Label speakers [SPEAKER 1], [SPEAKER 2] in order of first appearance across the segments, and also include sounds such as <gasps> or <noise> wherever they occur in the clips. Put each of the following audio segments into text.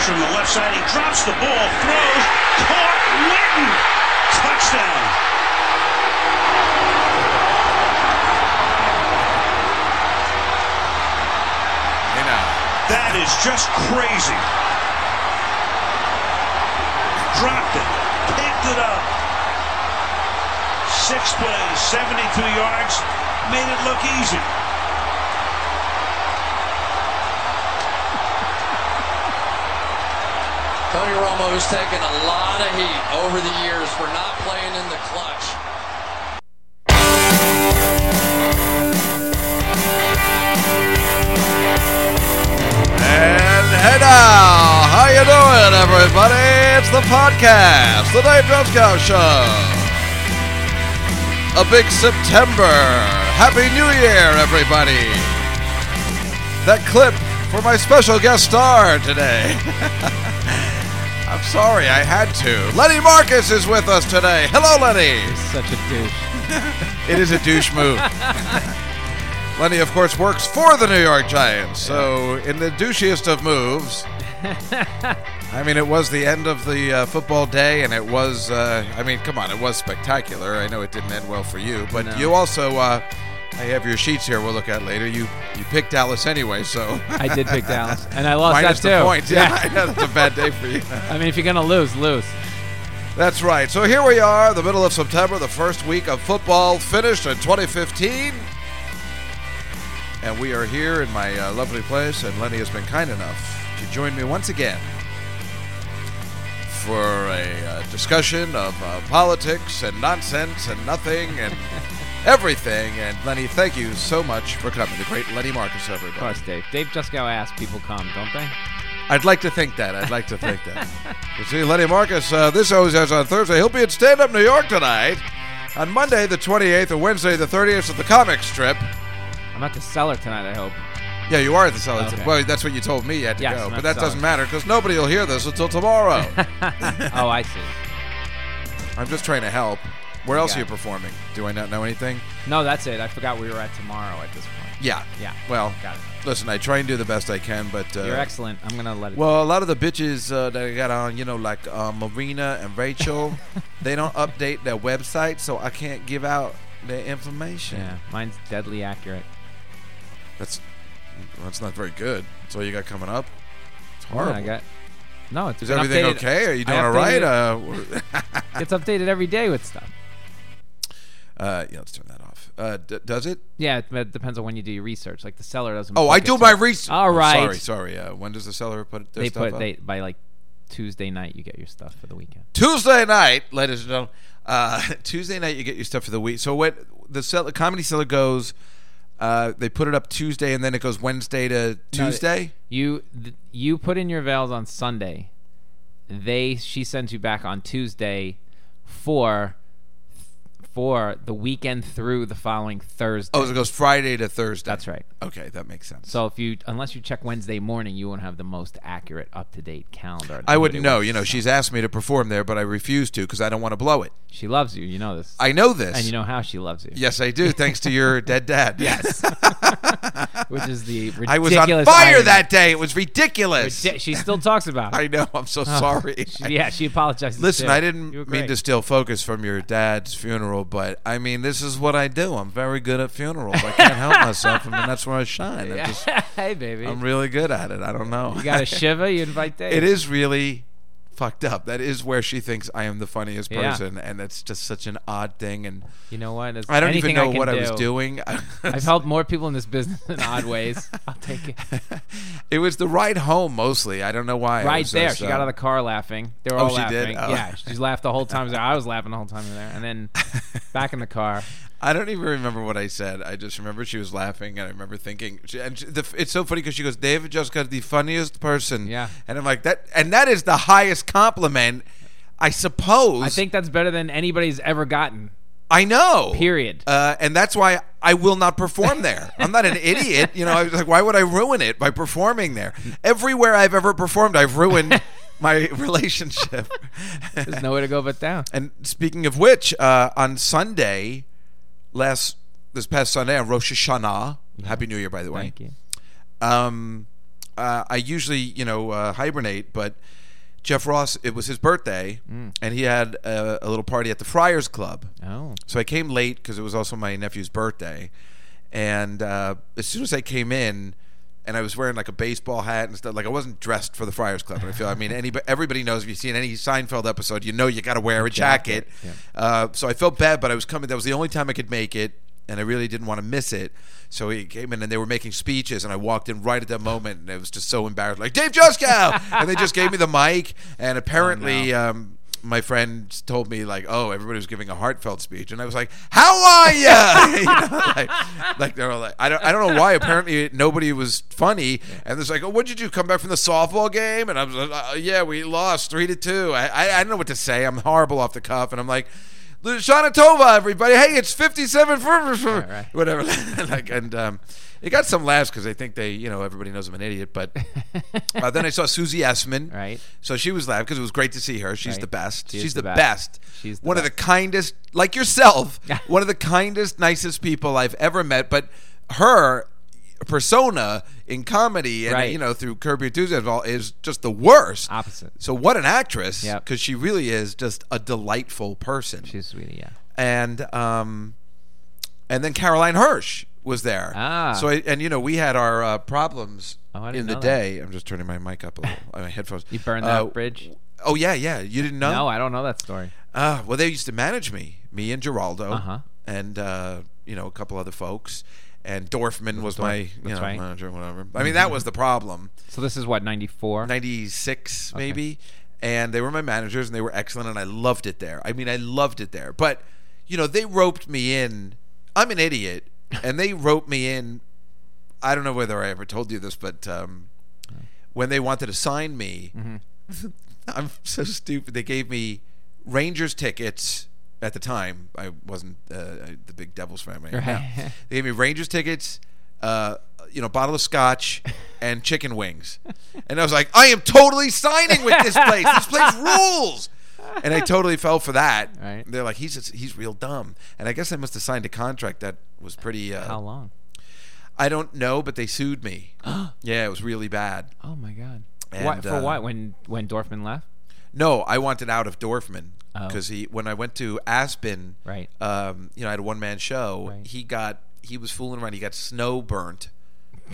[SPEAKER 1] from the left side. He drops the ball, throws, caught, Witten. Touchdown.
[SPEAKER 2] And now,
[SPEAKER 1] That is just crazy. Dropped it, picked it up. Six plays, 72 yards, made it look easy.
[SPEAKER 3] Tony Romo has taken a lot of heat over the years for not playing in the clutch.
[SPEAKER 2] and hey now, how you doing, everybody? It's the podcast, the Dave Dreskow Show. A big September. Happy New Year, everybody. That clip for my special guest star today. <laughs> I'm sorry, I had to. Lenny Marcus is with us today. Hello, Lenny.
[SPEAKER 4] Such a
[SPEAKER 2] <laughs>
[SPEAKER 4] douche.
[SPEAKER 2] It is a douche move. Lenny, of course, works for the New York Giants. So, in the douchiest of
[SPEAKER 4] <laughs>
[SPEAKER 2] moves, I mean, it was the end of the uh, football day, and it was, uh, I mean, come on, it was spectacular. I know it didn't end well for you, but
[SPEAKER 4] No.
[SPEAKER 2] you also, uh, I have your sheets here we'll look at later. You you picked Dallas anyway, so.
[SPEAKER 4] I did pick Dallas, and I lost
[SPEAKER 2] Minus
[SPEAKER 4] Oh, that
[SPEAKER 2] the
[SPEAKER 4] too.
[SPEAKER 2] point. <laughs> Yeah, I know that's a bad day for you.
[SPEAKER 4] I mean, if you're gonna lose, lose.
[SPEAKER 2] That's right. So here we are, the middle of September, the first week of football finished in 2015. And we are here in my uh, lovely place, and Lenny has been kind enough to join me once again for a uh, discussion of uh, politics and nonsense and nothing
[SPEAKER 4] <laughs>
[SPEAKER 2] and everything. And Lenny, thank you so much for coming. The great Lenny Marcus, everybody.
[SPEAKER 4] Of course, Dave. Dave just go ask people come, don't they?
[SPEAKER 2] I'd like to think that. I'd like to think that. You see, Lenny Marcus, uh, this always has on Thursday. He'll be at Stand Up New York tonight. On Monday, the 28th, and Wednesday, the 30th, at the comic strip.
[SPEAKER 4] I'm at the cellar tonight.
[SPEAKER 2] <laughs>
[SPEAKER 4] I hope.
[SPEAKER 2] Yeah, you are at the Cellar.
[SPEAKER 4] Okay.
[SPEAKER 2] Well, that's what you told me you had to
[SPEAKER 4] Yes,
[SPEAKER 2] go.
[SPEAKER 4] I'm
[SPEAKER 2] But
[SPEAKER 4] at
[SPEAKER 2] that
[SPEAKER 4] the
[SPEAKER 2] doesn't
[SPEAKER 4] Cellar.
[SPEAKER 2] matter because nobody will hear this until
[SPEAKER 4] <laughs>
[SPEAKER 2] tomorrow.
[SPEAKER 4] oh, I see.
[SPEAKER 2] I'm just trying to help. Where else are
[SPEAKER 4] Okay.
[SPEAKER 2] you performing? Do I not know anything?
[SPEAKER 4] No, that's it. I forgot we were at tomorrow at this point.
[SPEAKER 2] Yeah.
[SPEAKER 4] Yeah.
[SPEAKER 2] Well,
[SPEAKER 4] Got it.
[SPEAKER 2] listen, I try and do the best I can, but. Uh,
[SPEAKER 4] You're excellent. I'm gonna let it.
[SPEAKER 2] Well, a lot of the bitches uh, that I got on, you know, like uh, Marina and
[SPEAKER 4] <laughs>
[SPEAKER 2] Rachel, they don't update their website, so I can't give out their information.
[SPEAKER 4] yeah, mine's deadly accurate.
[SPEAKER 2] That's that's not very good. That's all you got coming up. It's
[SPEAKER 4] Yeah,
[SPEAKER 2] horrible.
[SPEAKER 4] I got. No, it's
[SPEAKER 2] Is
[SPEAKER 4] been
[SPEAKER 2] everything
[SPEAKER 4] updated.
[SPEAKER 2] okay? Are you
[SPEAKER 4] I
[SPEAKER 2] doing all right?
[SPEAKER 4] updated
[SPEAKER 2] Uh, we're-
[SPEAKER 4] <laughs> it. it's updated every day with stuff.
[SPEAKER 2] <laughs> uh, yeah, let's turn that off. Uh, d- does it?
[SPEAKER 4] Yeah, it, it depends on when you do your research. Like the seller doesn't.
[SPEAKER 2] Oh,
[SPEAKER 4] book
[SPEAKER 2] I
[SPEAKER 4] it
[SPEAKER 2] do
[SPEAKER 4] till-
[SPEAKER 2] my research.
[SPEAKER 4] All right.
[SPEAKER 2] sorry, sorry. Uh, when does the seller put their
[SPEAKER 4] They
[SPEAKER 2] stuff
[SPEAKER 4] put
[SPEAKER 2] up?
[SPEAKER 4] they by like Tuesday night. You get your stuff for the weekend.
[SPEAKER 2] Tuesday night, ladies and gentlemen. Uh, <laughs> Tuesday night, you get your stuff for the week. So what the sell, the comedy seller goes, uh, they put it up Tuesday, and then it goes Wednesday to Tuesday.
[SPEAKER 4] You th- you put in your veils on Sunday. They she sends you back on Tuesday for for the weekend through the following Thursday.
[SPEAKER 2] oh, so it goes Friday to Thursday.
[SPEAKER 4] That's right.
[SPEAKER 2] Okay, that makes sense.
[SPEAKER 4] So if you unless you check Wednesday morning, you won't have the most accurate up to date calendar.
[SPEAKER 2] I wouldn't know. You know, she's asked me to perform there, but I refuse to because I don't want to blow it.
[SPEAKER 4] She loves you. You know this.
[SPEAKER 2] I know this.
[SPEAKER 4] and you know how she loves you,
[SPEAKER 2] Yes, I do. Thanks to your dead dad. Yes,
[SPEAKER 4] <laughs> which is the ridiculous.
[SPEAKER 2] I was on fire
[SPEAKER 4] irony.
[SPEAKER 2] that day. It was ridiculous.
[SPEAKER 4] Ridi- She still talks about it.
[SPEAKER 2] I know. I'm so sorry. <laughs>
[SPEAKER 4] She- yeah, she apologizes.
[SPEAKER 2] Listen,
[SPEAKER 4] too.
[SPEAKER 2] I
[SPEAKER 4] You were
[SPEAKER 2] didn't mean
[SPEAKER 4] great.
[SPEAKER 2] to steal focus from your dad's funeral, but I mean, this is what I do. I'm very good at funerals. I can't help myself. I mean, that's where I
[SPEAKER 4] <laughs>
[SPEAKER 2] shine. I just,
[SPEAKER 4] hey, baby.
[SPEAKER 2] I'm really good at it. I don't know.
[SPEAKER 4] you
[SPEAKER 2] <laughs>
[SPEAKER 4] got a shiva? You invite Dave.
[SPEAKER 2] it is really fucked up. That is where she thinks I am the funniest
[SPEAKER 4] Yeah.
[SPEAKER 2] person, and it's just such an odd thing. And
[SPEAKER 4] You know what? There's
[SPEAKER 2] I don't
[SPEAKER 4] anything
[SPEAKER 2] even know
[SPEAKER 4] can
[SPEAKER 2] what
[SPEAKER 4] do.
[SPEAKER 2] I was doing. <laughs>
[SPEAKER 4] I've helped more people in this business in odd ways. I'll take it.
[SPEAKER 2] it was the ride home mostly. I don't know why. I
[SPEAKER 4] Right
[SPEAKER 2] was
[SPEAKER 4] there,
[SPEAKER 2] just,
[SPEAKER 4] she got out
[SPEAKER 2] um,
[SPEAKER 4] of the car laughing. They were
[SPEAKER 2] Oh,
[SPEAKER 4] all
[SPEAKER 2] she
[SPEAKER 4] laughing.
[SPEAKER 2] did? Oh.
[SPEAKER 4] Yeah, she laughed the whole time. I was- I was laughing the whole time we were there,
[SPEAKER 2] <laughs>
[SPEAKER 4] and then back in the car.
[SPEAKER 2] I don't even remember what I said. I just remember she was laughing, and I remember thinking, she, and she, the, it's so funny because she goes, "David just got the funniest person."
[SPEAKER 4] Yeah.
[SPEAKER 2] and I'm like that, and that is the highest compliment, I suppose.
[SPEAKER 4] I think that's better than anybody's ever gotten.
[SPEAKER 2] I know. <laughs>
[SPEAKER 4] Period.
[SPEAKER 2] Uh, and that's why I will not perform there. I'm
[SPEAKER 4] <laughs>
[SPEAKER 2] not an idiot, you know. I was like, why would I ruin it by performing there? Everywhere I've ever performed, I've
[SPEAKER 4] <laughs>
[SPEAKER 2] ruined my <laughs> relationship.
[SPEAKER 4] There's nowhere to go
[SPEAKER 2] <laughs>
[SPEAKER 4] but down.
[SPEAKER 2] And speaking of which, uh, on Sunday, last this past Sunday on Rosh Hashanah, Happy New Year, by the way.
[SPEAKER 4] Thank you.
[SPEAKER 2] Um, uh, I usually, you know, uh, hibernate, but Jeff Ross, it was his birthday, and he had a, a little party at the Friars Club.
[SPEAKER 4] Oh.
[SPEAKER 2] So I came late because it was also my nephew's birthday. And uh, as soon as I came in, and I was wearing like a baseball hat and stuff. Like I wasn't dressed for the Friars Club. And I feel. I mean, anybody, everybody knows if you've seen any Seinfeld episode, you know you got to wear a jacket. Uh, so I felt bad, but I was coming. That was the only time I could make it, and I really didn't want to miss it. So he came in, and they were making speeches, and I walked in right at that moment, and it was just so embarrassed. Like Dave Juskow, and they just gave me the mic, and apparently. um, my friend told me like, "Oh, everybody was giving a heartfelt speech," and I was like, "How are ya?" <laughs> you?" know, like, like they're all like, "I don't, I don't know why." Apparently, nobody was funny, and it's like, "Oh, what'd you do? Come back from the softball game?" And I was like, uh, "Yeah, we lost three to two. I, I, I don't know what to say. I'm horrible off the cuff," and I'm like. Shana Tova, everybody! Hey, it's fifty-seven for for-
[SPEAKER 4] right.
[SPEAKER 2] whatever. <laughs> like, and um, it got some laughs because I think they, you know, everybody knows I'm an idiot. But uh, then I saw Susie Essman,
[SPEAKER 4] <laughs> Right.
[SPEAKER 2] so she was laughing because it was great to see her. She's
[SPEAKER 4] Right.
[SPEAKER 2] the best.
[SPEAKER 4] She
[SPEAKER 2] She's,
[SPEAKER 4] is
[SPEAKER 2] the,
[SPEAKER 4] the
[SPEAKER 2] best.
[SPEAKER 4] best. She's the
[SPEAKER 2] one of the kindest, like yourself,
[SPEAKER 4] <laughs>
[SPEAKER 2] one of the kindest, nicest people I've ever met. But her persona in comedy and
[SPEAKER 4] Right.
[SPEAKER 2] you know through Curb Your Enthusiasm and all is just the worst.
[SPEAKER 4] Opposite.
[SPEAKER 2] So what an actress
[SPEAKER 4] Yep.
[SPEAKER 2] because she really is just a delightful person.
[SPEAKER 4] She's sweetie, yeah.
[SPEAKER 2] and um and then Caroline Hirsch was there.
[SPEAKER 4] Ah.
[SPEAKER 2] So I, and you know we had our uh, problems
[SPEAKER 4] Oh, I didn't
[SPEAKER 2] in the
[SPEAKER 4] know that.
[SPEAKER 2] day. I'm just turning my mic up a little. my headphones.
[SPEAKER 4] You burned
[SPEAKER 2] Uh,
[SPEAKER 4] that bridge?
[SPEAKER 2] Oh yeah, yeah. You didn't know?
[SPEAKER 4] No, I don't know that story.
[SPEAKER 2] Uh, well, they used to manage me, me and Geraldo,
[SPEAKER 4] Uh-huh.
[SPEAKER 2] and uh, you know a couple other folks. And Dorfman was my you know,
[SPEAKER 4] that's right. Mm-hmm.
[SPEAKER 2] manager, whatever. I mean, that was the problem.
[SPEAKER 4] So this is what 94.
[SPEAKER 2] '96 maybe, and they were my managers, and they were excellent, and I loved it there. I mean, I loved it there. But you know, they roped me in. I'm an
[SPEAKER 4] <laughs>
[SPEAKER 2] idiot, and they roped me in. I don't know whether I ever told you this, but um, when they wanted to sign me,
[SPEAKER 4] Mm-hmm.
[SPEAKER 2] <laughs> I'm so stupid. They gave me Rangers tickets at the time. I wasn't uh, the big Devils fan right, now.
[SPEAKER 4] Right. <laughs>
[SPEAKER 2] They gave me Rangers tickets, uh, you know, bottle of
[SPEAKER 4] <laughs>
[SPEAKER 2] scotch, and chicken wings. And I was like, I am totally signing with this place. This
[SPEAKER 4] <laughs>
[SPEAKER 2] place rules. And I totally fell for that.
[SPEAKER 4] Right.
[SPEAKER 2] They're like, he's he's real dumb. And I guess I must have signed a contract that was pretty. Uh,
[SPEAKER 4] How long?
[SPEAKER 2] I don't know, but they sued
[SPEAKER 4] <gasps>
[SPEAKER 2] me. yeah, it was really bad.
[SPEAKER 4] Oh my god.
[SPEAKER 2] And,
[SPEAKER 4] what for
[SPEAKER 2] uh,
[SPEAKER 4] what when when Dorfman left?
[SPEAKER 2] No, I wanted out of Dorfman
[SPEAKER 4] Oh.
[SPEAKER 2] because he when I went to Aspen,
[SPEAKER 4] Right.
[SPEAKER 2] Um, you know, I had a one man show.
[SPEAKER 4] Right.
[SPEAKER 2] He got he was fooling around. He got snow burnt.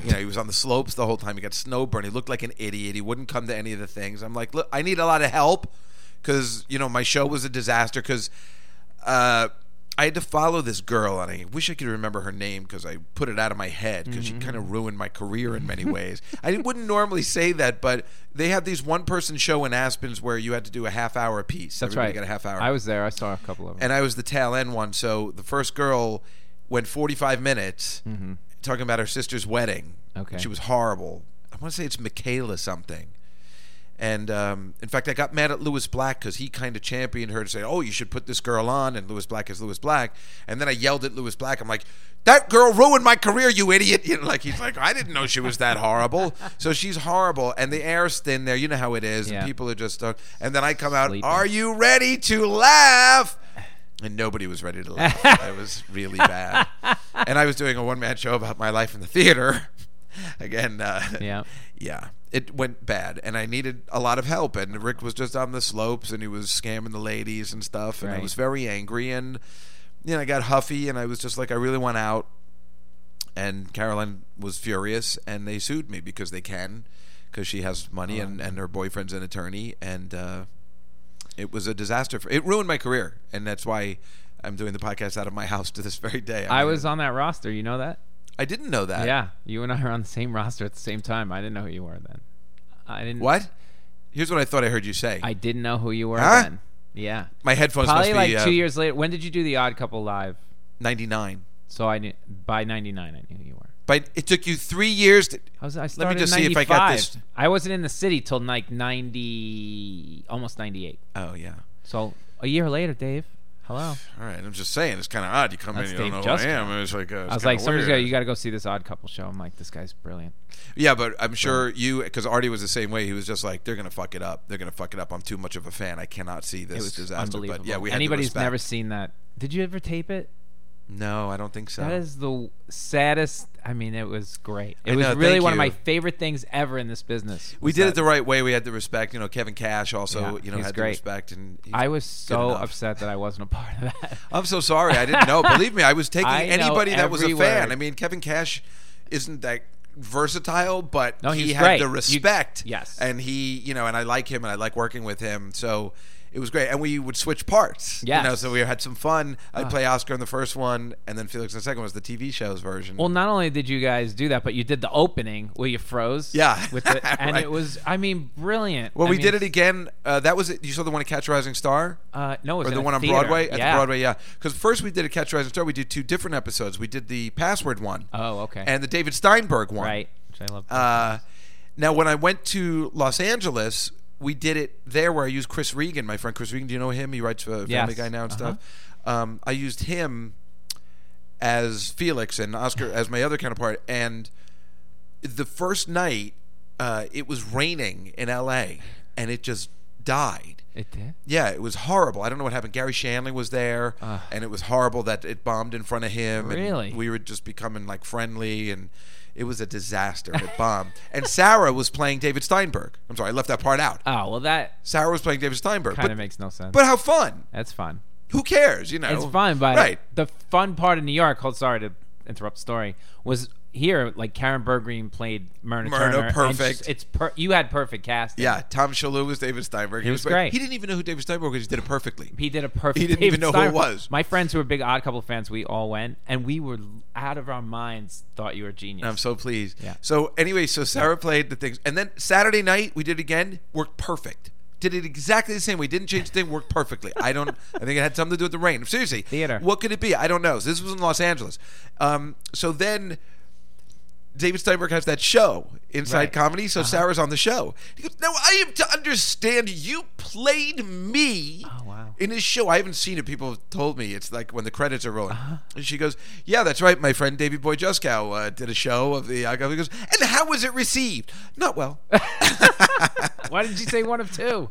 [SPEAKER 2] You know, he was on the slopes the whole time. He got snow burnt. He looked like an idiot. He wouldn't come to any of the things. I'm like, look, I need a lot of help because you know my show was a disaster because. Uh, I had to follow this girl, and I wish I could remember her name because I put it out of my head because
[SPEAKER 4] Mm-hmm.
[SPEAKER 2] she kind of ruined my career in
[SPEAKER 4] <laughs>
[SPEAKER 2] many ways. I wouldn't normally say that, but they had these one-person show in Aspens where you had to do a half hour a piece.
[SPEAKER 4] That's
[SPEAKER 2] Everybody
[SPEAKER 4] right.
[SPEAKER 2] Got a half hour.
[SPEAKER 4] I was there. I saw a couple of them.
[SPEAKER 2] and I was the tail end one. So the first girl went 45 minutes talking about her sister's wedding.
[SPEAKER 4] Okay.
[SPEAKER 2] She was horrible. I want to say it's Michaela something. And um, in fact, I got mad at Lewis Black because he kind of championed her to say, "Oh, you should put this girl on." And Lewis Black is Lewis Black. And then I yelled at Lewis Black. I'm like, "That girl ruined my career, you idiot!" <laughs> You know, like he's like, "I didn't know she was that
[SPEAKER 4] <laughs>
[SPEAKER 2] horrible." so she's horrible, and the air's thin there. You know how it is.
[SPEAKER 4] Yeah.
[SPEAKER 2] And people are just. Uh, and then I come out.
[SPEAKER 4] Sleeping.
[SPEAKER 2] Are you ready to laugh? And nobody was ready to
[SPEAKER 4] <laughs>
[SPEAKER 2] laugh. I was really bad. And I was doing a one man show about my life in the theater. <laughs> Again, uh,
[SPEAKER 4] Yeah.
[SPEAKER 2] yeah, it went bad, and I needed a lot of help. And Rick was just on the slopes, and he was scamming the ladies and stuff. And I
[SPEAKER 4] Right.
[SPEAKER 2] was very angry, and you know, I got huffy, and I was just like, I really want out. And Caroline was furious, and they sued me because they can, because she has money,
[SPEAKER 4] Oh.
[SPEAKER 2] and, and her boyfriend's an attorney, and uh, it was a disaster. For, it ruined my career, and that's why I'm doing the podcast out of my house to this very day.
[SPEAKER 4] I
[SPEAKER 2] mean,
[SPEAKER 4] was on that roster. You know that?
[SPEAKER 2] I didn't know that.
[SPEAKER 4] yeah. You and I were on the same roster at the same time. I didn't know who you were then. I didn't.
[SPEAKER 2] What? Here's what I thought I heard you say.
[SPEAKER 4] I didn't know who you were
[SPEAKER 2] Huh?
[SPEAKER 4] then. Yeah.
[SPEAKER 2] my headphones
[SPEAKER 4] Probably
[SPEAKER 2] must be
[SPEAKER 4] like
[SPEAKER 2] uh,
[SPEAKER 4] two years later. When did you do the Odd Couple live?
[SPEAKER 2] 99.
[SPEAKER 4] So I knew by '99. I knew who you were.
[SPEAKER 2] But it took you three years. To,
[SPEAKER 4] I was. I started in
[SPEAKER 2] just see if I got
[SPEAKER 4] 95.
[SPEAKER 2] this-
[SPEAKER 4] I wasn't in the city till like '90, almost '98.
[SPEAKER 2] oh, yeah.
[SPEAKER 4] So a year later, Dave. Hello.
[SPEAKER 2] All right. I'm just saying. It's kind of odd. You come
[SPEAKER 4] That's
[SPEAKER 2] in, you don't
[SPEAKER 4] Dave
[SPEAKER 2] know who I
[SPEAKER 4] Juska.
[SPEAKER 2] am. It's like, uh, it's
[SPEAKER 4] I was
[SPEAKER 2] kinda
[SPEAKER 4] like, somebody's got
[SPEAKER 2] weird.
[SPEAKER 4] you got to go see this Odd Couple show. I'm like, this guy's brilliant.
[SPEAKER 2] Yeah, but I'm sure you, because Artie was the same way. He was just like, they're going to fuck it up. They're going to fuck it up. I'm too much of a fan. I cannot see this
[SPEAKER 4] It was
[SPEAKER 2] disaster.
[SPEAKER 4] unbelievable.
[SPEAKER 2] But yeah, we had the
[SPEAKER 4] anybody's
[SPEAKER 2] respect.
[SPEAKER 4] never seen that. Did you ever tape it?
[SPEAKER 2] No, I don't think so.
[SPEAKER 4] That is the saddest. I mean, it was great. It
[SPEAKER 2] I
[SPEAKER 4] was
[SPEAKER 2] know,
[SPEAKER 4] really
[SPEAKER 2] thank
[SPEAKER 4] one of my
[SPEAKER 2] you.
[SPEAKER 4] favorite things ever in this business.
[SPEAKER 2] we
[SPEAKER 4] was
[SPEAKER 2] did
[SPEAKER 4] that.
[SPEAKER 2] it the right way. We had the respect. You know, Kevin Cash also,
[SPEAKER 4] Yeah,
[SPEAKER 2] you know,
[SPEAKER 4] he's
[SPEAKER 2] had the
[SPEAKER 4] great.
[SPEAKER 2] respect. And he's
[SPEAKER 4] I was
[SPEAKER 2] good
[SPEAKER 4] so
[SPEAKER 2] enough.
[SPEAKER 4] upset that I wasn't a part of
[SPEAKER 2] <laughs>
[SPEAKER 4] that. <laughs>
[SPEAKER 2] I'm so sorry. I didn't know. Believe me, I was taking
[SPEAKER 4] I know
[SPEAKER 2] anybody that was a
[SPEAKER 4] every
[SPEAKER 2] fan.
[SPEAKER 4] word.
[SPEAKER 2] I mean, Kevin Cash isn't that versatile, but
[SPEAKER 4] No,
[SPEAKER 2] he
[SPEAKER 4] he's
[SPEAKER 2] had
[SPEAKER 4] great.
[SPEAKER 2] the
[SPEAKER 4] You-
[SPEAKER 2] respect.
[SPEAKER 4] yes.
[SPEAKER 2] And he, you know, and I like him and I like working with him. So it was great. And we would switch parts.
[SPEAKER 4] Yes. Ah.
[SPEAKER 2] You know, so we had some fun. I'd play Oscar in the first one and then Felix in the second was the TV show's version.
[SPEAKER 4] Well, not only did you guys do that, but you did the opening where you froze.
[SPEAKER 2] Yeah.
[SPEAKER 4] With the, and
[SPEAKER 2] <laughs> Right.
[SPEAKER 4] it was, I mean, brilliant.
[SPEAKER 2] well,
[SPEAKER 4] I
[SPEAKER 2] we
[SPEAKER 4] mean,
[SPEAKER 2] did it again. Uh, that was it. You saw the one at Catch a Rising Star?
[SPEAKER 4] Uh, no, it was
[SPEAKER 2] or
[SPEAKER 4] in
[SPEAKER 2] the
[SPEAKER 4] a
[SPEAKER 2] one on
[SPEAKER 4] theater.
[SPEAKER 2] Broadway at
[SPEAKER 4] yeah.
[SPEAKER 2] the Broadway, yeah. Because first we did a Catch a Rising Star. We did two different episodes. We did the password one,
[SPEAKER 4] Oh, okay.
[SPEAKER 2] and the David Steinberg one.
[SPEAKER 4] right, which I love.
[SPEAKER 2] Uh, now, when I went to Los Angeles, we did it there where I used Chris Regan, my friend Chris Regan. Do you know him? He writes for Family
[SPEAKER 4] Yes.
[SPEAKER 2] Guy now and stuff. Um, I used him as Felix and Oscar as my other counterpart. And the first night, uh, it was raining in L.A. and it just died.
[SPEAKER 4] it did.
[SPEAKER 2] Yeah, it was horrible. I don't know what happened. Gary Shanley was there, and it was horrible that it bombed in front of him. and
[SPEAKER 4] Ah. Really?
[SPEAKER 2] we were just becoming like friendly, and it was a disaster. It
[SPEAKER 4] <laughs>
[SPEAKER 2] bombed. and Sarah was playing David Steinberg. I'm sorry, I left that part out.
[SPEAKER 4] Oh well, that
[SPEAKER 2] Sarah was playing David Steinberg.
[SPEAKER 4] kind
[SPEAKER 2] But,
[SPEAKER 4] of makes no sense.
[SPEAKER 2] but how fun?
[SPEAKER 4] That's fun.
[SPEAKER 2] Who cares? You know,
[SPEAKER 4] It's fun, but
[SPEAKER 2] Oh, right.
[SPEAKER 4] the fun part in New York. Hold, sorry to interrupt. the Story was here. Like Karen Bergreen played Myrna,
[SPEAKER 2] Myrna,
[SPEAKER 4] Turner. and
[SPEAKER 2] perfect.
[SPEAKER 4] just- it's per- you had perfect casting.
[SPEAKER 2] Yeah, Tom Shalhoub was David Steinberg. He,
[SPEAKER 4] was
[SPEAKER 2] great.
[SPEAKER 4] great.
[SPEAKER 2] He didn't even know who David Steinberg was. He did it perfectly.
[SPEAKER 4] He did a perfect.
[SPEAKER 2] He didn't
[SPEAKER 4] David
[SPEAKER 2] even know who it
[SPEAKER 4] Steinberg.
[SPEAKER 2] was.
[SPEAKER 4] My friends who were big Odd Couple fans, we all went, and we were out of our minds. Thought you were a genius.
[SPEAKER 2] I'm so pleased.
[SPEAKER 4] Yeah.
[SPEAKER 2] So anyway, so Sarah played the things, and then Saturday night we did it again. Worked perfect. Did it exactly the same. We didn't change a thing. Worked perfectly. I don't. I think it had something to do with the rain. Seriously.
[SPEAKER 4] Theater.
[SPEAKER 2] What could it be? I don't know. So this was in Los Angeles. Um, so then. David Steinberg has that show, Inside
[SPEAKER 4] Right. Uh-huh.
[SPEAKER 2] Comedy. So Sarah's on the show. He goes, "No, I am to understand you played me
[SPEAKER 4] Oh, wow.
[SPEAKER 2] in his show. I haven't seen it. People have told me it's like when the credits are rolling.
[SPEAKER 4] Uh-huh.
[SPEAKER 2] And she goes, "Yeah, that's right. My friend Davy Boy Juskow uh, did a show of the." He goes, "And how was it received? Not well, <laughs>
[SPEAKER 4] Why did you say one of two?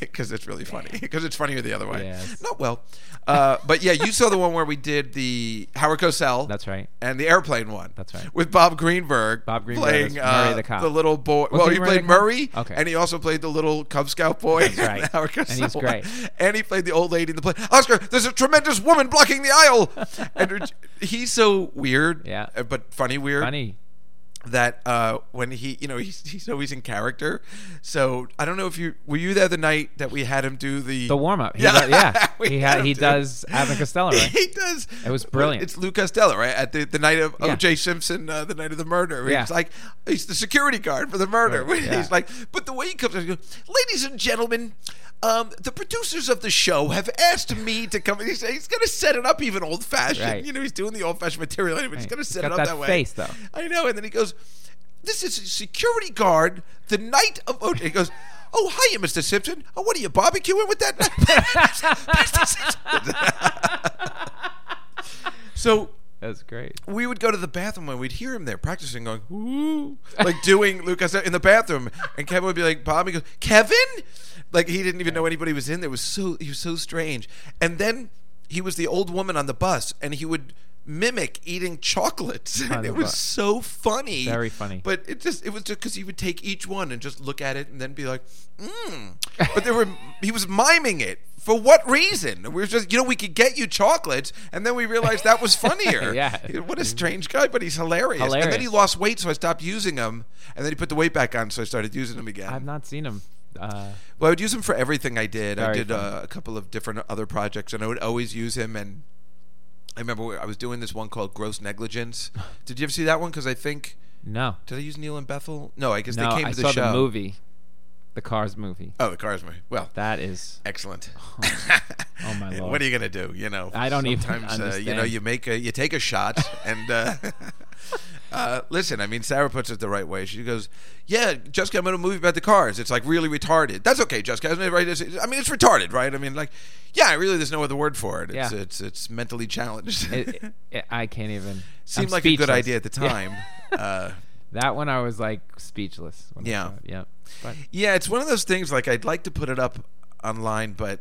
[SPEAKER 2] because it's really funny. Because it's funnier the other way.
[SPEAKER 4] Yes.
[SPEAKER 2] Not well. Uh, but yeah, you saw the one where we did the Howard Cosell.
[SPEAKER 4] That's right.
[SPEAKER 2] And the airplane one.
[SPEAKER 4] That's right.
[SPEAKER 2] With Bob Greenberg.
[SPEAKER 4] Bob Greenberg
[SPEAKER 2] playing
[SPEAKER 4] as
[SPEAKER 2] uh,
[SPEAKER 4] Murray the cop.
[SPEAKER 2] little boy.
[SPEAKER 4] Was
[SPEAKER 2] well,
[SPEAKER 4] he
[SPEAKER 2] he
[SPEAKER 4] Murray the
[SPEAKER 2] played
[SPEAKER 4] cop?
[SPEAKER 2] Murray.
[SPEAKER 4] Okay.
[SPEAKER 2] And he also played the little Cub Scout boy. That's
[SPEAKER 4] right.
[SPEAKER 2] <laughs>
[SPEAKER 4] And he's great.
[SPEAKER 2] And he played the old lady in the plane. Oscar, there's a tremendous woman blocking the
[SPEAKER 4] <laughs>
[SPEAKER 2] aisle. and her- he's so weird.
[SPEAKER 4] Yeah.
[SPEAKER 2] uh, But funny weird
[SPEAKER 4] Funny.
[SPEAKER 2] that uh, when he, you know, he's, he's always in character. So I don't know if you were you there the night that we had him do the
[SPEAKER 4] The warm up.
[SPEAKER 2] Yeah.
[SPEAKER 4] Yeah. yeah.
[SPEAKER 2] <laughs> We
[SPEAKER 4] He,
[SPEAKER 2] had
[SPEAKER 4] ha-
[SPEAKER 2] him
[SPEAKER 4] he
[SPEAKER 2] do-
[SPEAKER 4] does Abbott Costello, right?
[SPEAKER 2] <laughs> He does.
[SPEAKER 4] It was brilliant.
[SPEAKER 2] It's Lou Costello, right? At the, the night of
[SPEAKER 4] Yeah.
[SPEAKER 2] O.J. Simpson, uh, the night of the murder. where
[SPEAKER 4] Yeah.
[SPEAKER 2] He's like, he's the security guard for the murder.
[SPEAKER 4] Right,
[SPEAKER 2] <laughs>
[SPEAKER 4] yeah.
[SPEAKER 2] He's like, but the way he comes, out, he goes, ladies and gentlemen, um, the producers of the show have asked me to come. <laughs> He's, he's going to set it up even old fashioned.
[SPEAKER 4] Right.
[SPEAKER 2] You know, he's doing the old fashioned material anyway. He's
[SPEAKER 4] Right.
[SPEAKER 2] going to
[SPEAKER 4] He's
[SPEAKER 2] set
[SPEAKER 4] got
[SPEAKER 2] it up
[SPEAKER 4] that
[SPEAKER 2] that, way.
[SPEAKER 4] face, though.
[SPEAKER 2] I know. And then he goes, this is a security guard the night of O.J. He goes, Oh, hiya, Mr. Simpson. Oh, what are you barbecuing with that? <laughs> Mr. Simpson.
[SPEAKER 4] <laughs>
[SPEAKER 2] So
[SPEAKER 4] That's great.
[SPEAKER 2] we would go to the bathroom and we'd hear him there practicing, going, ooh, like doing Lucas in the bathroom. And Kevin would be like, Bobby goes, Kevin? Like he didn't even know anybody was in there. It was so he was so strange. And then he was the old woman on the bus, and he would mimic eating <laughs> chocolates.
[SPEAKER 4] On
[SPEAKER 2] And
[SPEAKER 4] the
[SPEAKER 2] it was
[SPEAKER 4] bus.
[SPEAKER 2] so funny.
[SPEAKER 4] Very funny.
[SPEAKER 2] But it just it was just because he would take each one and just look at it and then be like, mmm. But there were he was miming it. For what reason? We were just, you know, we could get you chocolates, and then we realized that
[SPEAKER 4] <laughs>
[SPEAKER 2] was funnier.
[SPEAKER 4] Yeah.
[SPEAKER 2] What a strange guy, but he's hilarious. And then he
[SPEAKER 4] Hilarious.
[SPEAKER 2] lost weight, so I stopped using him. And then he put the weight back on, so I started using him again.
[SPEAKER 4] I've not seen him. Uh,
[SPEAKER 2] well, I would use him for everything I did. I
[SPEAKER 4] Very
[SPEAKER 2] did
[SPEAKER 4] funny.
[SPEAKER 2] uh, a couple of different other projects, and I would always use him. And I remember we- I was doing this one called Gross Negligence. did you ever see that one? Because I think.
[SPEAKER 4] no.
[SPEAKER 2] Did I use Neil and Bethel? No, I guess
[SPEAKER 4] No,
[SPEAKER 2] they came
[SPEAKER 4] I
[SPEAKER 2] to the
[SPEAKER 4] saw
[SPEAKER 2] show.
[SPEAKER 4] the movie, the Cars movie.
[SPEAKER 2] Oh, the Cars movie. Well,
[SPEAKER 4] That is.
[SPEAKER 2] excellent.
[SPEAKER 4] Oh my lord.
[SPEAKER 2] What are you gonna do? You know,
[SPEAKER 4] I don't even
[SPEAKER 2] sometimes, uh, you know,
[SPEAKER 4] understand.
[SPEAKER 2] you make a, you take a shot, and uh, <laughs> uh, listen. I mean, Sarah puts it the right way. She goes, "Yeah, Jessica, I'm in a movie about the cars. It's like really retarded. That's okay, Jessica. Isn't it right? It's- I mean, it's retarded, right? I mean, like, yeah. I really, there's no other word for it. It's
[SPEAKER 4] Yeah.
[SPEAKER 2] it's, it's mentally challenged.
[SPEAKER 4] <laughs>
[SPEAKER 2] <laughs>
[SPEAKER 4] It, it- I can't even.
[SPEAKER 2] Seemed
[SPEAKER 4] I'm
[SPEAKER 2] like a
[SPEAKER 4] speechless.
[SPEAKER 2] good idea at the
[SPEAKER 4] Yeah. <laughs>
[SPEAKER 2] time. uh,
[SPEAKER 4] That one I was like speechless. when I
[SPEAKER 2] Yeah.
[SPEAKER 4] saw it. Yeah. But
[SPEAKER 2] Yeah, it's one of those things. Like I'd like to put it up online, but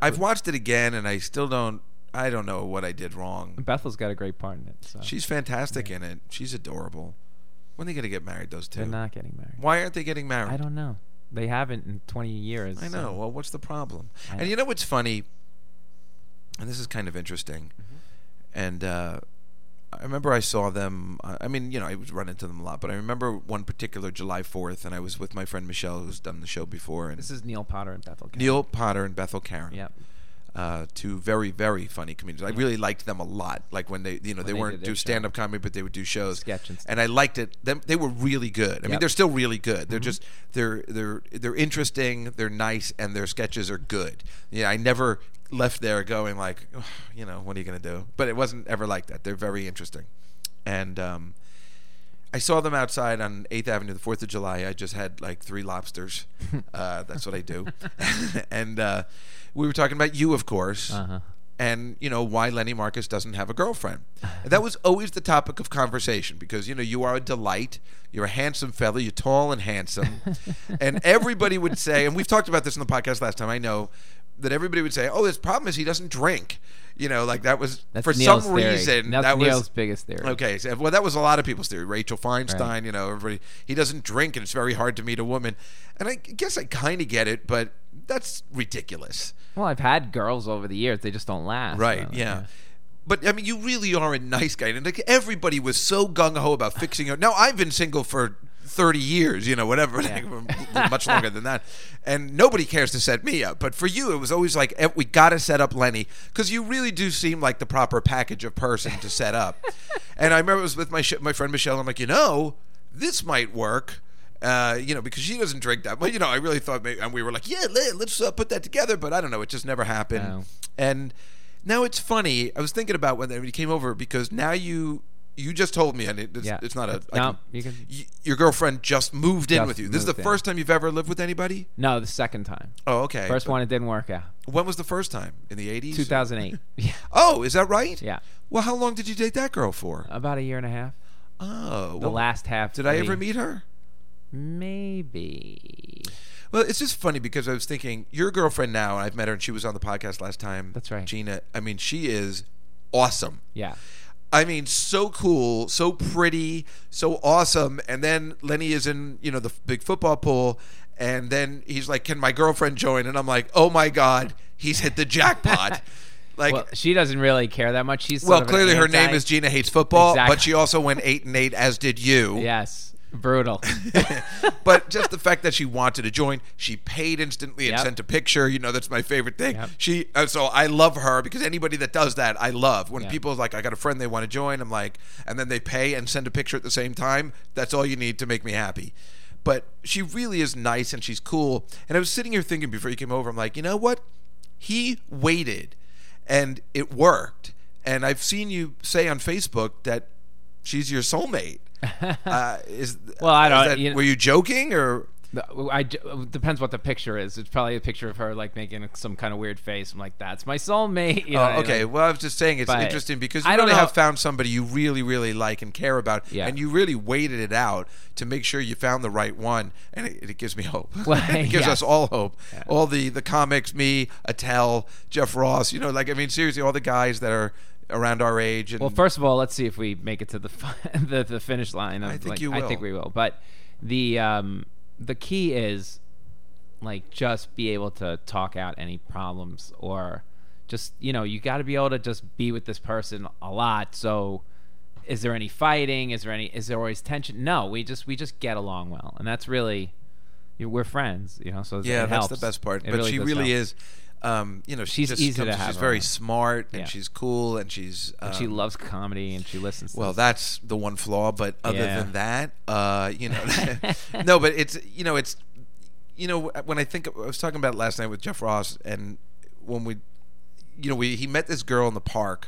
[SPEAKER 2] I've watched it again, and I still don't. I don't know what I did wrong.
[SPEAKER 4] Bethel's got a great part in it. So
[SPEAKER 2] She's fantastic in it. She's adorable. When are they gonna get married? Those two.
[SPEAKER 4] they're not getting married.
[SPEAKER 2] Why aren't they getting married?
[SPEAKER 4] I don't know. They haven't in 20 years.
[SPEAKER 2] I
[SPEAKER 4] so-
[SPEAKER 2] know. Well, what's the problem?
[SPEAKER 4] I
[SPEAKER 2] And you know what's funny? And this is kind of interesting.
[SPEAKER 4] Mm-hmm.
[SPEAKER 2] And uh, I remember I saw them. uh, I I mean, you know, I would run into them a lot, but I remember one particular July 4th, and I was with my friend Michelle, who's done the show before, and
[SPEAKER 4] This is Neil Potter and Bethel. County.
[SPEAKER 2] Neil Potter and Bethel Karen.
[SPEAKER 4] Yep.
[SPEAKER 2] Uh, two very, very funny comedians. I really liked them a lot. Like when they, you know, they,
[SPEAKER 4] they
[SPEAKER 2] weren't
[SPEAKER 4] did
[SPEAKER 2] do
[SPEAKER 4] their show.
[SPEAKER 2] stand up comedy, but they would do shows.
[SPEAKER 4] Sketch and stuff.
[SPEAKER 2] I liked it. Them, they were really good. I mean,
[SPEAKER 4] Yep. Mm-hmm.
[SPEAKER 2] they're still really good. They're just they're they're they're interesting. They're nice, and their sketches are good. Yeah, I never left there going like, "Ugh, you know, what are you gonna do? But it wasn't ever like that. They're very interesting, and um, I saw them outside on Eighth Avenue, the Fourth of July. I just had like three
[SPEAKER 4] <laughs>
[SPEAKER 2] lobsters. uh, that's what I do. <laughs> and uh, we were talking about you, of course,
[SPEAKER 4] Uh-huh.
[SPEAKER 2] and you know why Lenny Marcus doesn't have a girlfriend. And that was always the topic of conversation because you know you are a delight. You're a handsome fella. You're tall and
[SPEAKER 4] <laughs>
[SPEAKER 2] handsome, and everybody would say, and we've talked about this in the podcast last time. I know that everybody would say, "Oh, his problem is he doesn't drink." You know, like that was
[SPEAKER 4] That's
[SPEAKER 2] for
[SPEAKER 4] Neil's
[SPEAKER 2] some
[SPEAKER 4] theory.
[SPEAKER 2] reason
[SPEAKER 4] That's
[SPEAKER 2] that
[SPEAKER 4] Neil's
[SPEAKER 2] was
[SPEAKER 4] biggest theory.
[SPEAKER 2] Okay, so, well, that was a lot of people's theory. Rachel Feinstein,
[SPEAKER 4] Right.
[SPEAKER 2] you know, everybody. He doesn't drink, and it's very hard to meet a woman. And I guess I kind of get it, but that's ridiculous,
[SPEAKER 4] Well, I've had girls over the years. They just don't last.
[SPEAKER 2] right?
[SPEAKER 4] so,
[SPEAKER 2] yeah. But I mean, you really are a nice guy, and like everybody was so gung ho about fixing it. Now I've been single for thirty years, you know, whatever, like, much longer than that, and nobody cares to set me up. But for you, it was always like eh, we got to set up Lenny because you really do seem like the proper package of person to set up. and I remember it was with my sh- my friend Michelle. I'm like, you know, this might work. Uh, you know, because she doesn't drink that much. You know, I really thought, maybe, and we were like, yeah, let- let's uh, put that together. But I don't know, it just never happened.
[SPEAKER 4] No.
[SPEAKER 2] And now it's funny. I was thinking about when when you came over because now you you just told me, and it, it's,
[SPEAKER 4] Yeah.
[SPEAKER 2] it's not a
[SPEAKER 4] It's-
[SPEAKER 2] I
[SPEAKER 4] no, you can-
[SPEAKER 2] y- your girlfriend just moved in
[SPEAKER 4] Just
[SPEAKER 2] with you. This is the
[SPEAKER 4] moved in.
[SPEAKER 2] first time you've ever lived with anybody.
[SPEAKER 4] No, the second time.
[SPEAKER 2] Oh, okay.
[SPEAKER 4] First
[SPEAKER 2] But
[SPEAKER 4] one, it didn't work out.
[SPEAKER 2] When was the first time? In the eighties. <laughs>
[SPEAKER 4] 2008. yeah.
[SPEAKER 2] Oh, is that right?
[SPEAKER 4] Yeah.
[SPEAKER 2] Well, how long did you date that girl for?
[SPEAKER 4] About a year and a half.
[SPEAKER 2] oh,
[SPEAKER 4] The last half.
[SPEAKER 2] Did I
[SPEAKER 4] maybe-
[SPEAKER 2] ever meet her?
[SPEAKER 4] Maybe.
[SPEAKER 2] Well, it's just funny because I was thinking your girlfriend now, and I've met her, and she was on the podcast last time.
[SPEAKER 4] That's right.
[SPEAKER 2] Gina. I mean, she is awesome.
[SPEAKER 4] Yeah.
[SPEAKER 2] I mean, so cool, so pretty, so awesome. And then Lenny is in, you know, the f- big football pool. And then he's like, Can my girlfriend join? And I'm like, Oh my God, he's hit the
[SPEAKER 4] <laughs>
[SPEAKER 2] jackpot. like,
[SPEAKER 4] Well,
[SPEAKER 2] well,
[SPEAKER 4] she doesn't really care that much. She's sort of an
[SPEAKER 2] clearly her name
[SPEAKER 4] anti-
[SPEAKER 2] is Gina Hates Football,
[SPEAKER 4] Exactly.
[SPEAKER 2] but she also went eight and eight, as did you.
[SPEAKER 4] Yes.
[SPEAKER 2] <laughs>
[SPEAKER 4] Brutal.
[SPEAKER 2] but just the fact that she wanted to join, she paid instantly and
[SPEAKER 4] Yep.
[SPEAKER 2] sent a picture. You know, that's my favorite thing.
[SPEAKER 4] Yep.
[SPEAKER 2] She uh, so I love her because anybody that does that, I love. When
[SPEAKER 4] Yeah.
[SPEAKER 2] people are like, I got a friend they want to join, I'm like, and then they pay and send a picture at the same time. That's all you need to make me happy. But she really is nice and she's cool. And I was sitting here thinking before you came over, I'm like, you know what? He waited, and it worked. And I've seen you say on Facebook that she's your
[SPEAKER 4] <laughs>
[SPEAKER 2] soulmate. uh, is
[SPEAKER 4] Well, I
[SPEAKER 2] is
[SPEAKER 4] don't-
[SPEAKER 2] that-
[SPEAKER 4] Uh, you know-
[SPEAKER 2] were you joking or?
[SPEAKER 4] The- I j- depends what the picture is. It's probably a picture of her like making some kind of weird face. I'm like, that's my soulmate. You know,
[SPEAKER 2] Oh, okay.
[SPEAKER 4] like-
[SPEAKER 2] Well, I was just saying it's
[SPEAKER 4] But
[SPEAKER 2] interesting because you
[SPEAKER 4] I don't
[SPEAKER 2] really
[SPEAKER 4] know-
[SPEAKER 2] have found somebody you really, really like and care about,
[SPEAKER 4] Yeah.
[SPEAKER 2] and you really waited it out to make sure you found the right one, and it, it gives me hope.
[SPEAKER 4] <laughs> Well,
[SPEAKER 2] <laughs> it gives
[SPEAKER 4] yeah.
[SPEAKER 2] us all hope. All the the comics, me, Attell, Jeff Ross. You know, like I mean, seriously, all the guys that are around our age. And,
[SPEAKER 4] Well, first of all, let's see if we make it to the fi- <laughs> the, the finish line. Of,
[SPEAKER 2] I think
[SPEAKER 4] like,
[SPEAKER 2] you
[SPEAKER 4] I think
[SPEAKER 2] will.
[SPEAKER 4] we will. But the um, the key is like just be able to talk out any problems or just you know you got to be able to just be with this person a lot. So is there any fighting? Is there any? Is there always tension? No, we just we just get along well, and that's really you we're friends. You know, so it
[SPEAKER 2] yeah, that's
[SPEAKER 4] helps.
[SPEAKER 2] the best part.
[SPEAKER 4] It
[SPEAKER 2] but she
[SPEAKER 4] does
[SPEAKER 2] really
[SPEAKER 4] help.
[SPEAKER 2] is. Um, you know, she
[SPEAKER 4] She's
[SPEAKER 2] just
[SPEAKER 4] easy to
[SPEAKER 2] comes-
[SPEAKER 4] have
[SPEAKER 2] She's very
[SPEAKER 4] around.
[SPEAKER 2] smart and
[SPEAKER 4] Yeah.
[SPEAKER 2] she's cool and she's um,
[SPEAKER 4] She loves comedy and she listens.
[SPEAKER 2] Well,
[SPEAKER 4] to
[SPEAKER 2] that's the one flaw, but other
[SPEAKER 4] Yeah.
[SPEAKER 2] than that, uh, you
[SPEAKER 4] <laughs>
[SPEAKER 2] know, <laughs> no, but it's you know it's you know when I think I was talking about it last night with Jeff Ross, and when we, you know, we he met this girl in the park.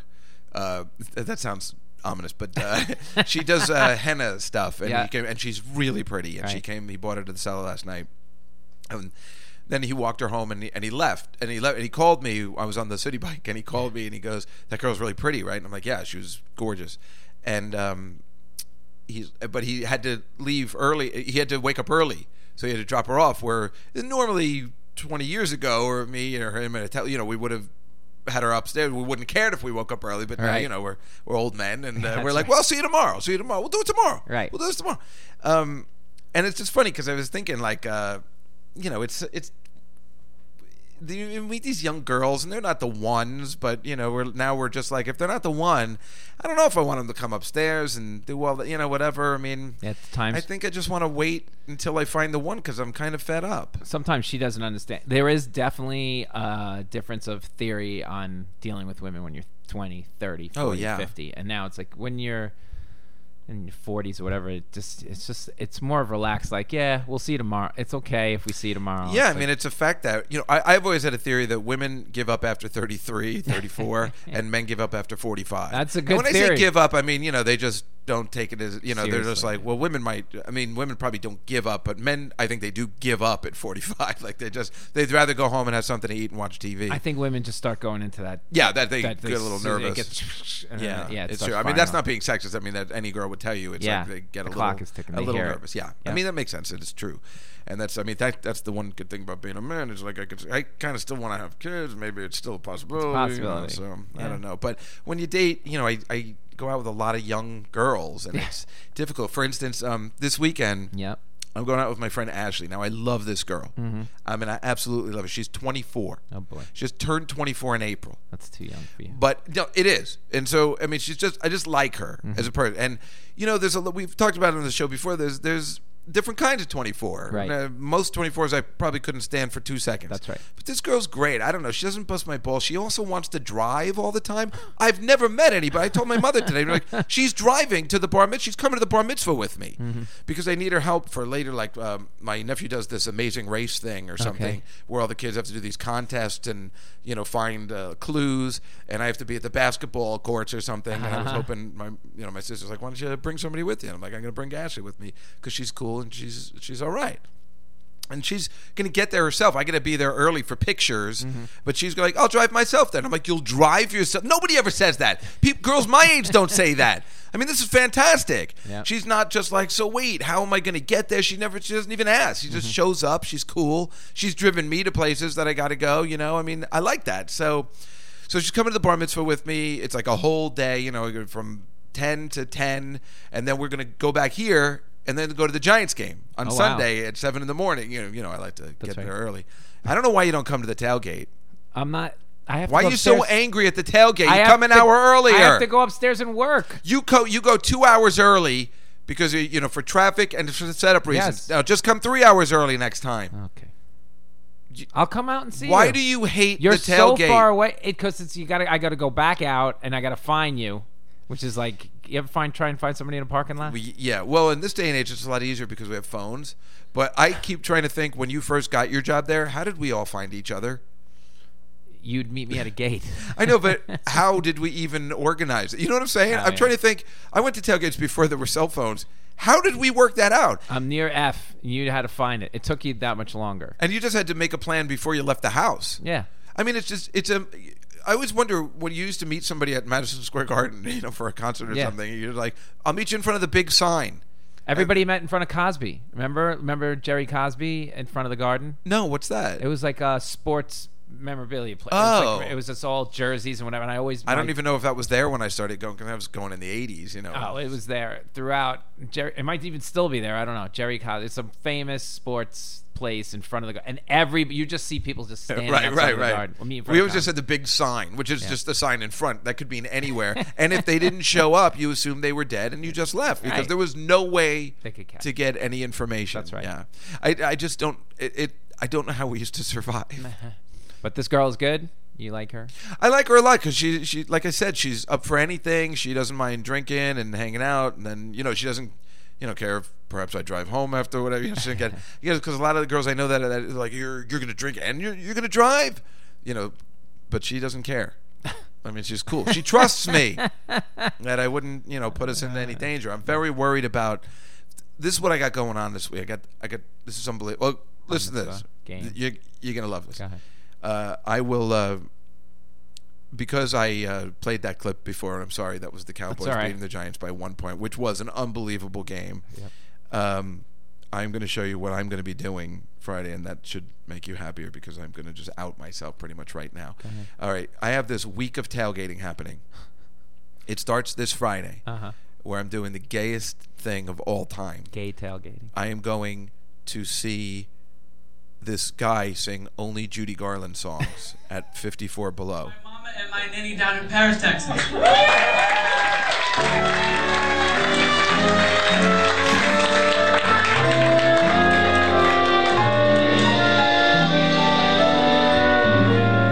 [SPEAKER 2] Uh, th- that sounds ominous, but uh,
[SPEAKER 4] <laughs>
[SPEAKER 2] she does uh, henna stuff, and
[SPEAKER 4] Yeah.
[SPEAKER 2] he came, and she's really pretty, and she
[SPEAKER 4] Right.
[SPEAKER 2] came. He bought her to the cellar last night. And then he walked her home and he, and he left. And he left and he called me. I was on the city <laughs> bike and he called me and he goes, That girl's really pretty, right? And I'm like, Yeah, she was gorgeous. And um he's but he had to leave early he had to wake up early. So he had to drop her off where normally twenty years ago or me or him and a tel- you know, we would have had her upstairs. We wouldn't cared if we woke up early, but now
[SPEAKER 4] Right.
[SPEAKER 2] you know we're we're old men, and uh,
[SPEAKER 4] <laughs> That's
[SPEAKER 2] we're like,
[SPEAKER 4] right.
[SPEAKER 2] well, see you tomorrow. See you tomorrow. We'll do it tomorrow.
[SPEAKER 4] Right.
[SPEAKER 2] We'll do this tomorrow. Um, and it's just funny because I was thinking like, uh, you know, it's it's. the- You meet these young girls, and they're not the ones, but you know, we're now we're just like if they're not the one, I don't know if I want them to come upstairs and do all that, you know, whatever. I mean,
[SPEAKER 4] At the times-
[SPEAKER 2] I think I just want to wait until I find the one because I'm kind of fed up.
[SPEAKER 4] sometimes she doesn't understand. There is definitely a difference of theory on dealing with women when you're 20, 30, 40,
[SPEAKER 2] Oh, yeah.
[SPEAKER 4] 50. And now it's like when you're in your 40s or whatever, it just it's just it's more of relaxed like, yeah, we'll see you tomorrow. It's okay if we see you tomorrow.
[SPEAKER 2] Yeah, I
[SPEAKER 4] It's
[SPEAKER 2] mean,
[SPEAKER 4] like,
[SPEAKER 2] it's a fact that, you know, I, I've always had a theory that women give up after
[SPEAKER 4] <laughs>
[SPEAKER 2] 33, 34, and men give up after 45.
[SPEAKER 4] That's a
[SPEAKER 2] And
[SPEAKER 4] good
[SPEAKER 2] when I say
[SPEAKER 4] theory.
[SPEAKER 2] give up, I mean, you know, they just don't take it as, you know, they're just
[SPEAKER 4] Seriously.
[SPEAKER 2] like, well, women might, I mean, women probably don't give up, but men, I think they do give up at 45. <laughs> Like, they just, they'd rather go home and have something to eat and watch TV.
[SPEAKER 4] I think women just start going into that
[SPEAKER 2] yeah, that they
[SPEAKER 4] that
[SPEAKER 2] get a little
[SPEAKER 4] so they
[SPEAKER 2] nervous.
[SPEAKER 4] get- <laughs> and then-
[SPEAKER 2] yeah,
[SPEAKER 4] yeah, it
[SPEAKER 2] it's
[SPEAKER 4] starts
[SPEAKER 2] true. I mean,
[SPEAKER 4] firing
[SPEAKER 2] that's
[SPEAKER 4] off.
[SPEAKER 2] not being sexist. I mean, that any girl would tell you. It's
[SPEAKER 4] Yeah.
[SPEAKER 2] like they get a
[SPEAKER 4] The
[SPEAKER 2] little,
[SPEAKER 4] clock is ticking.
[SPEAKER 2] a
[SPEAKER 4] They
[SPEAKER 2] little
[SPEAKER 4] hear it.
[SPEAKER 2] nervous. Yeah. I
[SPEAKER 4] Yeah.
[SPEAKER 2] mean, that makes sense. It is true, and that's. I mean, that that's the one good thing about being a man is like I could. I kind of still want to have kids. Maybe it's still a possibility. you know,
[SPEAKER 4] possibility.
[SPEAKER 2] so I
[SPEAKER 4] Yeah.
[SPEAKER 2] don't know. But when you date, you know, I I go out with a lot of young girls, and it's difficult. For instance, um, this weekend.
[SPEAKER 4] Yep.
[SPEAKER 2] I'm going out with my friend Ashley. Now I love this girl. I mean, I absolutely love her. She's 24.
[SPEAKER 4] Mm-hmm. Oh, boy.
[SPEAKER 2] She just turned 24 in April.
[SPEAKER 4] That's too young for you.
[SPEAKER 2] But no, it is, and so I mean, she's just I just like her
[SPEAKER 4] Mm-hmm.
[SPEAKER 2] as a person, and you know, there's a lo- we've talked about it on the show before. There's there's different kinds of 24.
[SPEAKER 4] Right.
[SPEAKER 2] Uh, most 24s I probably couldn't stand for two seconds.
[SPEAKER 4] That's right.
[SPEAKER 2] But this girl's great. I don't know. She doesn't bust my balls. She also wants to drive all the time. I've never met anybody. I told my mother today, like she's driving to the bar mitzvah. She's coming to the bar mitzvah with me because I need her help for later. Like um, my nephew does this amazing race thing or something where all the kids have to do these contests and you know find uh, clues, and I have to be at the basketball courts or something. And I was hoping my you know my sister's like, why don't you bring somebody with you? And I'm like, I'm gonna bring Ashley with me because she's cool and she's she's all right and she's gonna get there herself. I gotta be there early for pictures,
[SPEAKER 4] Mm-hmm.
[SPEAKER 2] but she's like, "I'll drive myself." Then I'm like, "You'll drive yourself." Nobody ever says that. Peop girls my age don't say that. I mean, this is fantastic.
[SPEAKER 4] Yeah.
[SPEAKER 2] She's not just like, "So wait, how am I gonna get there?" She never, she doesn't even ask. She
[SPEAKER 4] Mm-hmm.
[SPEAKER 2] just shows up. She's cool. She's driven me to places that I gotta go. You know, I mean, I like that. So, so she's coming to the bar mitzvah with me. It's like a whole day. You know, we go from ten to ten, and then we're gonna go back here. And then go to the Giants game on
[SPEAKER 4] Oh, wow.
[SPEAKER 2] Sunday at seven in the morning. You know, you know, I like to get
[SPEAKER 4] right.
[SPEAKER 2] there early. I don't know why you don't come to the tailgate.
[SPEAKER 4] I'm not I have
[SPEAKER 2] Why
[SPEAKER 4] to
[SPEAKER 2] are
[SPEAKER 4] go
[SPEAKER 2] you so
[SPEAKER 4] upstairs.
[SPEAKER 2] angry at the tailgate?
[SPEAKER 4] I
[SPEAKER 2] You
[SPEAKER 4] have
[SPEAKER 2] come an
[SPEAKER 4] to-
[SPEAKER 2] hour earlier.
[SPEAKER 4] I have to go upstairs and work.
[SPEAKER 2] You go. You go two hours early because uh, you know for traffic and for the setup reasons.
[SPEAKER 4] Yes. Oh.
[SPEAKER 2] Now just come three hours early next time.
[SPEAKER 4] Okay. I'll come out and see
[SPEAKER 2] Why
[SPEAKER 4] you.
[SPEAKER 2] do you hate
[SPEAKER 4] You're
[SPEAKER 2] the tailgate?
[SPEAKER 4] so far away because it's you got to I got to go back out and I got to find you, which is like you ever find try and find somebody in a parking lot.
[SPEAKER 2] We, yeah. Well, in this day and age, it's a lot easier because we have phones. But I keep trying to think when you first got your job there, how did we all find each other?
[SPEAKER 4] You'd meet me at a gate.
[SPEAKER 2] <laughs> I know, but how did we even organize it? You know what I'm saying? I'm
[SPEAKER 4] Oh, yeah.
[SPEAKER 2] trying to think. I went to tailgates before there were cell phones. How did we work that out?
[SPEAKER 4] I'm near F. and You had to find it. It took you that much longer.
[SPEAKER 2] And you just had to make a plan before you left the house.
[SPEAKER 4] Yeah.
[SPEAKER 2] I mean, it's just it's a. I always wonder when you used to meet somebody at Madison Square Garden, <laughs> you know, for a concert or
[SPEAKER 4] Yeah.
[SPEAKER 2] something. You're like, I'll meet you in front of the big sign.
[SPEAKER 4] Everybody met in front of Cosby. Remember, remember Jerry Cosby in front of the garden.
[SPEAKER 2] No, what's that?
[SPEAKER 4] It was like a sports memorabilia place. it was,
[SPEAKER 2] Oh.
[SPEAKER 4] like, it was just all jerseys and whatever. And I always
[SPEAKER 2] I don't
[SPEAKER 4] my-
[SPEAKER 2] even know if that was there when I started going. 'cause I was going in the '80s, you know.
[SPEAKER 4] Oh, it was there throughout. Jerry, it might even still be there. I don't know. Jerry Cosby. It's a famous sports place in front of the garden, and every you just see people just <laughs> standing
[SPEAKER 2] right,
[SPEAKER 4] outside
[SPEAKER 2] right,
[SPEAKER 4] of the
[SPEAKER 2] right.
[SPEAKER 4] garden. I mean, in front
[SPEAKER 2] We
[SPEAKER 4] of
[SPEAKER 2] always
[SPEAKER 4] the
[SPEAKER 2] just said the big sign, which is just the sign in front. That could mean anywhere. and if they didn't show up, you assumed they were dead and you just left because
[SPEAKER 4] Right.
[SPEAKER 2] there was no way
[SPEAKER 4] They could catch
[SPEAKER 2] to get any information.
[SPEAKER 4] That's right.
[SPEAKER 2] Yeah, I, I just don't it, it. I don't know how we used to
[SPEAKER 4] <laughs>
[SPEAKER 2] survive.
[SPEAKER 4] garden. But this girl is good. You like her?
[SPEAKER 2] I like her a lot because she, she, like I said, she's up for anything. She doesn't mind drinking and hanging out, and then you know she doesn't, you know, care if perhaps I drive home after whatever. You know, she doesn't
[SPEAKER 4] <laughs>
[SPEAKER 2] get because a lot of the girls I know that that is like you're you're gonna drink and you're you're gonna drive, you know, but she doesn't care. I mean, she's cool. She trusts
[SPEAKER 4] <laughs>
[SPEAKER 2] me that I wouldn't, you know, put us in any danger. I'm very worried about. This is what I got going on this week. I got, I got. This is unbelievable. Well, listen to this.
[SPEAKER 4] Game.
[SPEAKER 2] You're, you're gonna love this.
[SPEAKER 4] Go ahead.
[SPEAKER 2] Uh, I will. Uh, because I uh, played that clip before, and I'm sorry, that was the Cowboys
[SPEAKER 4] all right.
[SPEAKER 2] beating the Giants by one point, which was an unbelievable game. Um, I'm going to show you what I'm going to be doing Friday, and that should make you happier because I'm going to just out myself pretty much right now. All right, I have this week of tailgating happening. It starts this Friday,
[SPEAKER 4] Uh-huh.
[SPEAKER 2] where I'm doing the gayest thing of all time.
[SPEAKER 4] Gay tailgating.
[SPEAKER 2] I am going to see this guy sing only Judy Garland
[SPEAKER 4] <laughs>
[SPEAKER 2] songs at 54 Below.
[SPEAKER 5] Mama and my nanny down in Paris, Texas.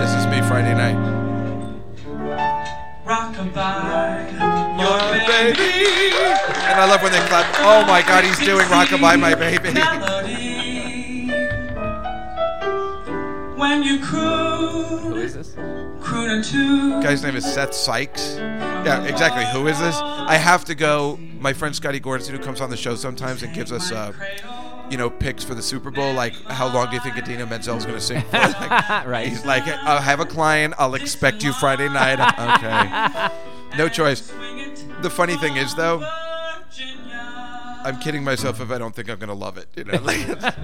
[SPEAKER 2] This is me Friday night.
[SPEAKER 5] Rockabye, your baby.
[SPEAKER 2] baby. And I love when they clap. Oh my God, he's doing Rockabye My Baby. <laughs>
[SPEAKER 5] Melody. When you
[SPEAKER 4] Who is
[SPEAKER 5] croon,
[SPEAKER 4] this?
[SPEAKER 5] croon a tune.
[SPEAKER 2] Guy's name is Seth Sykes. Yeah, exactly. Who is this? I have to go. My friend Scotty Gordon, who comes on the show sometimes and gives us, uh, you know, picks for the Super Bowl, like how long do you think Adina Menzel is going to sing for? <laughs> Like,
[SPEAKER 4] right.
[SPEAKER 2] He's like, I'll have a client. I'll expect you Friday night. <laughs> Okay. No choice. The funny thing is, though, I'm kidding myself if I don't think I'm going to love it.
[SPEAKER 4] <laughs>
[SPEAKER 2] You know? like, it's-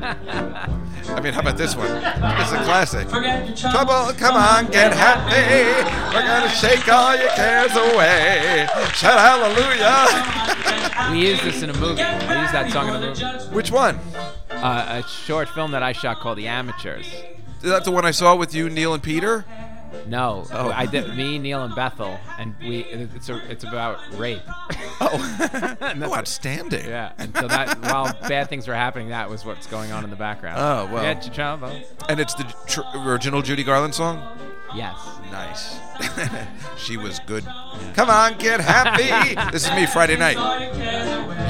[SPEAKER 2] I mean, how about this one? It's a classic.
[SPEAKER 5] Forget your troubles,
[SPEAKER 2] Trouble, come on, get happy. We're going to shake all your cares away. Shout hallelujah.
[SPEAKER 4] We used this in a movie. We used that song in a movie.
[SPEAKER 2] Which one?
[SPEAKER 4] Uh, a short film that I shot called The Amateurs.
[SPEAKER 2] Is that the one I saw with you, Neil and Peter?
[SPEAKER 4] No,
[SPEAKER 2] Oh.
[SPEAKER 4] I did. Me, Neil, and Bethel, and we. It's a, It's about rape.
[SPEAKER 2] <laughs> Oh, oh
[SPEAKER 4] And that's-
[SPEAKER 2] outstanding.
[SPEAKER 4] <laughs> Yeah. And so that while bad things were happening, that was what's going on in the background.
[SPEAKER 2] Oh, well.
[SPEAKER 4] Get your trouble.
[SPEAKER 2] <laughs> And it's the tr- original Judy Garland song?
[SPEAKER 4] Yes.
[SPEAKER 2] Nice. <laughs> she was good. Come on, get
[SPEAKER 4] <laughs>
[SPEAKER 2] happy. this is me Friday night.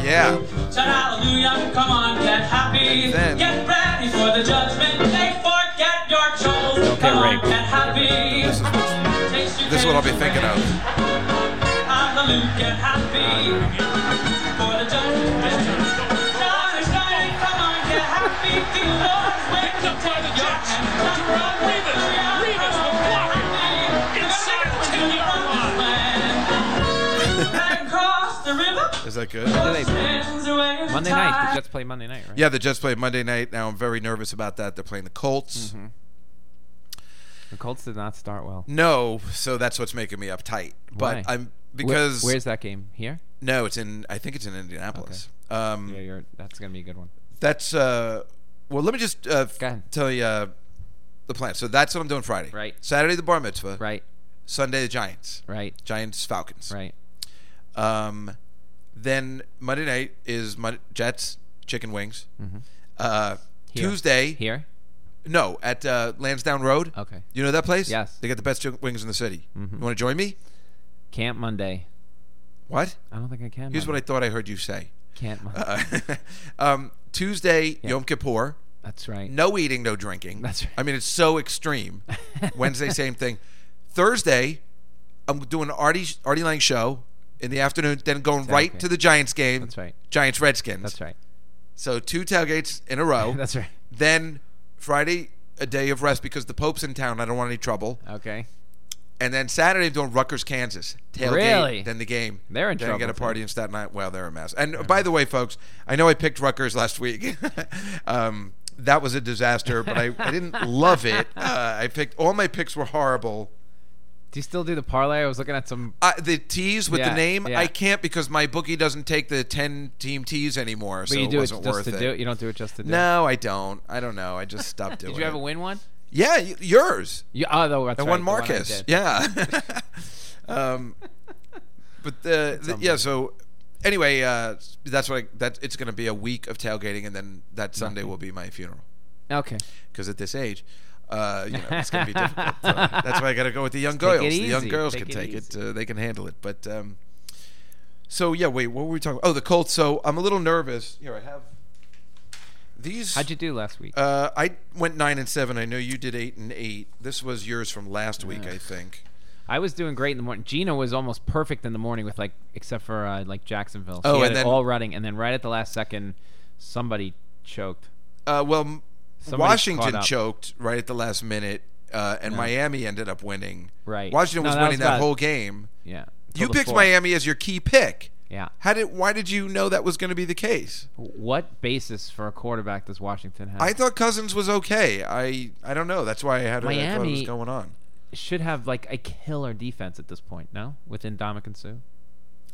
[SPEAKER 2] Yeah.
[SPEAKER 5] Shout hallelujah, come on, get happy.
[SPEAKER 2] And then-
[SPEAKER 5] get ready for the judgment day. Forget your troubles.
[SPEAKER 4] Don't get
[SPEAKER 5] come
[SPEAKER 4] raped.
[SPEAKER 5] on, get happy.
[SPEAKER 2] This is what,
[SPEAKER 5] Taste your
[SPEAKER 2] this is what I'll be
[SPEAKER 5] days
[SPEAKER 2] thinking
[SPEAKER 5] away.
[SPEAKER 2] of.
[SPEAKER 5] Hallelujah, get happy. For the judgment day. Dawn is shining, come on, get happy. The Lord is waiting to take the judgment. Revis, Revis, the block. Inside the 10-yard line. Across the river.
[SPEAKER 2] Is that good?
[SPEAKER 4] they- Monday
[SPEAKER 5] Monday
[SPEAKER 4] night. The Jets play Monday night, right?
[SPEAKER 2] Yeah, the Jets play Monday night. Now I'm very nervous about that. They're playing the Colts.
[SPEAKER 4] Mm-hmm. The Colts did not start well.
[SPEAKER 2] No, so that's what's making me uptight.
[SPEAKER 4] Why?
[SPEAKER 2] But I'm
[SPEAKER 4] Wh-
[SPEAKER 2] because
[SPEAKER 4] where's that game? Here.
[SPEAKER 2] no, it's in. I think it's in Indianapolis. Um,
[SPEAKER 4] Yeah, you're, that's gonna be a good one.
[SPEAKER 2] That's uh, well. Let me just uh,
[SPEAKER 4] Go ahead.
[SPEAKER 2] tell you uh, the plan. So that's what I'm doing Friday.
[SPEAKER 4] Right.
[SPEAKER 2] Saturday the bar mitzvah.
[SPEAKER 4] Right.
[SPEAKER 2] Sunday the Giants.
[SPEAKER 4] Right.
[SPEAKER 2] Giants Falcons.
[SPEAKER 4] Right.
[SPEAKER 2] Um, then Monday night is Mon- Jets chicken wings. Uh,
[SPEAKER 4] Mm-hmm. Here.
[SPEAKER 2] Tuesday,
[SPEAKER 4] Here.
[SPEAKER 2] no, at uh, Lansdowne Road.
[SPEAKER 4] Okay.
[SPEAKER 2] You know that place?
[SPEAKER 4] Yes. Mm-hmm.
[SPEAKER 2] They get the best chicken wings in the city. You want to join me?
[SPEAKER 4] Camp Monday.
[SPEAKER 2] What?
[SPEAKER 4] I don't think I can.
[SPEAKER 2] Here's what I thought I heard you say. <laughs>
[SPEAKER 4] Camp Monday.
[SPEAKER 2] Uh, um, Tuesday, Yom Kippur.
[SPEAKER 4] that's right.
[SPEAKER 2] No eating, no drinking.
[SPEAKER 4] That's right.
[SPEAKER 2] I mean, it's so
[SPEAKER 4] <laughs>
[SPEAKER 2] extreme. Wednesday, same thing. Thursday, I'm doing Artie Artie Lang show in the afternoon, then going right
[SPEAKER 4] Exactly.
[SPEAKER 2] to the Giants game.
[SPEAKER 4] That's right.
[SPEAKER 2] Giants Redskins.
[SPEAKER 4] That's right. <laughs>
[SPEAKER 2] So two tailgates in a row.
[SPEAKER 4] That's right.
[SPEAKER 2] Then Friday, a day of rest because the Pope's in town. I don't want any trouble.
[SPEAKER 4] Okay.
[SPEAKER 2] And then Saturday, I'm doing Rutgers, Kansas. Tailgate.
[SPEAKER 4] Really?
[SPEAKER 2] Then the game.
[SPEAKER 4] They're in
[SPEAKER 2] then
[SPEAKER 4] trouble,
[SPEAKER 2] Then get
[SPEAKER 4] too.
[SPEAKER 2] a party in Staten Island. Well, they're a mess. And uh, by the way, folks, I know I picked Rutgers last week. <laughs> um, that was a disaster, but I, I
[SPEAKER 4] <laughs>
[SPEAKER 2] didn't love it. Uh, I picked all my picks were horrible.
[SPEAKER 4] Do you still do the parlay? I was looking at some.
[SPEAKER 2] Uh, the tees with
[SPEAKER 4] Yeah,
[SPEAKER 2] the name,
[SPEAKER 4] yeah.
[SPEAKER 2] I can't because my bookie doesn't take the ten team tees anymore.
[SPEAKER 4] But
[SPEAKER 2] so
[SPEAKER 4] you
[SPEAKER 2] it
[SPEAKER 4] do it
[SPEAKER 2] wasn't
[SPEAKER 4] just
[SPEAKER 2] worth
[SPEAKER 4] to
[SPEAKER 2] it.
[SPEAKER 4] do it. You don't do it just to do. it.
[SPEAKER 2] No, I don't. I don't know. I just stopped doing
[SPEAKER 4] <laughs> Did you ever
[SPEAKER 2] it.
[SPEAKER 4] win one?
[SPEAKER 2] Yeah, y- yours.
[SPEAKER 4] You, oh, no, that's
[SPEAKER 2] I
[SPEAKER 4] right,
[SPEAKER 2] won
[SPEAKER 4] the one I
[SPEAKER 2] Marcus.
[SPEAKER 4] did.
[SPEAKER 2] yeah.
[SPEAKER 4] <laughs>
[SPEAKER 2] <laughs> um, but the, the yeah. So anyway, uh, that's what I, that it's going to be a week of tailgating, and then that Sunday will be my funeral
[SPEAKER 4] Okay.
[SPEAKER 2] because at this age. Uh, you know, it's gonna be difficult.
[SPEAKER 4] <laughs>
[SPEAKER 2] So that's why I gotta go with the young girls.
[SPEAKER 4] it
[SPEAKER 2] the young
[SPEAKER 4] easy.
[SPEAKER 2] girls
[SPEAKER 4] Take
[SPEAKER 2] can
[SPEAKER 4] it
[SPEAKER 2] take it; uh, they can handle it. But um, so yeah, wait, what were we talking? Oh, the Colts. So I'm a little nervous. Here, I have these.
[SPEAKER 4] How'd you do last week?
[SPEAKER 2] Uh, I went nine and seven. I know you did eight and eight. This was yours from last week, I think.
[SPEAKER 4] I was doing great in the morning. Gina was almost perfect in the morning with like, except for uh, like Jacksonville. She
[SPEAKER 2] Oh,
[SPEAKER 4] had
[SPEAKER 2] and
[SPEAKER 4] it
[SPEAKER 2] then-
[SPEAKER 4] all running, and then right at the last second, somebody choked.
[SPEAKER 2] Uh, well, m
[SPEAKER 4] Somebody's caught
[SPEAKER 2] Washington
[SPEAKER 4] up.
[SPEAKER 2] choked right at the last minute, uh, and Miami ended up winning.
[SPEAKER 4] Right.
[SPEAKER 2] Washington
[SPEAKER 4] No,
[SPEAKER 2] was
[SPEAKER 4] that
[SPEAKER 2] winning
[SPEAKER 4] was
[SPEAKER 2] that
[SPEAKER 4] bad.
[SPEAKER 2] whole game.
[SPEAKER 4] Yeah.
[SPEAKER 2] You
[SPEAKER 4] Till the
[SPEAKER 2] picked
[SPEAKER 4] fourth.
[SPEAKER 2] Miami as your key pick.
[SPEAKER 4] Yeah.
[SPEAKER 2] How did? Why did you know that was going to be the case?
[SPEAKER 4] What basis for a quarterback does Washington have?
[SPEAKER 2] I thought Cousins was okay. I I don't know. That's why I had. I thought it was
[SPEAKER 4] Miami-
[SPEAKER 2] going on.
[SPEAKER 4] Should have like a killer defense at this point. No, within Dominic and Sue,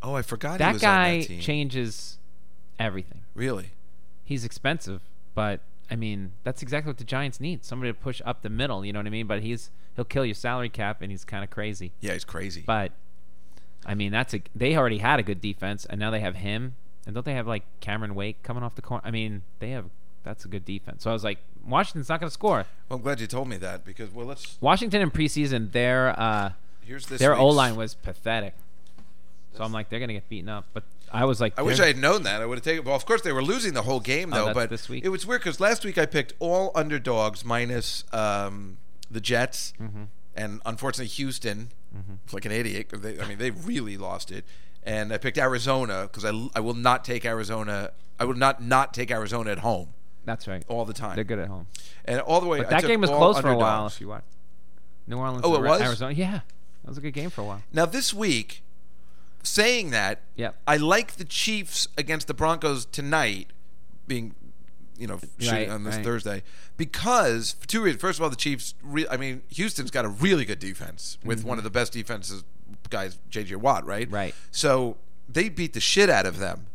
[SPEAKER 2] Oh, I forgot he
[SPEAKER 4] that
[SPEAKER 2] was on
[SPEAKER 4] guy
[SPEAKER 2] that team.
[SPEAKER 4] changes everything.
[SPEAKER 2] really?
[SPEAKER 4] He's expensive, but I mean that's exactly what the Giants need: somebody to push up the middle. You know what I mean? But he's he'll kill your salary cap, and he's kind of crazy.
[SPEAKER 2] Yeah, he's crazy.
[SPEAKER 4] But I mean, that's a they already had a good defense, and now they have him, and don't they have like Cameron Wake coming off the corner? I mean, they have that's a good defense. So I was like, Washington's not going to score.
[SPEAKER 2] well, I'm glad you told me that because well, let's
[SPEAKER 4] Washington in preseason, their uh,
[SPEAKER 2] here's this.
[SPEAKER 4] their
[SPEAKER 2] week's-
[SPEAKER 4] O line was pathetic. So I'm like, they're going to get beaten up. But I was like,
[SPEAKER 2] I wish I
[SPEAKER 4] they're-
[SPEAKER 2] had known that. I would have taken. Well, of course they were losing the whole game
[SPEAKER 4] Oh,
[SPEAKER 2] though.
[SPEAKER 4] that's
[SPEAKER 2] but
[SPEAKER 4] this week?
[SPEAKER 2] it was weird because last week I picked all underdogs minus um, the Jets,
[SPEAKER 4] Mm-hmm.
[SPEAKER 2] and unfortunately Houston. It's like an idiot. 'cause They, I mean, they really lost it. And I picked Arizona because I, I will not take Arizona. I will not not take Arizona at home
[SPEAKER 4] that's right.
[SPEAKER 2] all the time.
[SPEAKER 4] They're good at home.
[SPEAKER 2] And all the way.
[SPEAKER 4] But
[SPEAKER 2] I
[SPEAKER 4] that
[SPEAKER 2] took
[SPEAKER 4] game was
[SPEAKER 2] all
[SPEAKER 4] close for a while.
[SPEAKER 2] underdogs.
[SPEAKER 4] If you watch, New Orleans.
[SPEAKER 2] Oh, it
[SPEAKER 4] Ari-
[SPEAKER 2] was?
[SPEAKER 4] Arizona. Yeah, that was a good game for a while.
[SPEAKER 2] Now this week, saying that,
[SPEAKER 4] Yep.
[SPEAKER 2] I like the Chiefs against the Broncos tonight, being, you know, shooting
[SPEAKER 4] Right,
[SPEAKER 2] on this
[SPEAKER 4] right.
[SPEAKER 2] Thursday, because for two reasons. First of all, the Chiefs. Re- I mean, Houston's got a really good defense with one of the best defenses guys, J.J. Watt, right?
[SPEAKER 4] Mm-hmm. Right.
[SPEAKER 2] So they beat the shit out of them.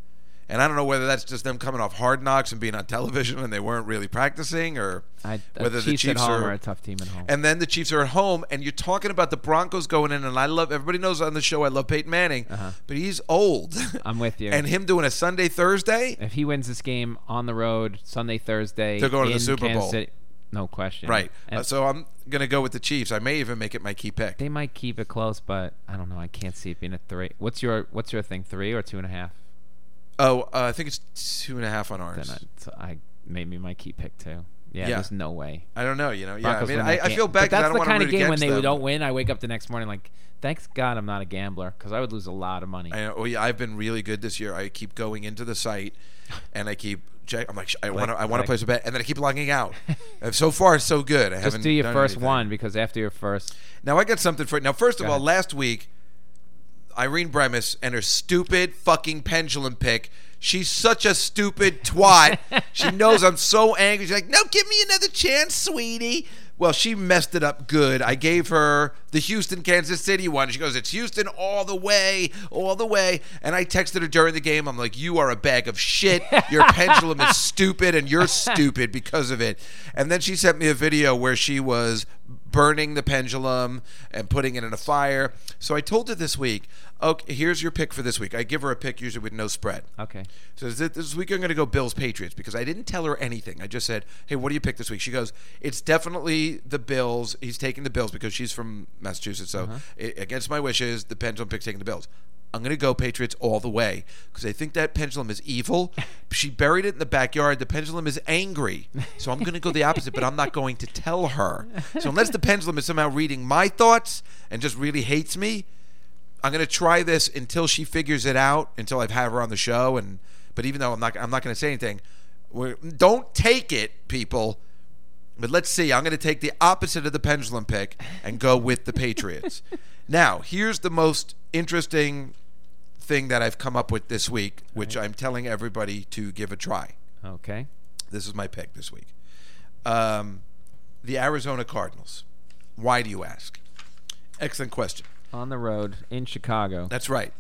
[SPEAKER 2] And I don't know whether that's just them coming off hard knocks and being on television and they weren't really practicing, or
[SPEAKER 4] I, uh,
[SPEAKER 2] whether
[SPEAKER 4] Chiefs
[SPEAKER 2] the Chiefs
[SPEAKER 4] at home
[SPEAKER 2] are
[SPEAKER 4] are a tough team at home.
[SPEAKER 2] and then the Chiefs are at home, and you're talking about the Broncos going in. And I love everybody knows on the show I love Peyton Manning, but he's old.
[SPEAKER 4] Uh-huh. I'm with you.
[SPEAKER 2] <laughs> and him doing a Sunday Thursday,
[SPEAKER 4] If he wins this game on the road Sunday, Thursday,
[SPEAKER 2] They're going to the
[SPEAKER 4] in
[SPEAKER 2] Super
[SPEAKER 4] Kansas
[SPEAKER 2] Bowl.
[SPEAKER 4] City- no question.
[SPEAKER 2] right?
[SPEAKER 4] And
[SPEAKER 2] Uh, so I'm gonna go with the Chiefs. I may even make it my key pick.
[SPEAKER 4] they might keep it close, but I don't know. I can't see it being a three. What's your What's your thing? Three or two and a half?
[SPEAKER 2] oh, uh, I think it's two and a half on
[SPEAKER 4] Then
[SPEAKER 2] ours.
[SPEAKER 4] I, so I maybe my key pick too. Yeah,
[SPEAKER 2] Yeah.
[SPEAKER 4] there's no way.
[SPEAKER 2] I don't know. You know, yeah. I
[SPEAKER 4] Broncos
[SPEAKER 2] mean,
[SPEAKER 4] win that
[SPEAKER 2] I, I
[SPEAKER 4] game.
[SPEAKER 2] feel
[SPEAKER 4] But
[SPEAKER 2] bad. 'cause
[SPEAKER 4] That's
[SPEAKER 2] I don't
[SPEAKER 4] the
[SPEAKER 2] want to
[SPEAKER 4] kind of
[SPEAKER 2] root
[SPEAKER 4] game when
[SPEAKER 2] against
[SPEAKER 4] they
[SPEAKER 2] them.
[SPEAKER 4] don't win. I wake up the next morning like, thanks God I'm not a gambler because I would lose a lot of money.
[SPEAKER 2] I know, oh yeah, I've been really good this year. I keep going into the site, and I keep check. I'm like, sh- I want to, I want to
[SPEAKER 4] click.
[SPEAKER 2] place a bet, and then I keep logging
[SPEAKER 4] <laughs>
[SPEAKER 2] out. And so far, so good. I haven't
[SPEAKER 4] Just do your
[SPEAKER 2] done
[SPEAKER 4] first
[SPEAKER 2] anything.
[SPEAKER 4] one because after your first,
[SPEAKER 2] Now I got something for you. Now, first of
[SPEAKER 4] Go
[SPEAKER 2] all,
[SPEAKER 4] ahead.
[SPEAKER 2] last week, Irene Bremis and her stupid fucking pendulum pick. She's such a stupid
[SPEAKER 4] <laughs>
[SPEAKER 2] twat. she knows I'm so angry. She's like, "No, give me another chance, sweetie." Well, she messed it up good. I gave her the Houston Kansas City one. She goes, "It's Houston all the way, all the way." And I texted her during the game. I'm like, "You are a bag of shit.
[SPEAKER 4] <laughs>
[SPEAKER 2] Your pendulum is stupid, and you're stupid because of it." And then she sent me a video where she was burning the pendulum and putting it in a fire. So I told her this week, okay, here's your pick for this week. I give her a pick usually with no spread.
[SPEAKER 4] okay,
[SPEAKER 2] So this, this week I'm going to go Bills Patriots because I didn't tell her anything. I just said, hey, what do you pick this week? She goes, it's definitely the Bills. He's taking the Bills because she's from Massachusetts. So i- against my wishes, the pendulum pick's taking the Bills. I'm going to go Patriots all the way because I think that pendulum is evil. She buried it in the backyard. The pendulum is angry. So I'm going to go the opposite, but I'm not going to tell her. So unless the pendulum is somehow reading my thoughts and just really hates me, I'm gonna try this until she figures it out, until I've had her on the show. And but even though I'm not, I'm not gonna say anything. We're, don't take it, people. But let's see. I'm gonna take the opposite of the pendulum pick and go with the Patriots. now, here's the most interesting thing that I've come up with this week, which I'm telling everybody to give a try.
[SPEAKER 4] okay,
[SPEAKER 2] This is my pick this week. Um, the Arizona Cardinals. Why do you ask? Excellent question.
[SPEAKER 4] on the road in Chicago.
[SPEAKER 2] That's right.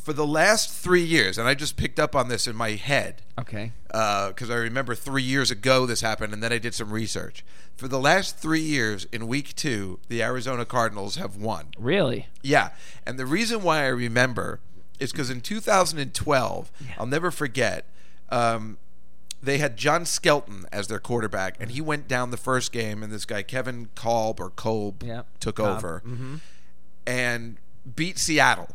[SPEAKER 2] For the last three years, and I just picked up on this in my head
[SPEAKER 4] okay,
[SPEAKER 2] because I remember three years ago this happened, and then I did some research. For the last three years, in week two, the Arizona Cardinals have won.
[SPEAKER 4] really?
[SPEAKER 2] Yeah. And the reason why I remember is because in 2012, I'll never forget, um, they had John Skelton as their quarterback, and he
[SPEAKER 4] Mm-hmm.
[SPEAKER 2] went down the first game, and this guy, Kevin Kolb or Kolb,
[SPEAKER 4] Yep,
[SPEAKER 2] took
[SPEAKER 4] Kolb. Mm-hmm.
[SPEAKER 2] over and beat Seattle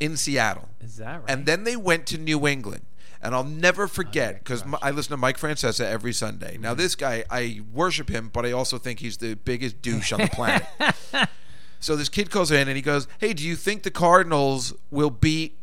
[SPEAKER 2] in Seattle.
[SPEAKER 4] Is that right? Oh,
[SPEAKER 2] And then they went to New England. And I'll never forget because I listen to Mike Francesa every Sunday. Now,
[SPEAKER 4] Mm-hmm.
[SPEAKER 2] this guy, I worship him, but I also think he's the biggest douche on the planet.
[SPEAKER 4] <laughs>
[SPEAKER 2] so this kid goes in and he goes, Hey, do you think the Cardinals will beat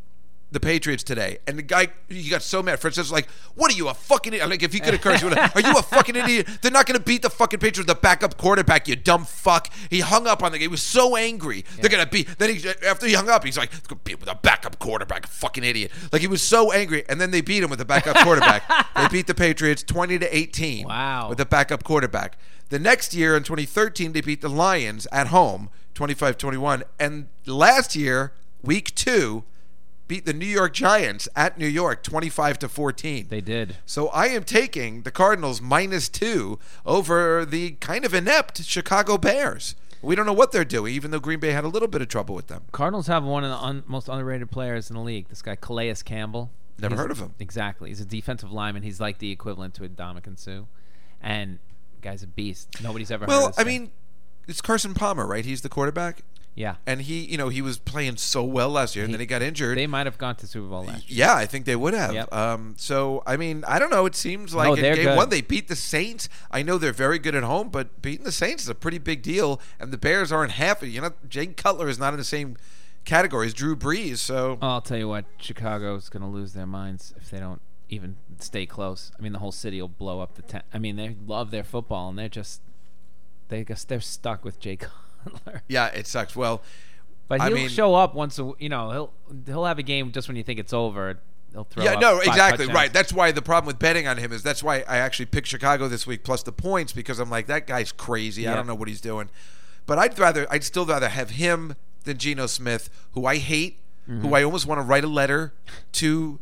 [SPEAKER 2] the Patriots today, and the guy he got so mad. Fritz was like, "What are you a fucking?" Idiot? I'm Like if he could have cursed, he would have, are you a fucking idiot? They're not going to beat the fucking Patriots with the backup quarterback. You dumb fuck. He hung up on the guy. He was so angry. They're going to beat. Then he after he hung up, he's like, "They're gonna "Beat with a backup quarterback, fucking idiot." Like he was so angry, and then they beat him with the backup quarterback. they beat the Patriots twenty to eighteen.
[SPEAKER 4] Wow.
[SPEAKER 2] With the backup quarterback. The next year in 2013, they beat the Lions at home 25 21. And last year, week two, beat the New York Giants at New York 25 to 14.
[SPEAKER 4] They did.
[SPEAKER 2] So I am taking the Cardinals minus two over the kind of inept Chicago Bears. We don't know what they're doing, even though Green Bay had a little bit of trouble with them.
[SPEAKER 4] Cardinals have one of the un- most underrated players in the league. This guy Calais Campbell.
[SPEAKER 2] Never
[SPEAKER 4] He's-
[SPEAKER 2] heard of him.
[SPEAKER 4] Exactly. He's a defensive lineman. He's like the equivalent to a and Sue, and guy's a beast. Nobody's ever. heard
[SPEAKER 2] Well,
[SPEAKER 4] of this
[SPEAKER 2] I
[SPEAKER 4] guy.
[SPEAKER 2] mean, it's Carson Palmer, right? He's the quarterback.
[SPEAKER 4] yeah.
[SPEAKER 2] And he, you know, he was playing so well last year, and then he got injured.
[SPEAKER 4] They might have gone to Super Bowl last. year.
[SPEAKER 2] Yeah, I think they would have.
[SPEAKER 4] Yep.
[SPEAKER 2] Um, so I mean, I don't know. It seems like
[SPEAKER 4] No,
[SPEAKER 2] in
[SPEAKER 4] they're
[SPEAKER 2] game
[SPEAKER 4] good.
[SPEAKER 2] one they beat the Saints. I know they're very good at home, but beating the Saints is a pretty big deal. And the Bears aren't half. You know, Jake Cutler is not in the same category as Drew Brees. So
[SPEAKER 4] I'll tell you what, Chicago's going to lose their minds if they don't even stay close. I mean, the whole city will blow up the tent. I mean, they love their football, and they're just they just they're stuck with Jay Cutler.
[SPEAKER 2] yeah, it sucks. Well,
[SPEAKER 4] But
[SPEAKER 2] I
[SPEAKER 4] he'll
[SPEAKER 2] mean-
[SPEAKER 4] show up once a you know he'll he'll have a game just when you think it's over. He'll throw.
[SPEAKER 2] yeah,
[SPEAKER 4] up
[SPEAKER 2] no,
[SPEAKER 4] Oh, uh, five
[SPEAKER 2] exactly
[SPEAKER 4] touchdowns.
[SPEAKER 2] right. That's why the problem with betting on him is that's why I actually picked Chicago this week plus the points because I'm like that guy's crazy. I
[SPEAKER 4] Yeah.
[SPEAKER 2] don't know what he's doing, but I'd rather I'd still rather have him than Geno Smith, who I hate,
[SPEAKER 4] Mm-hmm.
[SPEAKER 2] who I almost want to write a letter to,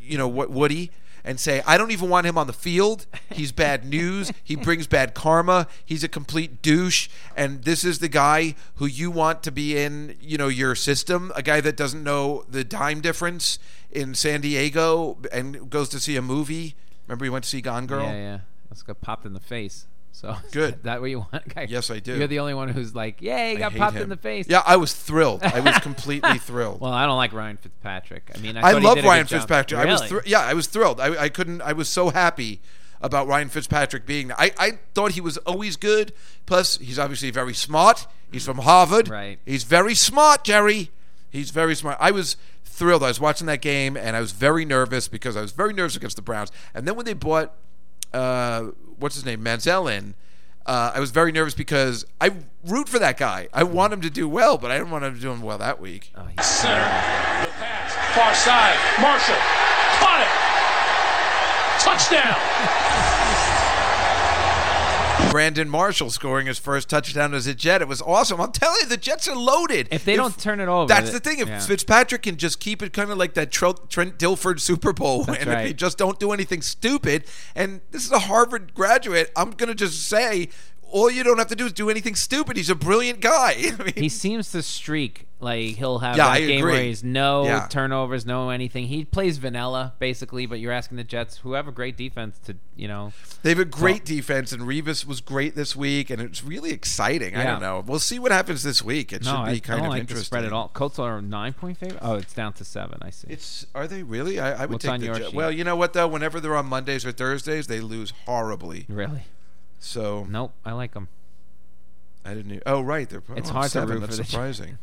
[SPEAKER 2] you know, what Woody. And say I don't even want him on the field. He's
[SPEAKER 4] <laughs>
[SPEAKER 2] bad news. He brings bad karma. He's a complete douche. And this is the guy who you want to be in, you know, your system. A guy that doesn't know the dime difference in San Diego and goes to see a movie. Remember, you went to see Gone Girl.
[SPEAKER 4] Yeah, yeah. That's got popped in the face. So <laughs>
[SPEAKER 2] Good.
[SPEAKER 4] Is that what you want, guy?
[SPEAKER 2] Yes, I do.
[SPEAKER 4] You're the only one who's like, "Yay, he
[SPEAKER 2] I
[SPEAKER 4] got
[SPEAKER 2] hate
[SPEAKER 4] popped
[SPEAKER 2] him.
[SPEAKER 4] in the face."
[SPEAKER 2] Yeah, I was thrilled. I
[SPEAKER 4] <laughs>
[SPEAKER 2] was completely thrilled.
[SPEAKER 4] Well, I don't like Ryan Fitzpatrick. I mean, I,
[SPEAKER 2] I
[SPEAKER 4] thought he
[SPEAKER 2] love
[SPEAKER 4] did a good
[SPEAKER 2] Ryan
[SPEAKER 4] job.
[SPEAKER 2] Fitzpatrick. I was
[SPEAKER 4] Really?
[SPEAKER 2] thr- yeah, I was thrilled. I, I couldn't. I was so happy about Ryan Fitzpatrick being. I I thought he was always good. Plus, he's obviously very smart. He's from Harvard.
[SPEAKER 4] Right.
[SPEAKER 2] He's very smart, Jerry. He's very smart. I was thrilled. I was watching that game and I was very nervous because I was very nervous against the Browns. And then when they bought, uh, what's his name, Manziel in. Uh, I was very nervous because I root for that guy. I want him to do well, but I didn't want him to do well that week.
[SPEAKER 5] Center. The pass. Far side. Marshall. Caught it. Touchdown.
[SPEAKER 2] Brandon Marshall scoring his first touchdown as a Jet. It was awesome. I'm telling you, the Jets are loaded.
[SPEAKER 4] If they don't turn it over,
[SPEAKER 2] that's
[SPEAKER 4] th-
[SPEAKER 2] the thing. If
[SPEAKER 4] yeah.
[SPEAKER 2] Fitzpatrick can just keep it kind of like that Tro- Trent Dilford Super Bowl, and if they
[SPEAKER 4] right.
[SPEAKER 2] just don't do anything stupid, and this is a Harvard graduate, I'm gonna just say. All you don't have to do is do anything stupid. He's a brilliant guy. <laughs> I mean,
[SPEAKER 4] He seems to streak. Like he'll have
[SPEAKER 2] Yeah,
[SPEAKER 4] that
[SPEAKER 2] I
[SPEAKER 4] game where
[SPEAKER 2] agree.
[SPEAKER 4] he's no
[SPEAKER 2] Yeah.
[SPEAKER 4] turnovers, no anything. He plays vanilla basically, but you're asking the Jets, who have a great defense, to you know.
[SPEAKER 2] They have a great defense, and Revis was great this week, and it's really exciting. I
[SPEAKER 4] Yeah.
[SPEAKER 2] don't know. We'll see what happens this week. It
[SPEAKER 4] no,
[SPEAKER 2] should be kind
[SPEAKER 4] I, I don't
[SPEAKER 2] of
[SPEAKER 4] like the
[SPEAKER 2] interesting.
[SPEAKER 4] spread at all. Colts are a nine point favorite. Oh, it's down to seven. I see.
[SPEAKER 2] It's are they really? I, I would
[SPEAKER 4] What's
[SPEAKER 2] take
[SPEAKER 4] on
[SPEAKER 2] the
[SPEAKER 4] your
[SPEAKER 2] Jet-
[SPEAKER 4] sheet?
[SPEAKER 2] Well, you know what though, whenever they're on Mondays or Thursdays, they lose horribly.
[SPEAKER 4] really?
[SPEAKER 2] So
[SPEAKER 4] Nope. I like them.
[SPEAKER 2] I didn't. e- Oh right, they're probably
[SPEAKER 4] It's hard to root
[SPEAKER 2] That's
[SPEAKER 4] for the Jets. <laughs>
[SPEAKER 2] surprising.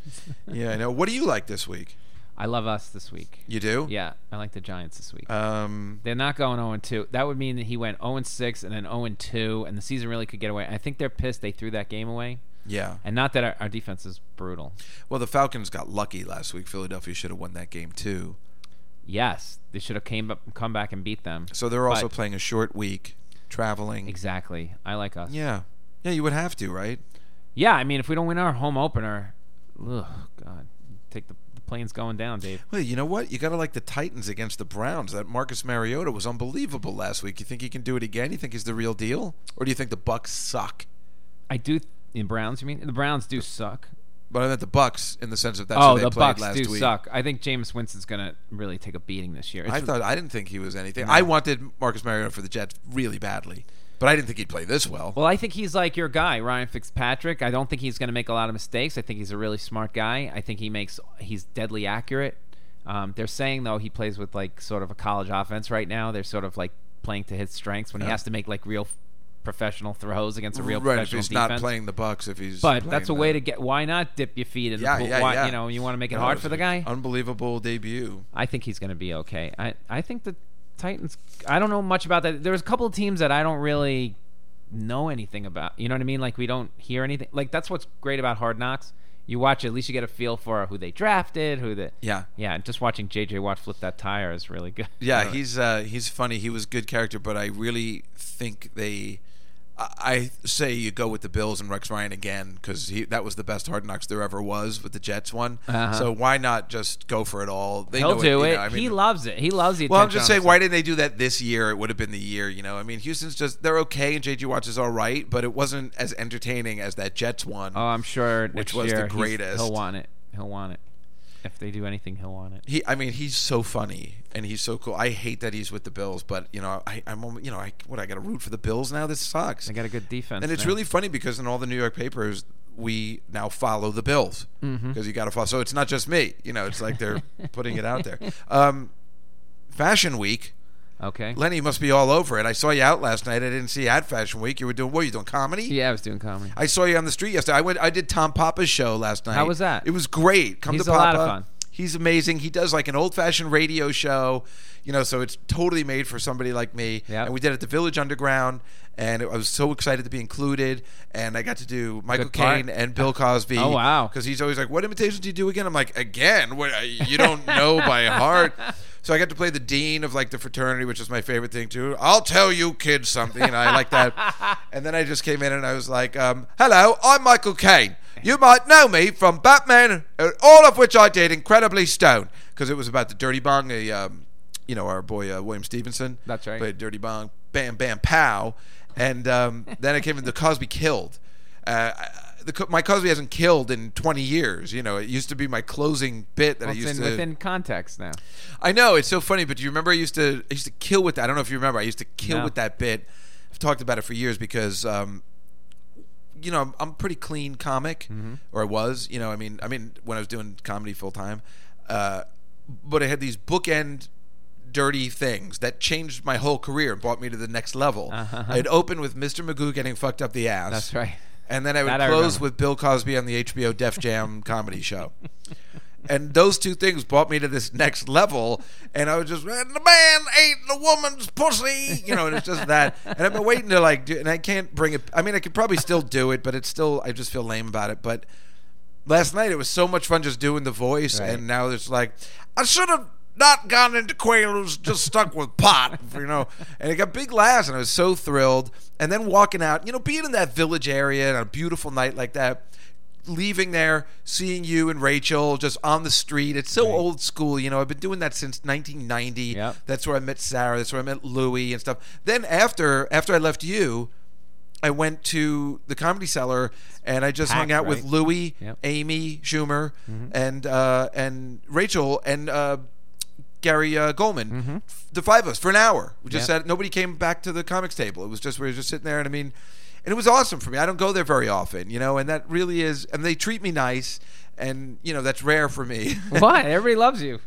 [SPEAKER 2] yeah, I know. What do you like this week?
[SPEAKER 4] I love us this week.
[SPEAKER 2] You do?
[SPEAKER 4] Yeah, I like the Giants this week.
[SPEAKER 2] Um,
[SPEAKER 4] They're not going 0 2. That would mean that he went 0 6 and then 0 2, and the season really could get away. I think they're pissed they threw that game away.
[SPEAKER 2] yeah.
[SPEAKER 4] And not that our, our defense is brutal.
[SPEAKER 2] Well, the Falcons got lucky last week. Philadelphia should have won that game too.
[SPEAKER 4] Yes, they should have came up, come back and beat them.
[SPEAKER 2] So they're also
[SPEAKER 4] But-
[SPEAKER 2] playing a short week, traveling.
[SPEAKER 4] Exactly. I like us. Yeah.
[SPEAKER 2] Yeah, yeah. You would have to, right?
[SPEAKER 4] I mean, if we don't win our home opener, ugh, God, take the, the plane's going down, Dave.
[SPEAKER 2] Well, you know what? You got to like the Titans against the Browns. That Marcus Mariota was unbelievable last week. You think he can do it again? You think he's the real deal, or do you think the Bucks suck?
[SPEAKER 4] I do. In Browns, you mean? The Browns do suck.
[SPEAKER 2] But I meant the Bucks in the sense of that's
[SPEAKER 4] oh,
[SPEAKER 2] who they
[SPEAKER 4] the
[SPEAKER 2] played
[SPEAKER 4] Bucks
[SPEAKER 2] last
[SPEAKER 4] do
[SPEAKER 2] week.
[SPEAKER 4] suck. I think James Winston's gonna really take a beating this year. It's
[SPEAKER 2] I thought I didn't think he was anything. I wanted Marcus Mariota for the Jets really badly, but I didn't think he'd play this well.
[SPEAKER 4] Well, I think he's like your guy, Ryan Fitzpatrick. I don't think he's going to make a lot of mistakes. I think he's a really smart guy. I think he makes he's deadly accurate. Um, they're saying though he plays with like sort of a college offense right now. They're sort of like playing to his strengths when he has to make like real professional throws against a real
[SPEAKER 2] right, if
[SPEAKER 4] professional
[SPEAKER 2] he's
[SPEAKER 4] defense.
[SPEAKER 2] not playing the Bucks, if he's
[SPEAKER 4] but that's a
[SPEAKER 2] playing
[SPEAKER 4] way
[SPEAKER 2] the-
[SPEAKER 4] to get. Why not dip your feet in
[SPEAKER 2] Yeah,
[SPEAKER 4] the pool?
[SPEAKER 2] yeah,
[SPEAKER 4] why,
[SPEAKER 2] yeah.
[SPEAKER 4] You know, you want to make it
[SPEAKER 2] No,
[SPEAKER 4] hard
[SPEAKER 2] it's
[SPEAKER 4] for the
[SPEAKER 2] an
[SPEAKER 4] guy.
[SPEAKER 2] Unbelievable debut.
[SPEAKER 4] I think he's going to be okay. I I think the Titans. I don't know much about that. There's a couple of teams that I don't really know anything about. You know what I mean? Like we don't hear anything. Like that's what's great about Hard Knocks. You watch it, at least you get a feel for who they drafted, who the
[SPEAKER 2] Yeah.
[SPEAKER 4] yeah. Just watching JJ Watt flip that tire is really good. <laughs>
[SPEAKER 2] Yeah, he's uh, he's funny. He was good character, but I really think they. I I say you go with the Bills and Rex Ryan again because that was the best Hard Knocks there ever was with the Jets one.
[SPEAKER 4] Uh-huh.
[SPEAKER 2] So why not just go for it all? They
[SPEAKER 4] He'll
[SPEAKER 2] know
[SPEAKER 4] do
[SPEAKER 2] you
[SPEAKER 4] it.
[SPEAKER 2] know, I mean,
[SPEAKER 4] he loves it. He loves the.
[SPEAKER 2] Well, I'm
[SPEAKER 4] attention
[SPEAKER 2] just
[SPEAKER 4] on
[SPEAKER 2] saying,
[SPEAKER 4] himself.
[SPEAKER 2] why didn't they do that this year? It would have been the year, you know. I mean, Houston's just they're okay, and JJ Watts is all right, but it wasn't as entertaining as that Jets one.
[SPEAKER 4] Oh, I'm sure. next
[SPEAKER 2] was the
[SPEAKER 4] year he's-
[SPEAKER 2] greatest.
[SPEAKER 4] He'll want it. He'll want it. If they do anything, he'll want it.
[SPEAKER 2] he, I mean, he's so funny and he's so cool. I hate that he's with the Bills, but you know, I, I'm, only- you know, I, what I got to root for the Bills now. This sucks.
[SPEAKER 4] They got a good defense.
[SPEAKER 2] and it's
[SPEAKER 4] now.
[SPEAKER 2] really funny because in all the New York papers, we now follow the Bills because
[SPEAKER 4] Mm-hmm.
[SPEAKER 2] you got to follow. So it's not just me, you know. It's like
[SPEAKER 4] <laughs>
[SPEAKER 2] they're putting it out there. Um, Fashion Week.
[SPEAKER 4] okay.
[SPEAKER 2] Lenny must be all over it. I saw you out last night. I didn't see you at Fashion Week. You were doing what? You doing comedy?
[SPEAKER 4] yeah, I was doing comedy.
[SPEAKER 2] I saw you on the street yesterday. I went. I did Tom Papa's show last night.
[SPEAKER 4] was that?
[SPEAKER 2] It was great. Come
[SPEAKER 4] He's
[SPEAKER 2] to
[SPEAKER 4] a
[SPEAKER 2] Papa.
[SPEAKER 4] lot of fun.
[SPEAKER 2] He's amazing. He does like an old-fashioned radio show, you know. So it's totally made for somebody like me.
[SPEAKER 4] Yep.
[SPEAKER 2] And we did it at the Village Underground, and I was so excited to be included. And I got to do Michael
[SPEAKER 4] Good part.
[SPEAKER 2] Caine and Bill Cosby.
[SPEAKER 4] Oh, wow.
[SPEAKER 2] Because he's always like, "What imitations do you do again?" I'm like, "Again? What? I- You don't know by
[SPEAKER 4] <laughs>
[SPEAKER 2] heart." So I got to play the dean of like the fraternity, which is my favorite thing too. I'll tell you kids something, and I like
[SPEAKER 4] <laughs>
[SPEAKER 2] that. And then I just came in and I was like, um, "Hello, I'm Michael Caine. You might know me from Batman, uh, all of which I did incredibly stoned because it was about the dirty bong, the um, you know our boy uh, William Stevenson.
[SPEAKER 4] That's right.
[SPEAKER 2] Played dirty bong, bam, bam, pow, and um, then I came in. The Cosby killed. Uh, I- the, Co- my Cosby hasn't killed in 20 years. You know, it used to be my closing bit that
[SPEAKER 4] Well,
[SPEAKER 2] I
[SPEAKER 4] it's
[SPEAKER 2] used
[SPEAKER 4] in,
[SPEAKER 2] to.
[SPEAKER 4] within context now.
[SPEAKER 2] I know it's so funny, but do you remember I used to I used to kill with that. I don't know if you remember. I used to kill
[SPEAKER 4] No.
[SPEAKER 2] with that bit. I've talked about it for years because um, you know I'm, I'm a pretty clean comic,
[SPEAKER 4] Mm-hmm.
[SPEAKER 2] or I was. You know, I mean, I mean when I was doing comedy full time, uh, but I had these bookend dirty things that changed my whole career and brought me to the next level. I'd open with Mr. Magoo getting fucked up the ass.
[SPEAKER 4] Uh-huh.
[SPEAKER 2] <laughs>
[SPEAKER 4] That's right.
[SPEAKER 2] And then I would
[SPEAKER 4] That I
[SPEAKER 2] close
[SPEAKER 4] remember.
[SPEAKER 2] with Bill Cosby on the HBO Def Jam comedy show. And those two things brought me to this next level. And I was just, "And the man ate the woman's pussy. You know, and it's just that. And I've been waiting to like do, and I can't bring it. I mean, I could probably still do it, but it's still, I just feel lame about it. But last night it was so much fun just doing the voice.
[SPEAKER 4] Right.
[SPEAKER 2] And now it's like, I should have not gone into Quaaludes, just stuck with pot, <laughs> you know. And it got big laughs, and I was so thrilled. And then walking out, you know, being in that village area on a beautiful night like that, leaving there, seeing you and Rachel just on the street. It's so old school, you know. I've been doing that since 1990.
[SPEAKER 4] Yep.
[SPEAKER 2] That's where I met Sarah. That's where I met Louie and stuff. Then after after I left you. I went to the comedy cellar and I just hung
[SPEAKER 4] packed,
[SPEAKER 2] out with
[SPEAKER 4] right?
[SPEAKER 2] Louie,
[SPEAKER 4] Yep. Mm-hmm.
[SPEAKER 2] Amy Schumer, and uh, and Rachel and uh, Gary uh, Goldman, the five of us for an hour. We just
[SPEAKER 4] Mm-hmm. Yep.
[SPEAKER 2] sat. Nobody came back to the comics table. It was just we were just sitting there, and I mean, and it was awesome for me. I don't go there very often, you know, and that really is. And they treat me nice, and you know that's rare for me. <laughs>
[SPEAKER 4] Why? <laughs> Everybody loves you.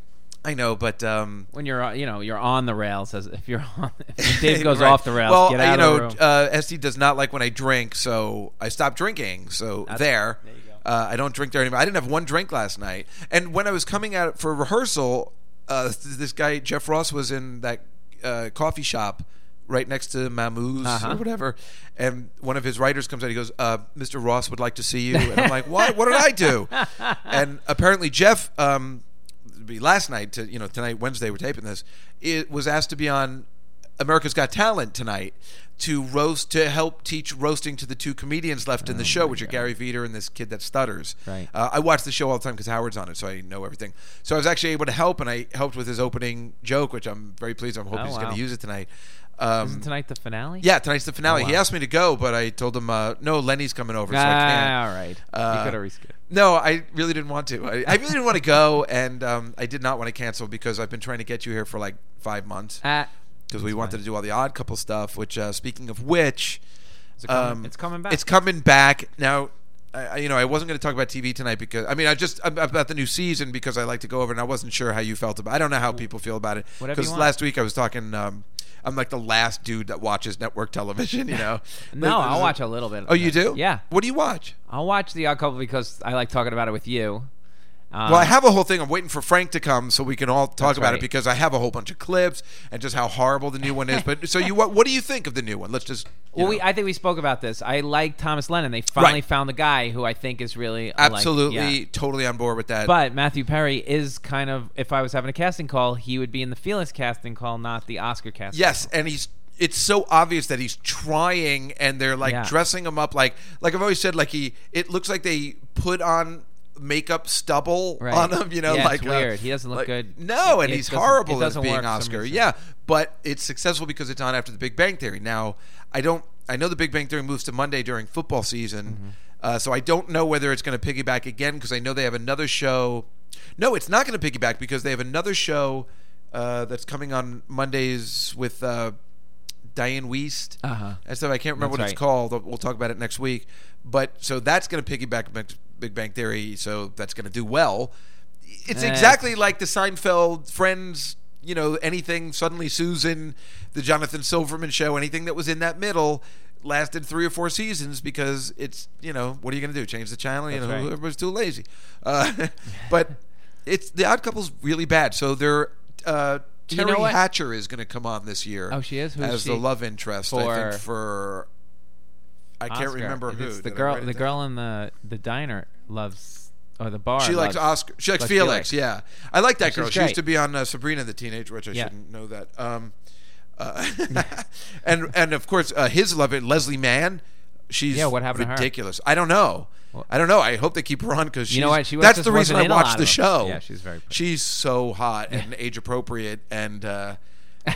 [SPEAKER 2] I know, but um,
[SPEAKER 4] when you're uh, you know you're on the rails as if you're <laughs> on
[SPEAKER 2] <laughs>
[SPEAKER 4] if Dave goes
[SPEAKER 2] Right.
[SPEAKER 4] off the rails
[SPEAKER 2] Well,
[SPEAKER 4] get out
[SPEAKER 2] you know,
[SPEAKER 4] of the room.
[SPEAKER 2] Uh, SD does not like when I drink, so I stopped drinking. So there,
[SPEAKER 4] there you go.
[SPEAKER 2] Uh, I don't drink there anymore. I didn't have one drink last night, and when I was coming out for rehearsal, uh, th- this guy Jeff Ross was in that uh, coffee shop. Right next to Mamou's or
[SPEAKER 4] Uh-huh.
[SPEAKER 2] whatever, and one of his writers comes out. He goes, uh, "Mr. Ross would like to see you," and I'm like, "What? What did I
[SPEAKER 4] <laughs>
[SPEAKER 2] do?" And apparently, Jeff um, be last night to you know tonight Wednesday we're taping this it was asked to be on America's Got Talent tonight to roast to help teach roasting to the two comedians left in the show which are Gary Veter and this kid that stutters
[SPEAKER 4] Oh Right.
[SPEAKER 2] uh, I watch the show all the time because Howard's on it so I know everything so I was actually able to help and I helped with his opening joke which I'm very pleased I'm hoping
[SPEAKER 4] Oh,
[SPEAKER 2] he's going
[SPEAKER 4] wow.
[SPEAKER 2] to use it tonight um,
[SPEAKER 4] Isn't tonight the finale?
[SPEAKER 2] yeah tonight's the finale
[SPEAKER 4] Oh,
[SPEAKER 2] he
[SPEAKER 4] wow.
[SPEAKER 2] asked me to go but I told him uh, no Lenny's coming over so I can't
[SPEAKER 4] Ah, all right.
[SPEAKER 2] Uh,
[SPEAKER 4] you could have risked it.
[SPEAKER 2] no, I really didn't want to. I, I really didn't want to go, and um, I did not want to cancel because I've been trying to get you here for like five months
[SPEAKER 4] Ah,
[SPEAKER 2] because we wanted to do all the odd couple stuff. Which, uh, speaking of which, um,
[SPEAKER 4] is it coming- it's coming back.
[SPEAKER 2] It's coming back now. I, I- you know, I wasn't going to talk about TV tonight because I mean, I just ab- about the new season because I like to go over, and I wasn't sure how you felt about. I don't know how people feel about it
[SPEAKER 4] Whatever you
[SPEAKER 2] because
[SPEAKER 4] want.
[SPEAKER 2] last week I was talking. Um, I'm like the last dude that watches network television. You
[SPEAKER 4] <laughs>
[SPEAKER 2] know?
[SPEAKER 4] No,
[SPEAKER 2] Like,
[SPEAKER 4] I'll watch a little bit. of
[SPEAKER 2] Oh, you
[SPEAKER 4] it.
[SPEAKER 2] do?
[SPEAKER 4] Yeah,
[SPEAKER 2] What do you watch?
[SPEAKER 4] I'll watch The Odd Couple because I like talking about it with you. Um,
[SPEAKER 2] Well, I have a whole thing. I'm waiting for Frank to come so we can all talk about it
[SPEAKER 4] right.
[SPEAKER 2] because I have a whole bunch of clips and just how horrible the new one is. But so you, what, what do you think of the new one? Let's just. you
[SPEAKER 4] Well, we,
[SPEAKER 2] know.
[SPEAKER 4] I think we spoke about this. I like Thomas Lennon. They finally
[SPEAKER 2] Right.
[SPEAKER 4] found the guy who I think is really uh, like-
[SPEAKER 2] absolutely,
[SPEAKER 4] yeah.
[SPEAKER 2] totally on board with that.
[SPEAKER 4] But Matthew Perry is kind of. If I was having a casting call, he would be in the Felix casting call, not the Oscar casting.
[SPEAKER 2] Yes, and he's it's so obvious that he's trying and they're like
[SPEAKER 4] Yeah.
[SPEAKER 2] dressing him up like like I've always said like he it looks like they put on makeup stubble
[SPEAKER 4] Right.
[SPEAKER 2] on him, you know,
[SPEAKER 4] Yeah, it's
[SPEAKER 2] like uh,
[SPEAKER 4] weird. He doesn't look
[SPEAKER 2] like-
[SPEAKER 4] good.
[SPEAKER 2] No, and
[SPEAKER 4] It
[SPEAKER 2] he's
[SPEAKER 4] doesn't-
[SPEAKER 2] horrible
[SPEAKER 4] it doesn't
[SPEAKER 2] as being
[SPEAKER 4] work for some
[SPEAKER 2] Oscar.
[SPEAKER 4] reason.
[SPEAKER 2] Yeah, but it's successful because it's on after the Big Bang Theory. Now, I don't I know the Big Bang Theory moves to Monday during football season.
[SPEAKER 4] Mm-hmm.
[SPEAKER 2] Uh, so I don't know whether it's going to piggyback again because I know they have another show. No, it's not going to piggyback because they have another show uh, that's coming on Mondays with uh, Diane Weist.
[SPEAKER 4] Uh-huh.
[SPEAKER 2] And stuff. I can't remember
[SPEAKER 4] That's
[SPEAKER 2] what it's
[SPEAKER 4] right.
[SPEAKER 2] called. We'll talk about it next week. But so that's going to piggyback Big- Big Bang Theory. So that's going to do well. It's
[SPEAKER 4] Eh.
[SPEAKER 2] exactly like the Seinfeld Friends. You know, anything suddenly Susan, the Jonathan Silverman show, anything that was in that middle lasted three or four seasons because it's you know what are you going to do? Change the channel? You
[SPEAKER 4] That's
[SPEAKER 2] know,
[SPEAKER 4] right.
[SPEAKER 2] everybody's too lazy.
[SPEAKER 4] <laughs>
[SPEAKER 2] Uh, but it's the Odd Couple's really bad. So they're. Uh,
[SPEAKER 4] You
[SPEAKER 2] Terry
[SPEAKER 4] know what?
[SPEAKER 2] Hatcher is going to come on this year.
[SPEAKER 4] Oh, she is? Who's
[SPEAKER 2] as the
[SPEAKER 4] she?
[SPEAKER 2] love interest. I think
[SPEAKER 4] For-
[SPEAKER 2] for I can't
[SPEAKER 4] Oscar.
[SPEAKER 2] remember
[SPEAKER 4] If
[SPEAKER 2] who.
[SPEAKER 4] It's the
[SPEAKER 2] Did I
[SPEAKER 4] girl.
[SPEAKER 2] write it
[SPEAKER 4] The
[SPEAKER 2] down?
[SPEAKER 4] girl in the the diner loves or the bar.
[SPEAKER 2] She likes
[SPEAKER 4] loves-
[SPEAKER 2] Oscar. She likes
[SPEAKER 4] loves
[SPEAKER 2] Felix.
[SPEAKER 4] Felix.
[SPEAKER 2] Yeah, I like that
[SPEAKER 4] She's
[SPEAKER 2] girl. She
[SPEAKER 4] great.
[SPEAKER 2] used to be on uh, Sabrina the Teenage Witch. I
[SPEAKER 4] Yeah.
[SPEAKER 2] shouldn't know that. Um,
[SPEAKER 4] <laughs>
[SPEAKER 2] uh, <laughs> and and of course uh, his love it Leslie Mann. She's
[SPEAKER 4] Yeah, what happened to her?
[SPEAKER 2] ridiculous. I don't know. I don't know. I hope they keep her on because
[SPEAKER 4] You know what? She was-
[SPEAKER 2] that's
[SPEAKER 4] just
[SPEAKER 2] the reason
[SPEAKER 4] wasn't
[SPEAKER 2] I
[SPEAKER 4] in a lot
[SPEAKER 2] watched
[SPEAKER 4] of
[SPEAKER 2] the
[SPEAKER 4] them.
[SPEAKER 2] show.
[SPEAKER 4] Yeah, she's very pretty.
[SPEAKER 2] She's so hot and age appropriate, and
[SPEAKER 4] <laughs>
[SPEAKER 2] uh,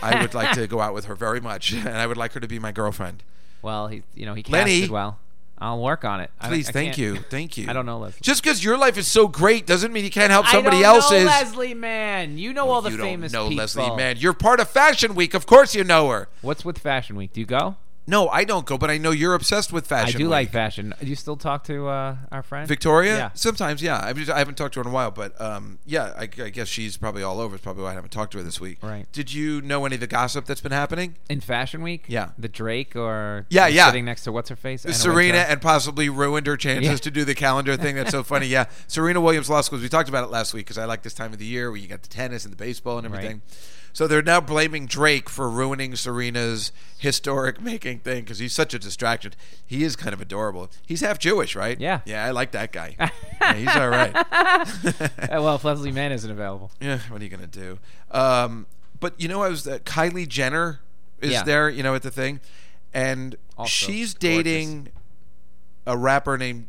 [SPEAKER 2] I would like to go out with her very much, and I would like her to be my girlfriend.
[SPEAKER 4] Well, he you know he
[SPEAKER 2] Lenny.
[SPEAKER 4] casted well. I'll work on it. I don't-
[SPEAKER 2] Please,
[SPEAKER 4] I
[SPEAKER 2] thank
[SPEAKER 4] can't-
[SPEAKER 2] you,
[SPEAKER 4] <laughs>
[SPEAKER 2] thank you.
[SPEAKER 4] I don't know Leslie.
[SPEAKER 2] Just because your life is so great doesn't mean you can't help somebody
[SPEAKER 4] I don't
[SPEAKER 2] else's.
[SPEAKER 4] Know Leslie Mann. You know all the
[SPEAKER 2] you
[SPEAKER 4] famous
[SPEAKER 2] don't know
[SPEAKER 4] people.
[SPEAKER 2] Leslie Mann. You're part of Fashion Week. Of course you know her.
[SPEAKER 4] What's with Fashion Week? Do you go?
[SPEAKER 2] No, I don't go, but I know you're obsessed with Fashion
[SPEAKER 4] I do
[SPEAKER 2] Week.
[SPEAKER 4] like fashion. Do you still talk to uh, our friend
[SPEAKER 2] Victoria?
[SPEAKER 4] Yeah.
[SPEAKER 2] Sometimes, yeah. I, mean, I haven't talked to her in a while, but um, yeah, I, I guess she's probably all over. It's probably why I haven't talked to her this week.
[SPEAKER 4] Right.
[SPEAKER 2] Did you know any of the gossip that's been happening?
[SPEAKER 4] In Fashion Week?
[SPEAKER 2] Yeah.
[SPEAKER 4] The Drake or
[SPEAKER 2] Yeah,
[SPEAKER 4] the
[SPEAKER 2] yeah.
[SPEAKER 4] sitting next to what's her face? Anna
[SPEAKER 2] Serena
[SPEAKER 4] Wintour?
[SPEAKER 2] and possibly ruined her chances
[SPEAKER 4] Yeah.
[SPEAKER 2] to do the calendar thing. That's so funny.
[SPEAKER 4] <laughs>
[SPEAKER 2] Yeah, Serena Williams Law School. We talked about it last week because I like this time of the year where you got the tennis and the baseball and everything. So they're now blaming Drake for ruining Serena's historic <laughs> making thing because he's such a distraction. He is kind of adorable. He's half Jewish, right?
[SPEAKER 4] Yeah.
[SPEAKER 2] Yeah, I like that
[SPEAKER 4] <laughs>
[SPEAKER 2] guy. Yeah, he's all right.
[SPEAKER 4] Uh, well, if Leslie Mann isn't available. <laughs>
[SPEAKER 2] Yeah, what are you gonna do? Um, but you know, I was uh, Kylie Jenner is
[SPEAKER 4] Yeah.
[SPEAKER 2] there, you know, at the thing, and
[SPEAKER 4] Also
[SPEAKER 2] she's
[SPEAKER 4] gorgeous.
[SPEAKER 2] dating a rapper named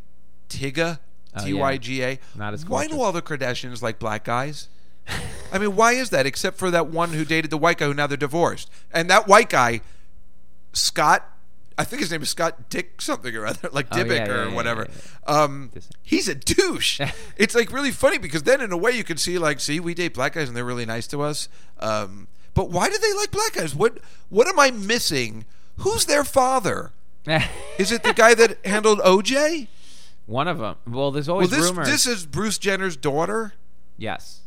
[SPEAKER 2] Tyga,
[SPEAKER 4] Oh, yeah.
[SPEAKER 2] T Y G A.
[SPEAKER 4] Not as
[SPEAKER 2] Why do
[SPEAKER 4] gorgeous.
[SPEAKER 2] all the Kardashians like black guys? I mean, why is that? Except for that one who dated the white guy who now they're divorced, and that white guy, Scott. I think his name is Scott Dick something or other, <laughs> like
[SPEAKER 4] Oh,
[SPEAKER 2] Dibbick
[SPEAKER 4] yeah, yeah,
[SPEAKER 2] or
[SPEAKER 4] yeah,
[SPEAKER 2] whatever.
[SPEAKER 4] yeah,
[SPEAKER 2] Um, he's a
[SPEAKER 4] <laughs>
[SPEAKER 2] douche. it's like really funny because then in a way you can see like, see, we date black guys and they're really nice to us. Um, but why do they like black guys? What what am I missing? Who's their father? Is it the guy
[SPEAKER 4] <laughs>
[SPEAKER 2] that handled OJ?
[SPEAKER 4] One of them. Well, there's
[SPEAKER 2] Well,
[SPEAKER 4] always
[SPEAKER 2] this
[SPEAKER 4] rumors.
[SPEAKER 2] this is Bruce Jenner's daughter,
[SPEAKER 4] yes.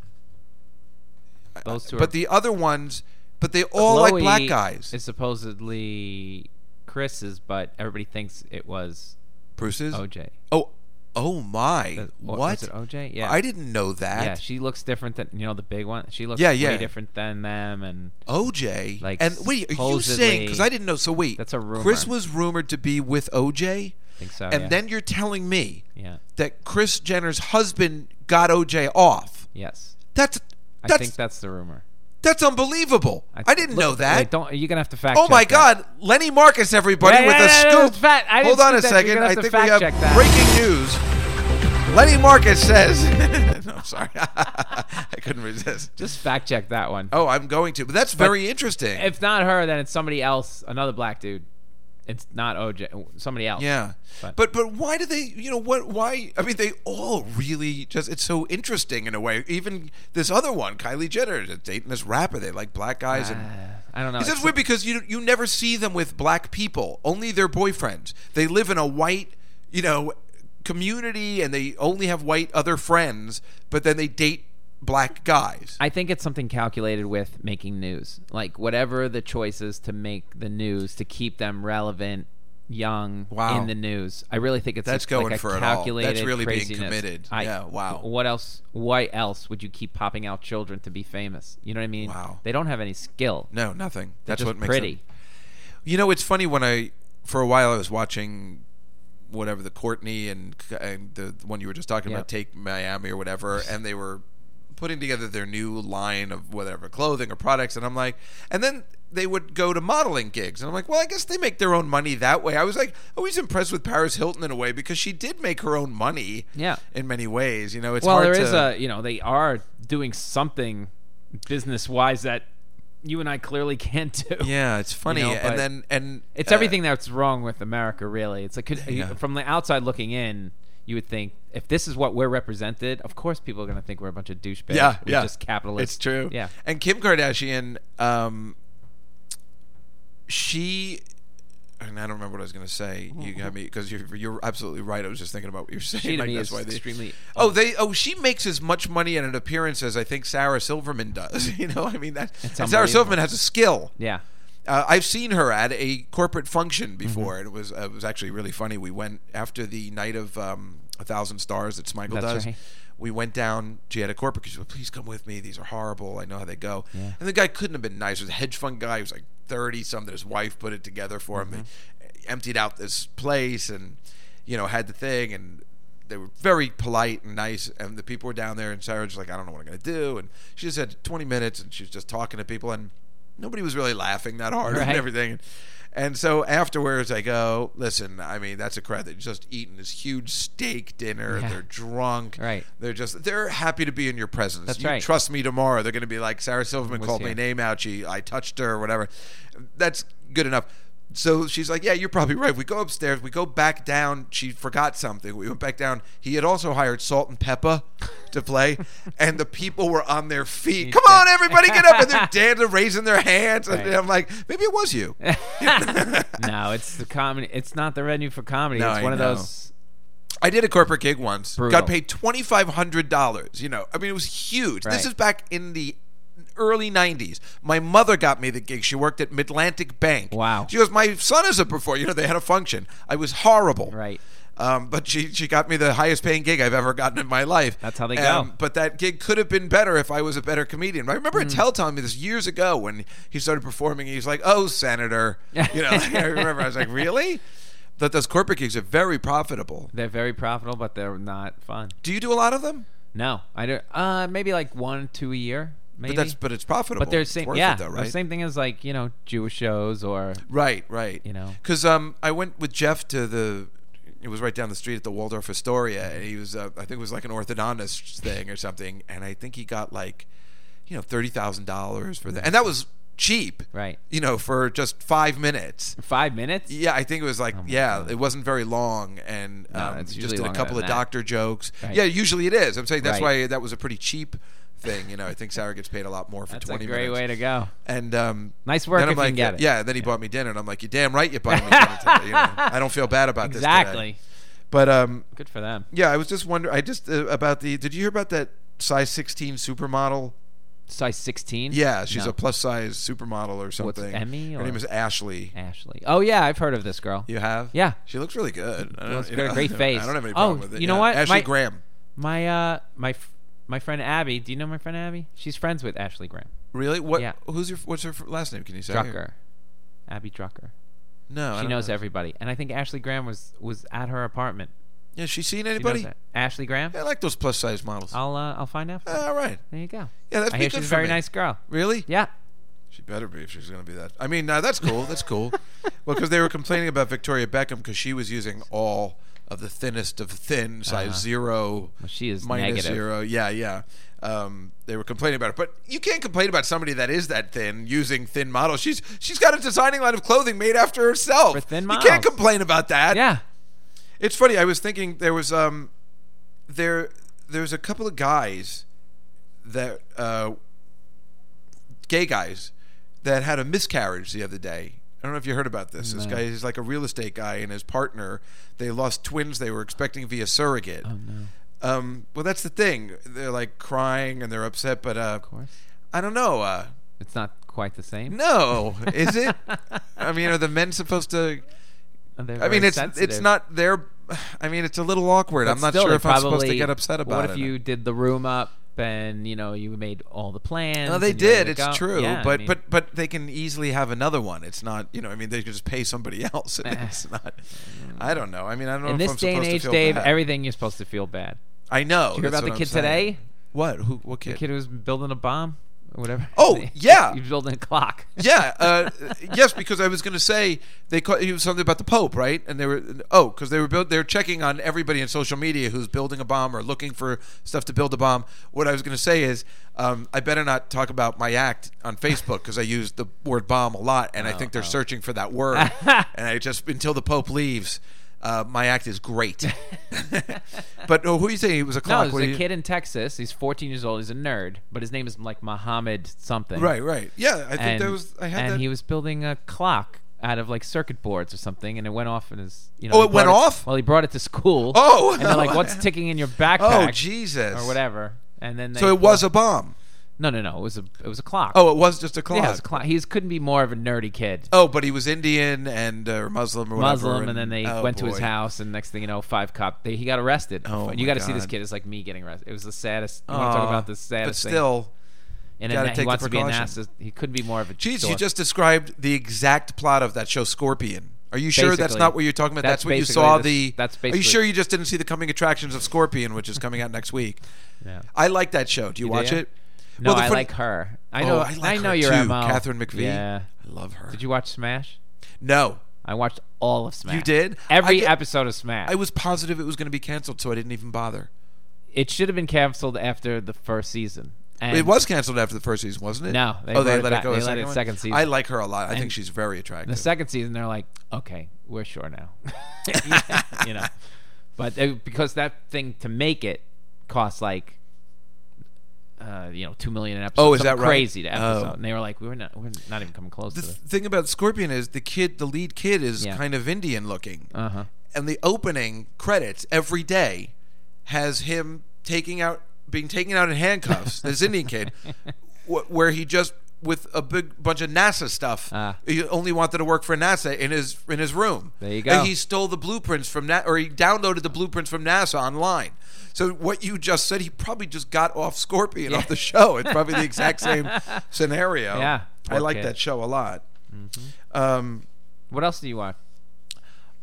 [SPEAKER 4] Those two are.
[SPEAKER 2] but the other ones, but they all like
[SPEAKER 4] Chloe
[SPEAKER 2] black guys.
[SPEAKER 4] Is supposedly Chris's, but everybody thinks it was
[SPEAKER 2] Bruce's
[SPEAKER 4] OJ.
[SPEAKER 2] Oh, oh my!
[SPEAKER 4] Uh,
[SPEAKER 2] what?
[SPEAKER 4] what- was it OJ? Yeah.
[SPEAKER 2] I didn't know that.
[SPEAKER 4] Yeah, she looks different than you know the big one. She looks
[SPEAKER 2] Yeah, yeah.
[SPEAKER 4] way different than them, and
[SPEAKER 2] OJ.
[SPEAKER 4] Like,
[SPEAKER 2] and wait, are you saying? Because
[SPEAKER 4] supposedly-
[SPEAKER 2] I didn't know. So wait,
[SPEAKER 4] That's a rumor.
[SPEAKER 2] Chris was rumored to be with OJ,
[SPEAKER 4] I think so.
[SPEAKER 2] and
[SPEAKER 4] yeah.
[SPEAKER 2] then you're telling me
[SPEAKER 4] yeah,
[SPEAKER 2] that Chris Jenner's husband got OJ off.
[SPEAKER 4] yes,
[SPEAKER 2] That's
[SPEAKER 4] I
[SPEAKER 2] that's
[SPEAKER 4] think that's the rumor.
[SPEAKER 2] that's unbelievable. I, didn't
[SPEAKER 4] look,
[SPEAKER 2] know that.
[SPEAKER 4] Wait, don't you're gonna have to fact.
[SPEAKER 2] Oh my
[SPEAKER 4] check that.
[SPEAKER 2] God! Lenny Marcus, everybody,
[SPEAKER 4] Yeah,
[SPEAKER 2] with
[SPEAKER 4] yeah, yeah,
[SPEAKER 2] a
[SPEAKER 4] that
[SPEAKER 2] scoop.
[SPEAKER 4] was fat. I
[SPEAKER 2] Hold
[SPEAKER 4] didn't
[SPEAKER 2] on a
[SPEAKER 4] scoop that.
[SPEAKER 2] second.
[SPEAKER 4] You're gonna
[SPEAKER 2] I
[SPEAKER 4] have to
[SPEAKER 2] think we have
[SPEAKER 4] fact check that.
[SPEAKER 2] breaking news. Lenny Marcus says. <laughs> no, I'm sorry. <laughs> I couldn't resist.
[SPEAKER 4] Just fact check that one.
[SPEAKER 2] Oh, I'm going to. But that's very interesting.
[SPEAKER 4] If not her, then it's somebody else, another black dude. It's not OJ. Somebody else.
[SPEAKER 2] yeah. But,
[SPEAKER 4] But-
[SPEAKER 2] but why do they you know what why I mean they all really just it's so interesting in a way. Even this other one, Kylie Jenner, that's dating this rapper, they like black guys and
[SPEAKER 4] I don't know.
[SPEAKER 2] It's just weird because you you never see them with black people, only their boyfriends. They live in a white, you know, community and they only have white other friends, but then they date black guys.
[SPEAKER 4] I think it's something calculated with making news. Like whatever the choices to make the news to keep them relevant, young
[SPEAKER 2] Wow.
[SPEAKER 4] in the news. I really think it's
[SPEAKER 2] That's
[SPEAKER 4] like
[SPEAKER 2] going
[SPEAKER 4] a
[SPEAKER 2] for it all. That's
[SPEAKER 4] calculated
[SPEAKER 2] really being
[SPEAKER 4] craziness.
[SPEAKER 2] committed. Yeah, wow.
[SPEAKER 4] What else? Why else would you keep popping out children to be famous? You know what I mean?
[SPEAKER 2] Wow.
[SPEAKER 4] They don't have any skill.
[SPEAKER 2] No, nothing.
[SPEAKER 4] They're
[SPEAKER 2] That's
[SPEAKER 4] just
[SPEAKER 2] what makes
[SPEAKER 4] pretty.
[SPEAKER 2] them- You know, it's funny when I, for a while, I was watching whatever the Courtney and, and the one you were just talking
[SPEAKER 4] Yep.
[SPEAKER 2] about, Take Miami or whatever, and they were putting together their new line of whatever clothing or products, and I'm like, and then they would go to modeling gigs, and I'm like, well, I guess they make their own money that way. I was like always impressed with Paris Hilton in a way because she did make her own money,
[SPEAKER 4] Yeah.
[SPEAKER 2] in many ways. You know, it's
[SPEAKER 4] well,
[SPEAKER 2] hard
[SPEAKER 4] there is
[SPEAKER 2] to,
[SPEAKER 4] a you know they are doing something business wise that you and I clearly can't do.
[SPEAKER 2] yeah, it's funny,
[SPEAKER 4] know, but-
[SPEAKER 2] and then and
[SPEAKER 4] It's
[SPEAKER 2] uh,
[SPEAKER 4] everything that's wrong with America, really. It's like could,
[SPEAKER 2] Yeah.
[SPEAKER 4] from the outside looking in, you would think if this is what we're represented, of course people are going to think we're a bunch of douchebags.
[SPEAKER 2] Yeah,
[SPEAKER 4] we're
[SPEAKER 2] yeah.
[SPEAKER 4] just capitalists.
[SPEAKER 2] It's true.
[SPEAKER 4] Yeah,
[SPEAKER 2] And Kim Kardashian, um, she, and I don't remember what I was going to say. You got me because you're you're absolutely right. I was just thinking about what you're saying.
[SPEAKER 4] she to
[SPEAKER 2] like,
[SPEAKER 4] me
[SPEAKER 2] that's
[SPEAKER 4] is
[SPEAKER 2] why they-
[SPEAKER 4] extremely.
[SPEAKER 2] Oh, they. Oh, she makes as much money at an appearance as I think Sarah Silverman does. <laughs> You know, I mean that. and Sarah
[SPEAKER 4] unbelievable.
[SPEAKER 2] Silverman has a skill.
[SPEAKER 4] Yeah, Mm-hmm.
[SPEAKER 2] Uh, I've seen her at a corporate function before, and it was uh, it was actually really funny. We went after the night of um, a thousand stars that Smichael
[SPEAKER 4] That's
[SPEAKER 2] does.
[SPEAKER 4] right.
[SPEAKER 2] We went down. She had a corporate. She said, "Please come with me. These are horrible. I know how they go." And the guy couldn't have been nicer. The hedge fund guy was like thirty something. His wife put it together for him. They emptied out this place, and you know had the thing and. They were very polite and nice, and the people were down there. And Sarah was just like, "I don't know what I'm gonna do," and she just had 20 minutes, and she was just talking to people, and nobody was really laughing that hard <laughs> and
[SPEAKER 4] Right.
[SPEAKER 2] everything. And so afterwards, I go, listen, I mean, that's a crowd that's just eating this huge steak dinner.
[SPEAKER 4] Yeah.
[SPEAKER 2] They're drunk.
[SPEAKER 4] Right.
[SPEAKER 2] They're just, they're happy to be in your presence.
[SPEAKER 4] That's
[SPEAKER 2] you
[SPEAKER 4] right.
[SPEAKER 2] trust me tomorrow. They're going to be like, Sarah Silverman
[SPEAKER 4] Was
[SPEAKER 2] called
[SPEAKER 4] here.
[SPEAKER 2] my name out. She, I touched her or whatever. That's good enough. So she's like, yeah, you're probably right. We go upstairs. We go back down. She forgot something. We went back down. He had also hired Salt and Peppa to play, and the people were on their feet. Come on, everybody, get up! And they're dancing, raising their hands. And
[SPEAKER 4] Right.
[SPEAKER 2] I'm like, maybe it was you.
[SPEAKER 4] no, it's the comedy. It's not the venue for comedy.
[SPEAKER 2] No,
[SPEAKER 4] it's
[SPEAKER 2] I
[SPEAKER 4] one of
[SPEAKER 2] know.
[SPEAKER 4] those.
[SPEAKER 2] I did a corporate gig once.
[SPEAKER 4] Brutal.
[SPEAKER 2] Got paid twenty five hundred dollars. You know, I mean, it was huge.
[SPEAKER 4] Right.
[SPEAKER 2] This is back in the early '90s. My mother got me the gig. She worked at Midlantic Bank.
[SPEAKER 4] Wow.
[SPEAKER 2] She goes, "My son is a performer." You know, they had a function. I was horrible.
[SPEAKER 4] Right.
[SPEAKER 2] Um, but she she got me the highest paying gig I've ever gotten in my life.
[SPEAKER 4] That's how they go. Hmm.
[SPEAKER 2] But that gig could have been better if I was a better comedian. I remember Tell telling me this years ago when he started performing. He's like, "Oh,
[SPEAKER 4] <laughs>
[SPEAKER 2] senator," you know. like, I remember I was like, "Really?" That those corporate gigs are very profitable.
[SPEAKER 4] They're very profitable, but they're not fun.
[SPEAKER 2] Do you do a lot of them?
[SPEAKER 4] No, I don't. Uh, maybe like one, two a year. Maybe.
[SPEAKER 2] But that's but it's profitable.
[SPEAKER 4] But they're
[SPEAKER 2] It's
[SPEAKER 4] same.
[SPEAKER 2] worth
[SPEAKER 4] yeah,
[SPEAKER 2] it though,
[SPEAKER 4] the
[SPEAKER 2] right?
[SPEAKER 4] same thing as like you know Jewish shows or
[SPEAKER 2] Right, right.
[SPEAKER 4] You know.
[SPEAKER 2] because um, I went with Jeff to the. It was right down the street at the Waldorf Astoria, and he was, uh, I think, it was like an orthodontist thing or something, and I think he got like, you know, thirty thousand dollars for that, and that was cheap,
[SPEAKER 4] Right.
[SPEAKER 2] You know, for just five minutes.
[SPEAKER 4] five minutes.
[SPEAKER 2] Yeah, I think it was
[SPEAKER 4] <laughs>
[SPEAKER 2] like, yeah, it wasn't very long, and
[SPEAKER 4] Oh No,
[SPEAKER 2] um,
[SPEAKER 4] it's
[SPEAKER 2] just
[SPEAKER 4] usually
[SPEAKER 2] did a
[SPEAKER 4] longer
[SPEAKER 2] couple of
[SPEAKER 4] than that.
[SPEAKER 2] doctor jokes.
[SPEAKER 4] Right.
[SPEAKER 2] Yeah, usually it is. I'm saying that's
[SPEAKER 4] Right.
[SPEAKER 2] why that was a pretty cheap thing. You know, I think Sarah gets paid a lot more for
[SPEAKER 4] That's a
[SPEAKER 2] twenty
[SPEAKER 4] great
[SPEAKER 2] minutes.
[SPEAKER 4] way to go.
[SPEAKER 2] And um,
[SPEAKER 4] Nice work
[SPEAKER 2] then
[SPEAKER 4] if
[SPEAKER 2] I'm
[SPEAKER 4] you
[SPEAKER 2] like,
[SPEAKER 4] can get it.
[SPEAKER 2] Yeah, then he bought me dinner, and I'm like, "You're damn right, you bought me dinner." Today. You know,
[SPEAKER 4] <laughs>
[SPEAKER 2] I don't feel bad about this.
[SPEAKER 4] Exactly.
[SPEAKER 2] today. But um,
[SPEAKER 4] Good for them.
[SPEAKER 2] yeah, I was just wondering. I just uh, about the. Did you hear about that size 16 supermodel?
[SPEAKER 4] Size 16?
[SPEAKER 2] Yeah, she's
[SPEAKER 4] No.
[SPEAKER 2] a plus size supermodel or
[SPEAKER 4] What's
[SPEAKER 2] something.
[SPEAKER 4] Emmy
[SPEAKER 2] Her
[SPEAKER 4] or-
[SPEAKER 2] name is Ashley.
[SPEAKER 4] Ashley. Oh, yeah, I've heard of this girl.
[SPEAKER 2] You have?
[SPEAKER 4] Yeah.
[SPEAKER 2] She looks really good. I
[SPEAKER 4] looks
[SPEAKER 2] you
[SPEAKER 4] good. Great
[SPEAKER 2] <laughs>
[SPEAKER 4] face.
[SPEAKER 2] I don't have any
[SPEAKER 4] Oh,
[SPEAKER 2] problem with it.
[SPEAKER 4] you know
[SPEAKER 2] yeah.
[SPEAKER 4] what?
[SPEAKER 2] Ashley
[SPEAKER 4] My-
[SPEAKER 2] Graham.
[SPEAKER 4] My uh my f- my friend Abby, do you know my friend Abby? She's friends with Ashley Graham.
[SPEAKER 2] Really? What?
[SPEAKER 4] Yeah.
[SPEAKER 2] Who's your? What's her f- last name? Can you say?
[SPEAKER 4] Drucker. Abby Drucker.
[SPEAKER 2] No, I
[SPEAKER 4] She
[SPEAKER 2] don't
[SPEAKER 4] knows
[SPEAKER 2] know.
[SPEAKER 4] everybody. And I think Ashley Graham was was at her apartment.
[SPEAKER 2] Yeah, she seen
[SPEAKER 4] She knows
[SPEAKER 2] anybody?
[SPEAKER 4] that. Ashley Graham?
[SPEAKER 2] Yeah, I like those plus size models.
[SPEAKER 4] I'll uh, I'll find out. for you.
[SPEAKER 2] All right.
[SPEAKER 4] There you go.
[SPEAKER 2] Yeah, that's
[SPEAKER 4] I hear
[SPEAKER 2] good
[SPEAKER 4] she's
[SPEAKER 2] for
[SPEAKER 4] a very
[SPEAKER 2] me.
[SPEAKER 4] nice girl.
[SPEAKER 2] Really?
[SPEAKER 4] Yeah.
[SPEAKER 2] She better be if she's going to be that. I mean, uh, that's cool. That's cool.
[SPEAKER 4] <laughs>
[SPEAKER 2] well, because they were complaining about Victoria Beckham because she was using all of the thinnest of thin, size zero.
[SPEAKER 4] Uh-huh. she is
[SPEAKER 2] minus
[SPEAKER 4] negative.
[SPEAKER 2] zero. Yeah, yeah. Um, they were complaining about it, but you can't complain about somebody that is that thin using thin models. She's she's got a designing line of clothing made after herself.
[SPEAKER 4] For thin
[SPEAKER 2] You can't
[SPEAKER 4] models.
[SPEAKER 2] complain about that.
[SPEAKER 4] Yeah.
[SPEAKER 2] It's funny. I was thinking there was um, there there's a couple of guys that uh, gay guys that had a miscarriage the other day. I don't know if you heard about this. This guy is like a real estate guy and his partner. They lost twins they were expecting via surrogate. Oh no. Um, well, that's the thing. They're like crying and they're upset, but uh, I don't know. Uh,
[SPEAKER 4] It's not quite the same.
[SPEAKER 2] no, is it? <laughs> I mean, are the men supposed to? I mean, it's it's not their. <sighs> I mean, it's a little awkward. I'm not sure if I'm supposed to get upset about
[SPEAKER 4] what
[SPEAKER 2] it.
[SPEAKER 4] if you did the room up and you know you made all the plans?
[SPEAKER 2] No, they
[SPEAKER 4] and you're ready
[SPEAKER 2] did.
[SPEAKER 4] to
[SPEAKER 2] It's
[SPEAKER 4] go?
[SPEAKER 2] true,
[SPEAKER 4] Yeah, I
[SPEAKER 2] but
[SPEAKER 4] mean,
[SPEAKER 2] but but they can easily have another one. It's not, you know. I mean, they can just pay somebody <laughs> else. And it's
[SPEAKER 4] <laughs>
[SPEAKER 2] not. I don't know. I mean, I don't know
[SPEAKER 4] in
[SPEAKER 2] Oh, if
[SPEAKER 4] this
[SPEAKER 2] I'm
[SPEAKER 4] day and
[SPEAKER 2] supposed to
[SPEAKER 4] age,
[SPEAKER 2] feel
[SPEAKER 4] Dave,
[SPEAKER 2] bad.
[SPEAKER 4] everything you're supposed to feel bad.
[SPEAKER 2] I know.
[SPEAKER 4] You hear
[SPEAKER 2] that's
[SPEAKER 4] about the
[SPEAKER 2] what I'm
[SPEAKER 4] kid
[SPEAKER 2] saying.
[SPEAKER 4] today?
[SPEAKER 2] What? Who? What kid?
[SPEAKER 4] The kid who was building a bomb or whatever. <laughs>
[SPEAKER 2] Oh, yeah.
[SPEAKER 4] he's building a clock.
[SPEAKER 2] yeah. Uh, yes, because I was going to say they call, he was something about the Pope, right? And they were oh, because they were build, they were checking on everybody in social media who's building a bomb or looking for stuff to build a bomb. What I was going to say is um, I better not talk about my act on Facebook because I use the word bomb a lot, and I think
[SPEAKER 4] Oh,
[SPEAKER 2] they're searching for that word.
[SPEAKER 4] <laughs>
[SPEAKER 2] and I just until the Pope leaves. Uh, my act is great, <laughs> but oh, who are you saying? It was a
[SPEAKER 4] No,
[SPEAKER 2] clock.
[SPEAKER 4] there's
[SPEAKER 2] What
[SPEAKER 4] a
[SPEAKER 2] do you-
[SPEAKER 4] kid in Texas. He's 14 years old. He's a nerd, but his name is like Mohammed something.
[SPEAKER 2] Right, right. Yeah, I think
[SPEAKER 4] and,
[SPEAKER 2] that was. I had
[SPEAKER 4] and
[SPEAKER 2] that.
[SPEAKER 4] he was building a clock out of like circuit boards or something, and it went off in his. You know,
[SPEAKER 2] Oh,
[SPEAKER 4] he
[SPEAKER 2] it went
[SPEAKER 4] brought
[SPEAKER 2] off?
[SPEAKER 4] Well, he brought it to school.
[SPEAKER 2] <laughs> Oh!
[SPEAKER 4] and they're like,
[SPEAKER 2] <laughs>
[SPEAKER 4] "What's ticking in your backpack?"
[SPEAKER 2] oh Jesus!
[SPEAKER 4] or whatever. And then they
[SPEAKER 2] So it was a bomb.
[SPEAKER 4] no, no, no. It was a it was a clock.
[SPEAKER 2] Oh, it was just a clock.
[SPEAKER 4] yeah, it was a clock. He couldn't be more of a nerdy kid.
[SPEAKER 2] Oh, but he was Indian and uh, Muslim or whatever.
[SPEAKER 4] Muslim, and then they
[SPEAKER 2] oh,
[SPEAKER 4] went to his
[SPEAKER 2] boy.
[SPEAKER 4] house, and next thing you know, five cop. They, he got arrested.
[SPEAKER 2] Oh,
[SPEAKER 4] you
[SPEAKER 2] my
[SPEAKER 4] gotta see this
[SPEAKER 2] God.
[SPEAKER 4] kid. It's like me getting arrested. It was the saddest. You want to
[SPEAKER 2] Aw,
[SPEAKER 4] talk about the
[SPEAKER 2] Uh, But
[SPEAKER 4] saddest thing?
[SPEAKER 2] still,
[SPEAKER 4] And then
[SPEAKER 2] gotta
[SPEAKER 4] he
[SPEAKER 2] take the
[SPEAKER 4] wants to be a NASA.
[SPEAKER 2] precaution.
[SPEAKER 4] He couldn't be more of a.
[SPEAKER 2] geez, you
[SPEAKER 4] dork.
[SPEAKER 2] just described the exact plot of that show, Scorpion. Are you sure that's
[SPEAKER 4] Basically.
[SPEAKER 2] not what you're talking about?
[SPEAKER 4] That's
[SPEAKER 2] That's, what you
[SPEAKER 4] basically
[SPEAKER 2] saw.
[SPEAKER 4] this-
[SPEAKER 2] the.
[SPEAKER 4] that's
[SPEAKER 2] Are
[SPEAKER 4] basically-
[SPEAKER 2] you sure you just didn't see the coming attractions of Scorpion, which is coming out next week?
[SPEAKER 4] <laughs> Yeah.
[SPEAKER 2] I like that show. Do you, watch
[SPEAKER 4] yeah?
[SPEAKER 2] it?
[SPEAKER 4] No,
[SPEAKER 2] Well, the
[SPEAKER 4] I
[SPEAKER 2] fun-
[SPEAKER 4] like her. I
[SPEAKER 2] Oh,
[SPEAKER 4] know.
[SPEAKER 2] I like
[SPEAKER 4] know
[SPEAKER 2] her
[SPEAKER 4] your
[SPEAKER 2] too,
[SPEAKER 4] MO.
[SPEAKER 2] Catherine McVie.
[SPEAKER 4] Yeah.
[SPEAKER 2] I love her.
[SPEAKER 4] Did you watch Smash?
[SPEAKER 2] No,
[SPEAKER 4] I watched all of Smash.
[SPEAKER 2] did?
[SPEAKER 4] every
[SPEAKER 2] I get-
[SPEAKER 4] episode of Smash.
[SPEAKER 2] I was positive it was going to be canceled, so I didn't even bother.
[SPEAKER 4] it should have been canceled after the first season. And
[SPEAKER 2] it was canceled after the first season, wasn't it?
[SPEAKER 4] No, they
[SPEAKER 2] oh, they
[SPEAKER 4] wrote it
[SPEAKER 2] let
[SPEAKER 4] back.
[SPEAKER 2] it go.
[SPEAKER 4] They
[SPEAKER 2] a
[SPEAKER 4] let
[SPEAKER 2] second
[SPEAKER 4] it
[SPEAKER 2] one?
[SPEAKER 4] second season.
[SPEAKER 2] I like her a lot. I think she's very
[SPEAKER 4] The
[SPEAKER 2] attractive.
[SPEAKER 4] second season, they're like, okay, we're
[SPEAKER 2] <laughs>
[SPEAKER 4] sure now, <laughs> you know. But they, because that thing to make it costs like, uh, you know, two million an episode.
[SPEAKER 2] Oh, is
[SPEAKER 4] something
[SPEAKER 2] that right?
[SPEAKER 4] crazy to episode?
[SPEAKER 2] Oh.
[SPEAKER 4] And they were like, we were not, we're not even coming close
[SPEAKER 2] the
[SPEAKER 4] to
[SPEAKER 2] th-
[SPEAKER 4] this.
[SPEAKER 2] thing about Scorpion is the kid, the lead kid, is
[SPEAKER 4] Yeah.
[SPEAKER 2] kind of Indian looking,
[SPEAKER 4] Uh huh.
[SPEAKER 2] and the opening credits every day has him taking out, being taken out in handcuffs. this
[SPEAKER 4] <laughs>
[SPEAKER 2] Indian kid, wh- where he just with a big bunch of NASA stuff.
[SPEAKER 4] Ah.
[SPEAKER 2] He only wanted to work for NASA in his in his room.
[SPEAKER 4] There you go.
[SPEAKER 2] And he stole the blueprints from that, or he downloaded the blueprints from NASA online. So what you just said, he probably just got off Scorpion off the show. It's probably the exact
[SPEAKER 4] <laughs>
[SPEAKER 2] same scenario.
[SPEAKER 4] Yeah,
[SPEAKER 2] Oh, I
[SPEAKER 4] poor
[SPEAKER 2] like
[SPEAKER 4] kid.
[SPEAKER 2] that show a lot. Um,
[SPEAKER 4] What else do you watch?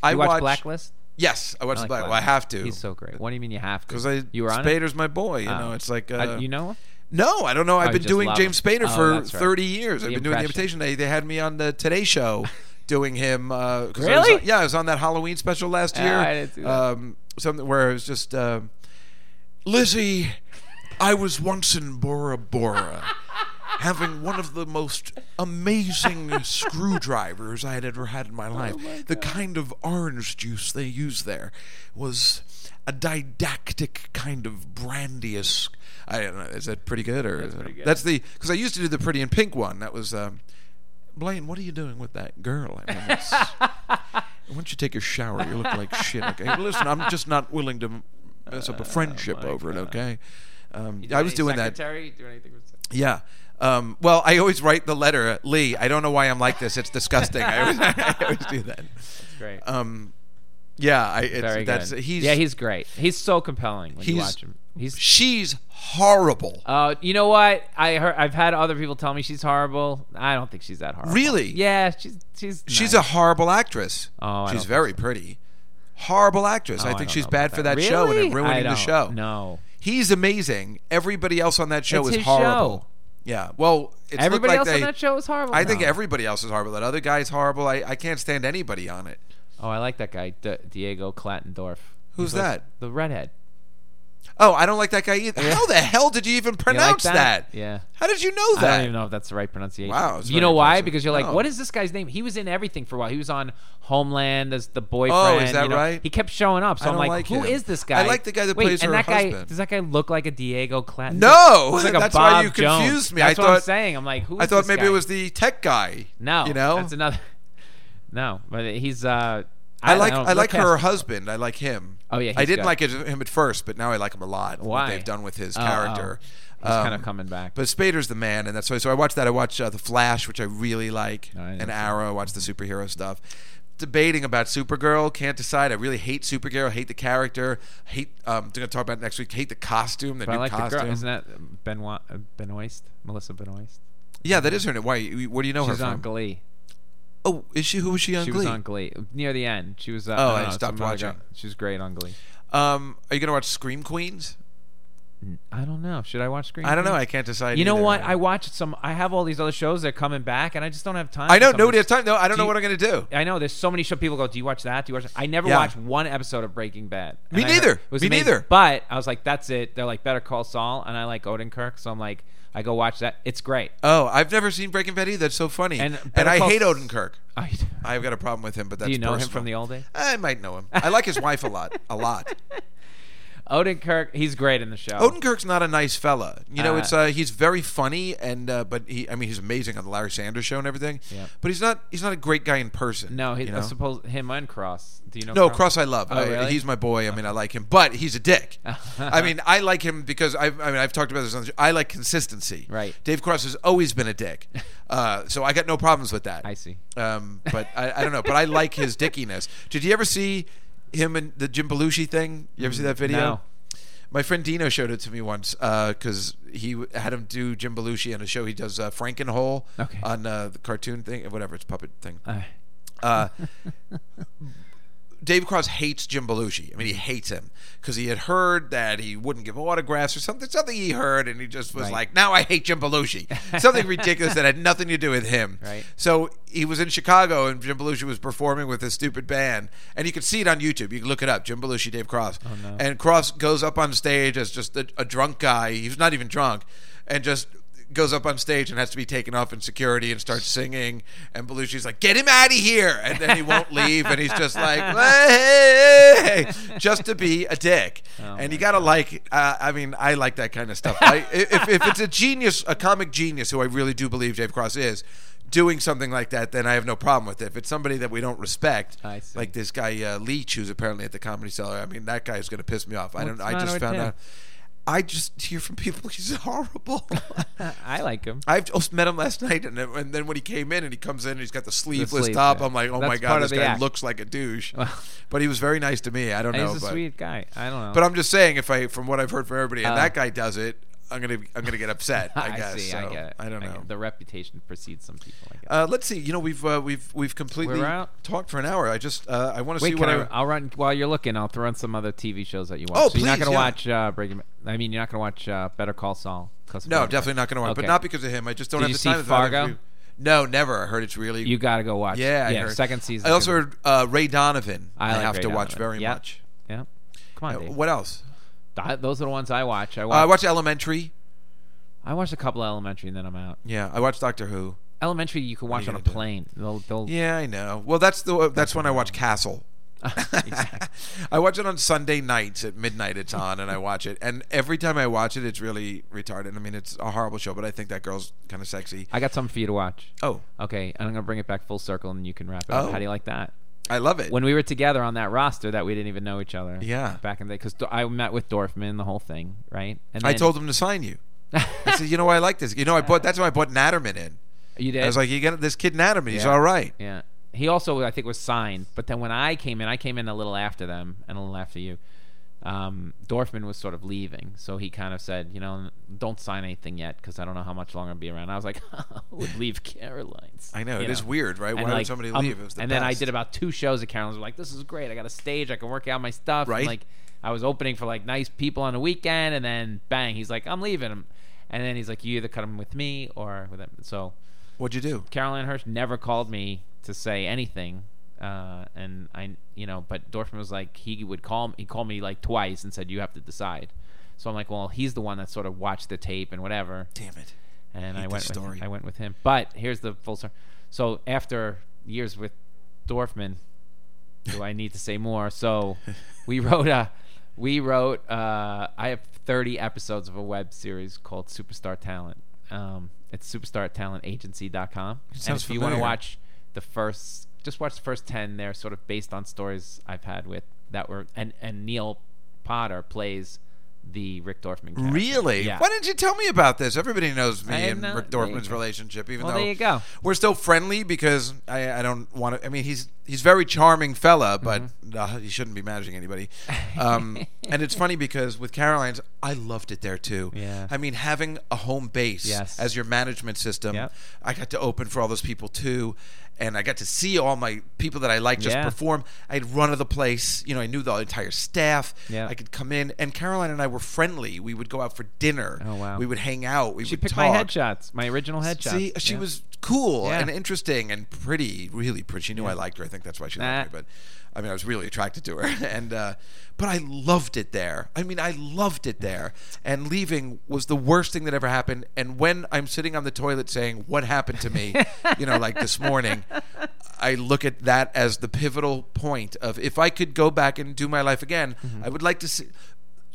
[SPEAKER 2] I
[SPEAKER 4] You watch
[SPEAKER 2] watch
[SPEAKER 4] Blacklist?
[SPEAKER 2] Yes, I watch
[SPEAKER 4] I like
[SPEAKER 2] the Black. Well, I
[SPEAKER 4] Blacklist.
[SPEAKER 2] have to
[SPEAKER 4] He's so great. What do you mean you have to?
[SPEAKER 2] because I
[SPEAKER 4] you were on it.
[SPEAKER 2] Spader's my boy. You
[SPEAKER 4] Oh.
[SPEAKER 2] know, it's like uh,
[SPEAKER 4] Uh, you know him?
[SPEAKER 2] No, I don't know. I've
[SPEAKER 4] you
[SPEAKER 2] been
[SPEAKER 4] just
[SPEAKER 2] doing
[SPEAKER 4] love
[SPEAKER 2] James
[SPEAKER 4] him.
[SPEAKER 2] Spader
[SPEAKER 4] Oh,
[SPEAKER 2] for
[SPEAKER 4] that's right.
[SPEAKER 2] 30 years. I've
[SPEAKER 4] The
[SPEAKER 2] been doing the
[SPEAKER 4] impression.
[SPEAKER 2] Imitation Day. They had me on the Today
[SPEAKER 4] <laughs>
[SPEAKER 2] Show doing him. Uh, 'cause I was
[SPEAKER 4] Really?
[SPEAKER 2] on- yeah, I was on that Halloween special last
[SPEAKER 4] Ah,
[SPEAKER 2] year.
[SPEAKER 4] I didn't see that.
[SPEAKER 2] Um, something where it was just uh, Lizzie. I was once in Bora Bora. Having one of the most amazing screwdrivers I had ever had in my life. the kind of orange juice they use there was a didactic kind of brandyous. I don't know. Is that pretty good or that's,
[SPEAKER 4] pretty good.
[SPEAKER 2] the because I used to do the pretty in pink one. That was um, Blaine. What are you doing with that girl? I mean,
[SPEAKER 4] <laughs>
[SPEAKER 2] it's- why don't you take a shower? You look like shit. Okay, Well, listen, I'm just not willing to mess
[SPEAKER 4] Uh,
[SPEAKER 2] up a friendship over it. Okay. Um, I was doing that.
[SPEAKER 4] Secretary, do anything with-
[SPEAKER 2] Yeah. Um, well, I always write the letter uh, Lee. I don't know why I'm like this. It's disgusting. I always, <laughs> I always do that.
[SPEAKER 4] Great.
[SPEAKER 2] Um, yeah, I, it's,
[SPEAKER 4] Very
[SPEAKER 2] that's
[SPEAKER 4] good.
[SPEAKER 2] he's
[SPEAKER 4] yeah, he's great. He's so compelling when you
[SPEAKER 2] He's-
[SPEAKER 4] watch him. He's
[SPEAKER 2] she's horrible.
[SPEAKER 4] Uh, you know what? I heard, I've had other people tell me she's horrible. I don't think she's that horrible.
[SPEAKER 2] Really?
[SPEAKER 4] Yeah, she's she's
[SPEAKER 2] She's a
[SPEAKER 4] nice.
[SPEAKER 2] horrible actress.
[SPEAKER 4] Oh, I don't
[SPEAKER 2] she's
[SPEAKER 4] think
[SPEAKER 2] very pretty. Horrible actress.
[SPEAKER 4] Oh,
[SPEAKER 2] I
[SPEAKER 4] I
[SPEAKER 2] think
[SPEAKER 4] don't
[SPEAKER 2] she's
[SPEAKER 4] know
[SPEAKER 2] bad
[SPEAKER 4] about
[SPEAKER 2] for
[SPEAKER 4] that.
[SPEAKER 2] that show and
[SPEAKER 4] Really?
[SPEAKER 2] in ruining
[SPEAKER 4] I
[SPEAKER 2] the
[SPEAKER 4] don't-
[SPEAKER 2] show.
[SPEAKER 4] No,
[SPEAKER 2] He's amazing. Everybody else on that show
[SPEAKER 4] It's
[SPEAKER 2] is
[SPEAKER 4] his
[SPEAKER 2] horrible.
[SPEAKER 4] show.
[SPEAKER 2] Yeah. Well, it's looked
[SPEAKER 4] everybody
[SPEAKER 2] like
[SPEAKER 4] else
[SPEAKER 2] they,
[SPEAKER 4] on that show is horrible.
[SPEAKER 2] I think
[SPEAKER 4] No.
[SPEAKER 2] everybody else is horrible. That other guy's horrible. I, I can't stand anybody on it.
[SPEAKER 4] Oh, I like that guy, D- Diego Klattendorf.
[SPEAKER 2] Who's
[SPEAKER 4] He's like
[SPEAKER 2] that?
[SPEAKER 4] the redhead.
[SPEAKER 2] Oh, I don't like that guy either. How the hell did you even
[SPEAKER 4] You like
[SPEAKER 2] pronounce that?
[SPEAKER 4] Yeah.
[SPEAKER 2] How did you know
[SPEAKER 4] I
[SPEAKER 2] that?
[SPEAKER 4] don't even know if that's the right pronunciation.
[SPEAKER 2] Wow, it's
[SPEAKER 4] You
[SPEAKER 2] very
[SPEAKER 4] know why?
[SPEAKER 2] impressive.
[SPEAKER 4] Because you're like,
[SPEAKER 2] No.
[SPEAKER 4] what is this guy's name? He was in everything for a while. He was on Homeland as the boyfriend.
[SPEAKER 2] Oh, that
[SPEAKER 4] you know?
[SPEAKER 2] right?
[SPEAKER 4] He kept showing up. So
[SPEAKER 2] I
[SPEAKER 4] am
[SPEAKER 2] don't
[SPEAKER 4] like,
[SPEAKER 2] like
[SPEAKER 4] who is
[SPEAKER 2] him.
[SPEAKER 4] this guy?
[SPEAKER 2] I like the guy that
[SPEAKER 4] Wait,
[SPEAKER 2] plays
[SPEAKER 4] and
[SPEAKER 2] her
[SPEAKER 4] that guy,
[SPEAKER 2] husband.
[SPEAKER 4] Does that guy look like a Diego Clanton?
[SPEAKER 2] No,
[SPEAKER 4] Looks like a
[SPEAKER 2] that's why you
[SPEAKER 4] Bob Jones.
[SPEAKER 2] confused me. I
[SPEAKER 4] That's what I'm
[SPEAKER 2] thought-
[SPEAKER 4] saying. I'm like, who is
[SPEAKER 2] I thought
[SPEAKER 4] this
[SPEAKER 2] maybe
[SPEAKER 4] guy?
[SPEAKER 2] it was the tech guy.
[SPEAKER 4] <laughs> No,
[SPEAKER 2] you know,
[SPEAKER 4] that's another. No, but he's uh,
[SPEAKER 2] I,
[SPEAKER 4] don't
[SPEAKER 2] like
[SPEAKER 4] know,
[SPEAKER 2] I like
[SPEAKER 4] look
[SPEAKER 2] her
[SPEAKER 4] past-
[SPEAKER 2] husband. I like him.
[SPEAKER 4] Oh, yeah,
[SPEAKER 2] I
[SPEAKER 4] he's
[SPEAKER 2] didn't
[SPEAKER 4] good.
[SPEAKER 2] like his- him at first, but now I like him a lot. What
[SPEAKER 4] Why?
[SPEAKER 2] they've done with his
[SPEAKER 4] Oh, oh.
[SPEAKER 2] character.
[SPEAKER 4] He's
[SPEAKER 2] Um,
[SPEAKER 4] kind of coming back.
[SPEAKER 2] But Spader's the man, and that's why. So I watch that. I watch uh, The Flash, which I really like,
[SPEAKER 4] I
[SPEAKER 2] and
[SPEAKER 4] didn't see
[SPEAKER 2] Arrow. I watch the superhero stuff. Debating about Supergirl, can't decide. I really hate Supergirl. Hate the character. Hate. Um, we're gonna talk about it next week. Hate the costume. The
[SPEAKER 4] but I
[SPEAKER 2] new
[SPEAKER 4] like
[SPEAKER 2] costume.
[SPEAKER 4] the girl. Isn't that Benoit uh, Benoist? Melissa Benoist?
[SPEAKER 2] yeah, that is her. name. Why? What do you know
[SPEAKER 4] She's
[SPEAKER 2] her
[SPEAKER 4] on
[SPEAKER 2] from?
[SPEAKER 4] Glee.
[SPEAKER 2] oh, is she? Who was she on
[SPEAKER 4] She
[SPEAKER 2] Glee?
[SPEAKER 4] was on Glee near the end. She was. Uh,
[SPEAKER 2] Oh,
[SPEAKER 4] no,
[SPEAKER 2] I
[SPEAKER 4] no,
[SPEAKER 2] stopped
[SPEAKER 4] some other
[SPEAKER 2] watching.
[SPEAKER 4] girl. She was great on Glee.
[SPEAKER 2] um, are you gonna watch Scream Queens?
[SPEAKER 4] I don't know. Should I watch Screen?
[SPEAKER 2] I don't know.
[SPEAKER 4] Queens?
[SPEAKER 2] I can't decide.
[SPEAKER 4] Mm-hmm. you know
[SPEAKER 2] either.
[SPEAKER 4] what? I watched some. I have all these other shows that are coming back, and I just don't have time.
[SPEAKER 2] I
[SPEAKER 4] for
[SPEAKER 2] don't.
[SPEAKER 4] some of
[SPEAKER 2] Nobody has
[SPEAKER 4] this-
[SPEAKER 2] time. No, I don't
[SPEAKER 4] Do
[SPEAKER 2] know
[SPEAKER 4] you-
[SPEAKER 2] what I'm gonna do.
[SPEAKER 4] I know there's so many show people go. Do you watch that? Do you watch? That? I never
[SPEAKER 2] Yeah.
[SPEAKER 4] watched one episode of Breaking Bad. And
[SPEAKER 2] Me
[SPEAKER 4] I heard-
[SPEAKER 2] neither.
[SPEAKER 4] it was
[SPEAKER 2] Me
[SPEAKER 4] amazing.
[SPEAKER 2] neither.
[SPEAKER 4] But I was like, that's it. They're like Better Call Saul, and I like Odenkirk, so I'm like, I go watch that. It's great. <laughs>
[SPEAKER 2] Oh, I've never seen Breaking Bad. either. That's so funny.
[SPEAKER 4] And
[SPEAKER 2] And,
[SPEAKER 4] Better
[SPEAKER 2] I
[SPEAKER 4] Call-
[SPEAKER 2] hate Odenkirk.
[SPEAKER 4] I,
[SPEAKER 2] I've got a problem with him, but that's
[SPEAKER 4] do you know him
[SPEAKER 2] personal.
[SPEAKER 4] from the old days?
[SPEAKER 2] I might know him. I like his wife a lot, a lot.
[SPEAKER 4] Odenkirk, he's great in the show.
[SPEAKER 2] Odenkirk's not a nice fella. You know,
[SPEAKER 4] Uh,
[SPEAKER 2] it's uh, he's very funny, and uh, but he, I mean, he's amazing on the Larry Sanders Show and everything.
[SPEAKER 4] Yeah.
[SPEAKER 2] But he's not, he's not a great guy in person.
[SPEAKER 4] no, he,
[SPEAKER 2] you
[SPEAKER 4] I
[SPEAKER 2] know?
[SPEAKER 4] suppose him and Cross. Do you know?
[SPEAKER 2] No, Cross I love.
[SPEAKER 4] Oh,
[SPEAKER 2] I-
[SPEAKER 4] really?
[SPEAKER 2] He's my boy. I mean, I like him, but he's a
[SPEAKER 4] <laughs>
[SPEAKER 2] dick. I mean, I like him because I, I mean, I've talked about this. On the show. I like consistency.
[SPEAKER 4] Right.
[SPEAKER 2] Dave Cross has always been a
[SPEAKER 4] <laughs>
[SPEAKER 2] dick, uh, so I got no problems with that.
[SPEAKER 4] I see.
[SPEAKER 2] Um, but I, I don't know. But
[SPEAKER 4] <laughs>
[SPEAKER 2] I like his dickiness. Did you ever see him and the Jim Belushi thing? You ever see that video?
[SPEAKER 4] No.
[SPEAKER 2] My friend Dino showed it to me once because he w- had him do Jim Belushi on a show. He does uh, Frankenhole
[SPEAKER 4] Okay.
[SPEAKER 2] on uh, the cartoon thing, whatever it's puppet thing.
[SPEAKER 4] Uh,
[SPEAKER 2] Uh, Dave Cross hates Jim Belushi. I mean, he hates him because he had heard that he wouldn't give autographs or something. Something he heard, and he just was
[SPEAKER 4] Right.
[SPEAKER 2] like, "Now I hate Jim
[SPEAKER 4] <laughs>
[SPEAKER 2] Belushi." Something ridiculous that had nothing to do with him.
[SPEAKER 4] Right.
[SPEAKER 2] So he was in Chicago, and Jim Belushi was performing with his stupid band, and you could see it on YouTube. You can look it up: Jim Belushi, Dave Cross.
[SPEAKER 4] no.
[SPEAKER 2] And Cross goes up on stage as just a, a drunk guy. He's not even drunk, and just goes up on stage and has to be taken off in security and starts singing. And Belushi's like, "Get him out of here!" And then he won't leave, and he's just like, "Hey," just to be a dick. and you gotta like. Uh, I mean, I like that kind of stuff. I, if, if it's a genius, a comic genius, who I really do believe Dave Cross is. Doing something like that, then I have no problem with it. If it's somebody that we don't respect,
[SPEAKER 4] I see.
[SPEAKER 2] like this guy uh, Leach, who's apparently at the Comedy Cellar. I mean, that guy is going to piss me off. I don't.
[SPEAKER 4] What's
[SPEAKER 2] I
[SPEAKER 4] the matter
[SPEAKER 2] just
[SPEAKER 4] with
[SPEAKER 2] found
[SPEAKER 4] him?
[SPEAKER 2] out. I just hear from people <laughs> he's horrible.
[SPEAKER 4] I like him.
[SPEAKER 2] I've just met him last night, and then, and then when he came in and he comes in and he's got the sleeveless
[SPEAKER 4] sleeve,
[SPEAKER 2] top,
[SPEAKER 4] yeah.
[SPEAKER 2] I'm like, oh my
[SPEAKER 4] That's part
[SPEAKER 2] god,
[SPEAKER 4] of
[SPEAKER 2] this
[SPEAKER 4] the
[SPEAKER 2] guy
[SPEAKER 4] act.
[SPEAKER 2] looks like a
[SPEAKER 4] <laughs>
[SPEAKER 2] douche.
[SPEAKER 4] Well-
[SPEAKER 2] but he was very nice to me. I don't
[SPEAKER 4] And
[SPEAKER 2] know,
[SPEAKER 4] he's a
[SPEAKER 2] but
[SPEAKER 4] sweet guy. I don't know.
[SPEAKER 2] but I'm just saying, if I from what I've heard from everybody, and
[SPEAKER 4] Uh,
[SPEAKER 2] that guy does it, I'm gonna I'm gonna get
[SPEAKER 4] <laughs>
[SPEAKER 2] upset. I, guess.
[SPEAKER 4] see. I
[SPEAKER 2] so,
[SPEAKER 4] get it.
[SPEAKER 2] I don't
[SPEAKER 4] get
[SPEAKER 2] know.
[SPEAKER 4] it. The reputation precedes some people. I guess.
[SPEAKER 2] uh, let's see. You know, we've uh, we've we've completely
[SPEAKER 4] We're out.
[SPEAKER 2] talked for an hour. I just uh, I want to see
[SPEAKER 4] Wait,
[SPEAKER 2] what
[SPEAKER 4] can
[SPEAKER 2] I.
[SPEAKER 4] I, I'll run while you're looking. I'll throw in some other TV shows that you watch.
[SPEAKER 2] Oh,
[SPEAKER 4] so you're not
[SPEAKER 2] please,
[SPEAKER 4] gonna
[SPEAKER 2] yeah.
[SPEAKER 4] watch uh, Breaking. Ba- I mean, you're not gonna watch uh, Better Call Saul. 'cause of
[SPEAKER 2] No,
[SPEAKER 4] Breaking Bad.
[SPEAKER 2] definitely not going to watch. But
[SPEAKER 4] Okay.
[SPEAKER 2] not because of him. I just don't
[SPEAKER 4] Did
[SPEAKER 2] have
[SPEAKER 4] you
[SPEAKER 2] the
[SPEAKER 4] see
[SPEAKER 2] time. It's not
[SPEAKER 4] Fargo?
[SPEAKER 2] actually- No, never. I heard it's really.
[SPEAKER 4] You gotta go watch.
[SPEAKER 2] yeah, I
[SPEAKER 4] yeah.
[SPEAKER 2] heard.
[SPEAKER 4] Second season.
[SPEAKER 2] I also heard uh, Ray Donovan. I,
[SPEAKER 4] like
[SPEAKER 2] have
[SPEAKER 4] Ray
[SPEAKER 2] to watch
[SPEAKER 4] Donovan.
[SPEAKER 2] very
[SPEAKER 4] Yep.
[SPEAKER 2] much.
[SPEAKER 4] Yeah. Come on,
[SPEAKER 2] Uh,
[SPEAKER 4] Dave.
[SPEAKER 2] What else?
[SPEAKER 4] Th- Those are the ones I watch. I
[SPEAKER 2] Uh, I
[SPEAKER 4] watch.
[SPEAKER 2] watched Elementary.
[SPEAKER 4] I watched a couple of Elementary, and then I'm out.
[SPEAKER 2] Yeah, I watched Doctor Who.
[SPEAKER 4] Elementary, you can watch
[SPEAKER 2] you
[SPEAKER 4] on a
[SPEAKER 2] gonna do?
[SPEAKER 4] plane. They'll, they'll,
[SPEAKER 2] Yeah, I know. Well, that's the that's when I watch
[SPEAKER 4] <laughs>
[SPEAKER 2] Castle. <laughs> I watch it on Sunday nights at midnight. It's on, and I watch it. And every time I watch it, it's really retarded. I mean, it's a horrible show, but I think that girl's kind of sexy.
[SPEAKER 4] I got something for you to watch.
[SPEAKER 2] Oh,
[SPEAKER 4] Okay, and I'm gonna bring it back full circle, and you can wrap it up.
[SPEAKER 2] Oh.
[SPEAKER 4] How do you like that?
[SPEAKER 2] I love it.
[SPEAKER 4] when we were together on that roster that we didn't even know each other.
[SPEAKER 2] Yeah.
[SPEAKER 4] Back in the day, because I met with Dorfman, the whole thing, right? And
[SPEAKER 2] I
[SPEAKER 4] then-
[SPEAKER 2] told him to sign
[SPEAKER 4] <laughs>
[SPEAKER 2] you. I said, you know, I like this. You know, I bought. That's why I bought Natterman in.
[SPEAKER 4] you did.
[SPEAKER 2] I was like, you got this kid Natterman. He's
[SPEAKER 4] Yeah.
[SPEAKER 2] all right.
[SPEAKER 4] yeah. He also, I think, was signed. But then when I came in, I came in a little after them and a little after you. Um, Dorfman was sort of leaving, so he kind of said, you know, don't sign anything yet because I don't know how much longer I'll be around. I was like, <laughs> I would leave Caroline's.
[SPEAKER 2] I know it
[SPEAKER 4] you
[SPEAKER 2] is weird, right?
[SPEAKER 4] And
[SPEAKER 2] Why
[SPEAKER 4] like,
[SPEAKER 2] would somebody
[SPEAKER 4] um,
[SPEAKER 2] leave? It was the
[SPEAKER 4] and then I
[SPEAKER 2] best.
[SPEAKER 4] did about two shows at Carolyn's. I'm like, this is great. I got a stage. I can work out my stuff. And,
[SPEAKER 2] Right.
[SPEAKER 4] like, I was opening for like nice people on the weekend, and then bang, he's like, I'm leaving. him. And then he's like, you either cut him with me or with him. So
[SPEAKER 2] What'd you do?
[SPEAKER 4] Caroline Hirsch never called me to say anything. Uh, and I, you know, but Dorfman was like, he would call me, he called me like twice and said, you have to decide. So I'm like, well, he's the one that sort of watched the tape and whatever
[SPEAKER 2] Damn it!
[SPEAKER 4] and
[SPEAKER 2] Hate
[SPEAKER 4] I
[SPEAKER 2] this
[SPEAKER 4] went.
[SPEAKER 2] story.
[SPEAKER 4] With, I went with him. But here's the full story. So after years with Dorfman, do I need to say more? So we <laughs> wrote a. We wrote. Uh, I have 30 episodes of a web series called Superstar Talent. Um, it's superstartalentagency.com. and
[SPEAKER 2] sounds
[SPEAKER 4] if you want to
[SPEAKER 2] familiar.
[SPEAKER 4] watch the first just watched the first ten. They're sort of based on stories I've had with that were and and Neil Potter plays the Rick Dorfman. Character.
[SPEAKER 2] Really?
[SPEAKER 4] Yeah.
[SPEAKER 2] Why didn't you tell me about this? Everybody knows me
[SPEAKER 4] I had
[SPEAKER 2] and
[SPEAKER 4] not-
[SPEAKER 2] Rick
[SPEAKER 4] there you
[SPEAKER 2] Dorfman's
[SPEAKER 4] go.
[SPEAKER 2] relationship, even
[SPEAKER 4] Well,
[SPEAKER 2] though
[SPEAKER 4] there you go.
[SPEAKER 2] we're still friendly because I, I don't want to. I mean, he's he's very charming fella,
[SPEAKER 4] Mm-hmm.
[SPEAKER 2] but uh, he shouldn't be managing anybody.
[SPEAKER 4] <laughs>
[SPEAKER 2] Um, and it's funny because with Caroline's, I loved it there too.
[SPEAKER 4] Yeah.
[SPEAKER 2] I mean, having a home base
[SPEAKER 4] Yes.
[SPEAKER 2] as your management system,
[SPEAKER 4] Yep.
[SPEAKER 2] I got to open for all those people too. And I got to see all my people that I like just
[SPEAKER 4] Yeah.
[SPEAKER 2] perform. I'd run of the place. You know, I knew the entire staff.
[SPEAKER 4] Yeah.
[SPEAKER 2] I could come in, and Caroline and I were friendly. We would go out for dinner.
[SPEAKER 4] Oh, wow.
[SPEAKER 2] We would hang out. We
[SPEAKER 4] She
[SPEAKER 2] would
[SPEAKER 4] picked
[SPEAKER 2] talk.
[SPEAKER 4] my headshots, my original headshots.
[SPEAKER 2] See, she
[SPEAKER 4] Yeah.
[SPEAKER 2] was cool
[SPEAKER 4] Yeah.
[SPEAKER 2] and interesting and pretty, really pretty. She knew I liked her. I think that's why she liked
[SPEAKER 4] Nah.
[SPEAKER 2] me. But I mean, I was really attracted to her, <laughs> and uh, but I loved it there. I mean, I loved it there. And leaving was the worst thing that ever happened. And when I'm sitting on the toilet saying, "What happened to me?" you know, like this morning, <laughs> I look at that as the pivotal point of if I could go back and do my life again, I would like to see.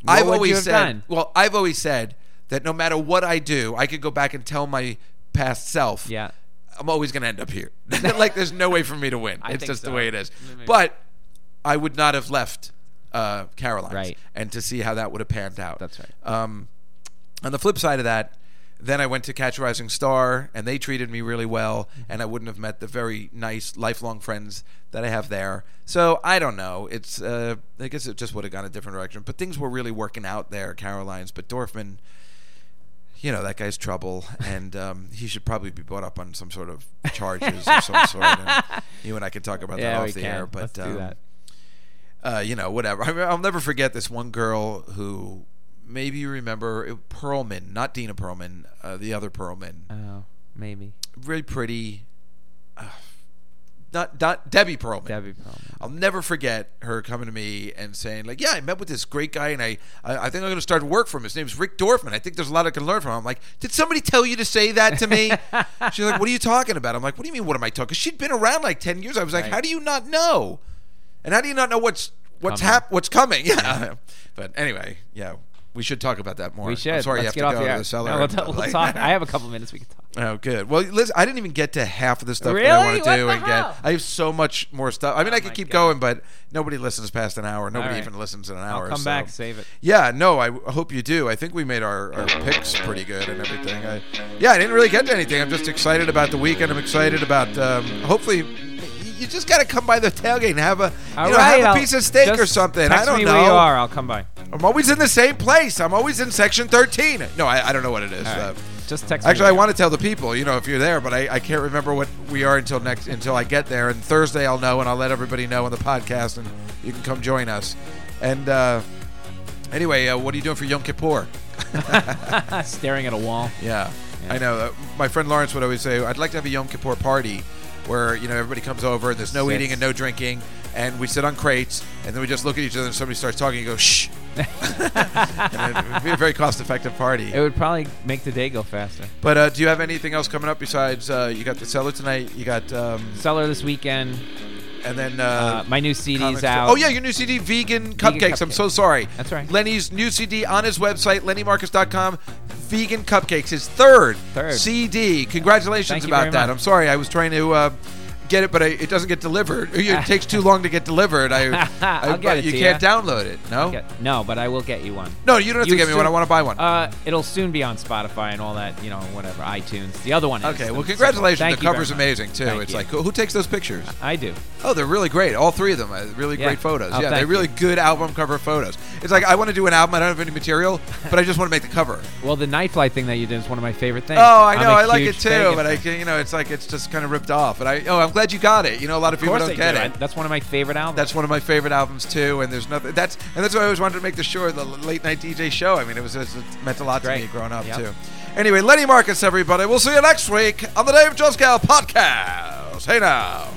[SPEAKER 2] I've
[SPEAKER 4] Mm-hmm. would you
[SPEAKER 2] always
[SPEAKER 4] have
[SPEAKER 2] said,
[SPEAKER 4] done?
[SPEAKER 2] well, I've always said that no matter what I do, I could go back and tell my past self,
[SPEAKER 4] Yeah.
[SPEAKER 2] I'm always going to end up
[SPEAKER 4] <laughs>
[SPEAKER 2] here. <laughs> like, there's no way for me to win.
[SPEAKER 4] I
[SPEAKER 2] it's
[SPEAKER 4] think
[SPEAKER 2] just the
[SPEAKER 4] so.
[SPEAKER 2] way it is.
[SPEAKER 4] Maybe.
[SPEAKER 2] But I would not have left uh, Caroline's,
[SPEAKER 4] Right.
[SPEAKER 2] and to see how that would have panned out.
[SPEAKER 4] That's right.
[SPEAKER 2] Um, on the flip side of that, then I went to Catch a Rising Star, and they treated me really well,
[SPEAKER 4] Mm-hmm.
[SPEAKER 2] and I wouldn't have met the very nice lifelong friends that I have there. So I don't know. It's uh, I guess it just would have gone a different direction, but things were really working out there, Caroline's. But Dorfman, you know, that guy's trouble, and um, he should probably be brought up on some sort of charges of
[SPEAKER 4] <laughs>
[SPEAKER 2] some sort. And you and I can talk about
[SPEAKER 4] Yeah,
[SPEAKER 2] that
[SPEAKER 4] we
[SPEAKER 2] off the
[SPEAKER 4] can.
[SPEAKER 2] air, but
[SPEAKER 4] Let's do
[SPEAKER 2] um,
[SPEAKER 4] that.
[SPEAKER 2] uh, you know, whatever. I mean, I'll never forget this one girl who maybe you remember it- Perlman, not Dina Perlman, uh, the other Perlman,
[SPEAKER 4] Oh, maybe
[SPEAKER 2] really pretty. Uh, not, not Debbie Perlman.
[SPEAKER 4] Debbie Perlman.
[SPEAKER 2] I'll never forget her coming to me and saying, like, yeah, I met with this great guy and I, I, I think I'm going to start work for him. His name's Rick Dorfman. I think there's a lot I can learn from him. I'm like, did somebody tell you to say that to
[SPEAKER 4] <laughs>
[SPEAKER 2] me? She's like, what are you talking about? I'm like, what do you mean, what am I talking? Because she'd been around like 10 years. I was like,
[SPEAKER 4] Right.
[SPEAKER 2] how do you not know? And how do you not know what's what's
[SPEAKER 4] Coming.
[SPEAKER 2] hap- what's coming? <laughs> Yeah. But anyway, yeah, we should talk about that more.
[SPEAKER 4] We should.
[SPEAKER 2] I'm sorry
[SPEAKER 4] Let's
[SPEAKER 2] you
[SPEAKER 4] get off
[SPEAKER 2] have to
[SPEAKER 4] the
[SPEAKER 2] go
[SPEAKER 4] air.
[SPEAKER 2] to the cellar.
[SPEAKER 4] No, <laughs> we'll,
[SPEAKER 2] and,
[SPEAKER 4] ta- we'll
[SPEAKER 2] like-
[SPEAKER 4] talk. I have a couple minutes we can talk.
[SPEAKER 2] Oh, good. Well, listen, I didn't even get to half of the stuff that I
[SPEAKER 4] Really?
[SPEAKER 2] want to
[SPEAKER 4] What
[SPEAKER 2] do
[SPEAKER 4] the
[SPEAKER 2] and get.
[SPEAKER 4] hell? Oh
[SPEAKER 2] I have so much more stuff. I mean, I could
[SPEAKER 4] my
[SPEAKER 2] keep
[SPEAKER 4] God.
[SPEAKER 2] going, but nobody listens past an hour. Nobody
[SPEAKER 4] right.
[SPEAKER 2] even listens in an
[SPEAKER 4] I'll
[SPEAKER 2] hour.
[SPEAKER 4] come
[SPEAKER 2] so-
[SPEAKER 4] back, save it.
[SPEAKER 2] Yeah, no, I w- hope you do. I think we made our, our picks pretty good and everything. I, yeah, I didn't really get to anything. I'm just excited about the weekend. I'm excited about. Um, hopefully, you just got to come by the tailgate and have a you
[SPEAKER 4] All
[SPEAKER 2] know,
[SPEAKER 4] right,
[SPEAKER 2] have a
[SPEAKER 4] I'll-
[SPEAKER 2] piece of steak or
[SPEAKER 4] just
[SPEAKER 2] something.
[SPEAKER 4] Text
[SPEAKER 2] I don't
[SPEAKER 4] me
[SPEAKER 2] know.
[SPEAKER 4] where you are. I'll come by.
[SPEAKER 2] I'm always in the same place. I'm always in section 13. No, I, I don't know what it is.
[SPEAKER 4] All right.
[SPEAKER 2] Uh,
[SPEAKER 4] Just text. me
[SPEAKER 2] Actually,
[SPEAKER 4] where
[SPEAKER 2] I
[SPEAKER 4] you are.
[SPEAKER 2] want to tell the people, you know, if you're there, but I, I can't remember what we are until next until I get there. And Thursday, I'll know, and I'll let everybody know on the podcast, and you can come join us. And uh, anyway, uh, what are you doing for Yom Kippur?
[SPEAKER 4] staring at a wall.
[SPEAKER 2] Yeah, I know. Uh, my friend Lawrence would always say, "I'd like to have a Yom Kippur party." Where you know everybody comes over and there's no
[SPEAKER 4] Sits.
[SPEAKER 2] eating and no drinking, and we sit on crates, and then we just look at each other, and somebody starts talking, and you go shh. <laughs> and it would be a very cost-effective party.
[SPEAKER 4] It would probably make the day go faster.
[SPEAKER 2] But uh, do you have anything else coming up besides uh, you got the cellar tonight? You got um,
[SPEAKER 4] Seller this weekend.
[SPEAKER 2] and then
[SPEAKER 4] Uh,
[SPEAKER 2] uh,
[SPEAKER 4] my new CD's
[SPEAKER 2] comics-
[SPEAKER 4] out.
[SPEAKER 2] Oh yeah, your new CD, Vegan Cupcakes. I'm
[SPEAKER 4] Cupcakes.
[SPEAKER 2] so sorry.
[SPEAKER 4] That's right.
[SPEAKER 2] Lenny's new CD on his website, LennyMarcus.com. Vegan Cupcakes, his third,
[SPEAKER 4] Third.
[SPEAKER 2] CD. Congratulations
[SPEAKER 4] Thank you
[SPEAKER 2] about
[SPEAKER 4] very
[SPEAKER 2] that.
[SPEAKER 4] much.
[SPEAKER 2] I'm sorry, I was trying to. Uh, Get it, but I, it doesn't get delivered. <laughs> It takes too long to get delivered.
[SPEAKER 4] <laughs>
[SPEAKER 2] I, I
[SPEAKER 4] I'll
[SPEAKER 2] but
[SPEAKER 4] get it
[SPEAKER 2] you
[SPEAKER 4] to
[SPEAKER 2] can't
[SPEAKER 4] ya.
[SPEAKER 2] download it. No,
[SPEAKER 4] Yeah, No, but I will get you one.
[SPEAKER 2] no, you don't have to
[SPEAKER 4] You
[SPEAKER 2] get me one. I
[SPEAKER 4] soon-
[SPEAKER 2] want to buy one.
[SPEAKER 4] Uh, it'll soon be on Spotify and all that, you know, whatever, iTunes. The other one is.
[SPEAKER 2] okay, well,
[SPEAKER 4] And so-
[SPEAKER 2] congratulations.
[SPEAKER 4] Thank
[SPEAKER 2] the
[SPEAKER 4] you very
[SPEAKER 2] cover's
[SPEAKER 4] much.
[SPEAKER 2] amazing too.
[SPEAKER 4] Thank
[SPEAKER 2] it's
[SPEAKER 4] you.
[SPEAKER 2] like who who takes those pictures?
[SPEAKER 4] I do.
[SPEAKER 2] Oh, they're really great. All three of them. uh, Really
[SPEAKER 4] Yeah.
[SPEAKER 2] great photos.
[SPEAKER 4] Oh,
[SPEAKER 2] yeah,
[SPEAKER 4] thank
[SPEAKER 2] they're really good album cover photos. It's like I want to do an album. I don't have any material, but I just want to make the
[SPEAKER 4] <laughs>
[SPEAKER 2] cover.
[SPEAKER 4] Well, the night fly thing that you did is one of my favorite things.
[SPEAKER 2] Oh, I
[SPEAKER 4] I'm
[SPEAKER 2] know.
[SPEAKER 4] a
[SPEAKER 2] I like it
[SPEAKER 4] huge
[SPEAKER 2] too,
[SPEAKER 4] Fagin
[SPEAKER 2] but I
[SPEAKER 4] fan.
[SPEAKER 2] can, you know, it's like it's just kind of ripped off. And I oh, I'm glad you got it. You know, a lot of
[SPEAKER 4] Of
[SPEAKER 2] people
[SPEAKER 4] course
[SPEAKER 2] don't
[SPEAKER 4] I
[SPEAKER 2] get
[SPEAKER 4] do. I-
[SPEAKER 2] it.
[SPEAKER 4] that's one of my favorite albums.
[SPEAKER 2] That's one of my favorite albums too, and there's nothing. That's and that's why I always wanted to make the show the late night DJ show. I mean, it was it meant a lot to
[SPEAKER 4] Great.
[SPEAKER 2] me growing up
[SPEAKER 4] Yep.
[SPEAKER 2] too. Anyway, Lenny Marcus, everybody. We'll see you next week on the Dave Joskow podcast. Hey now.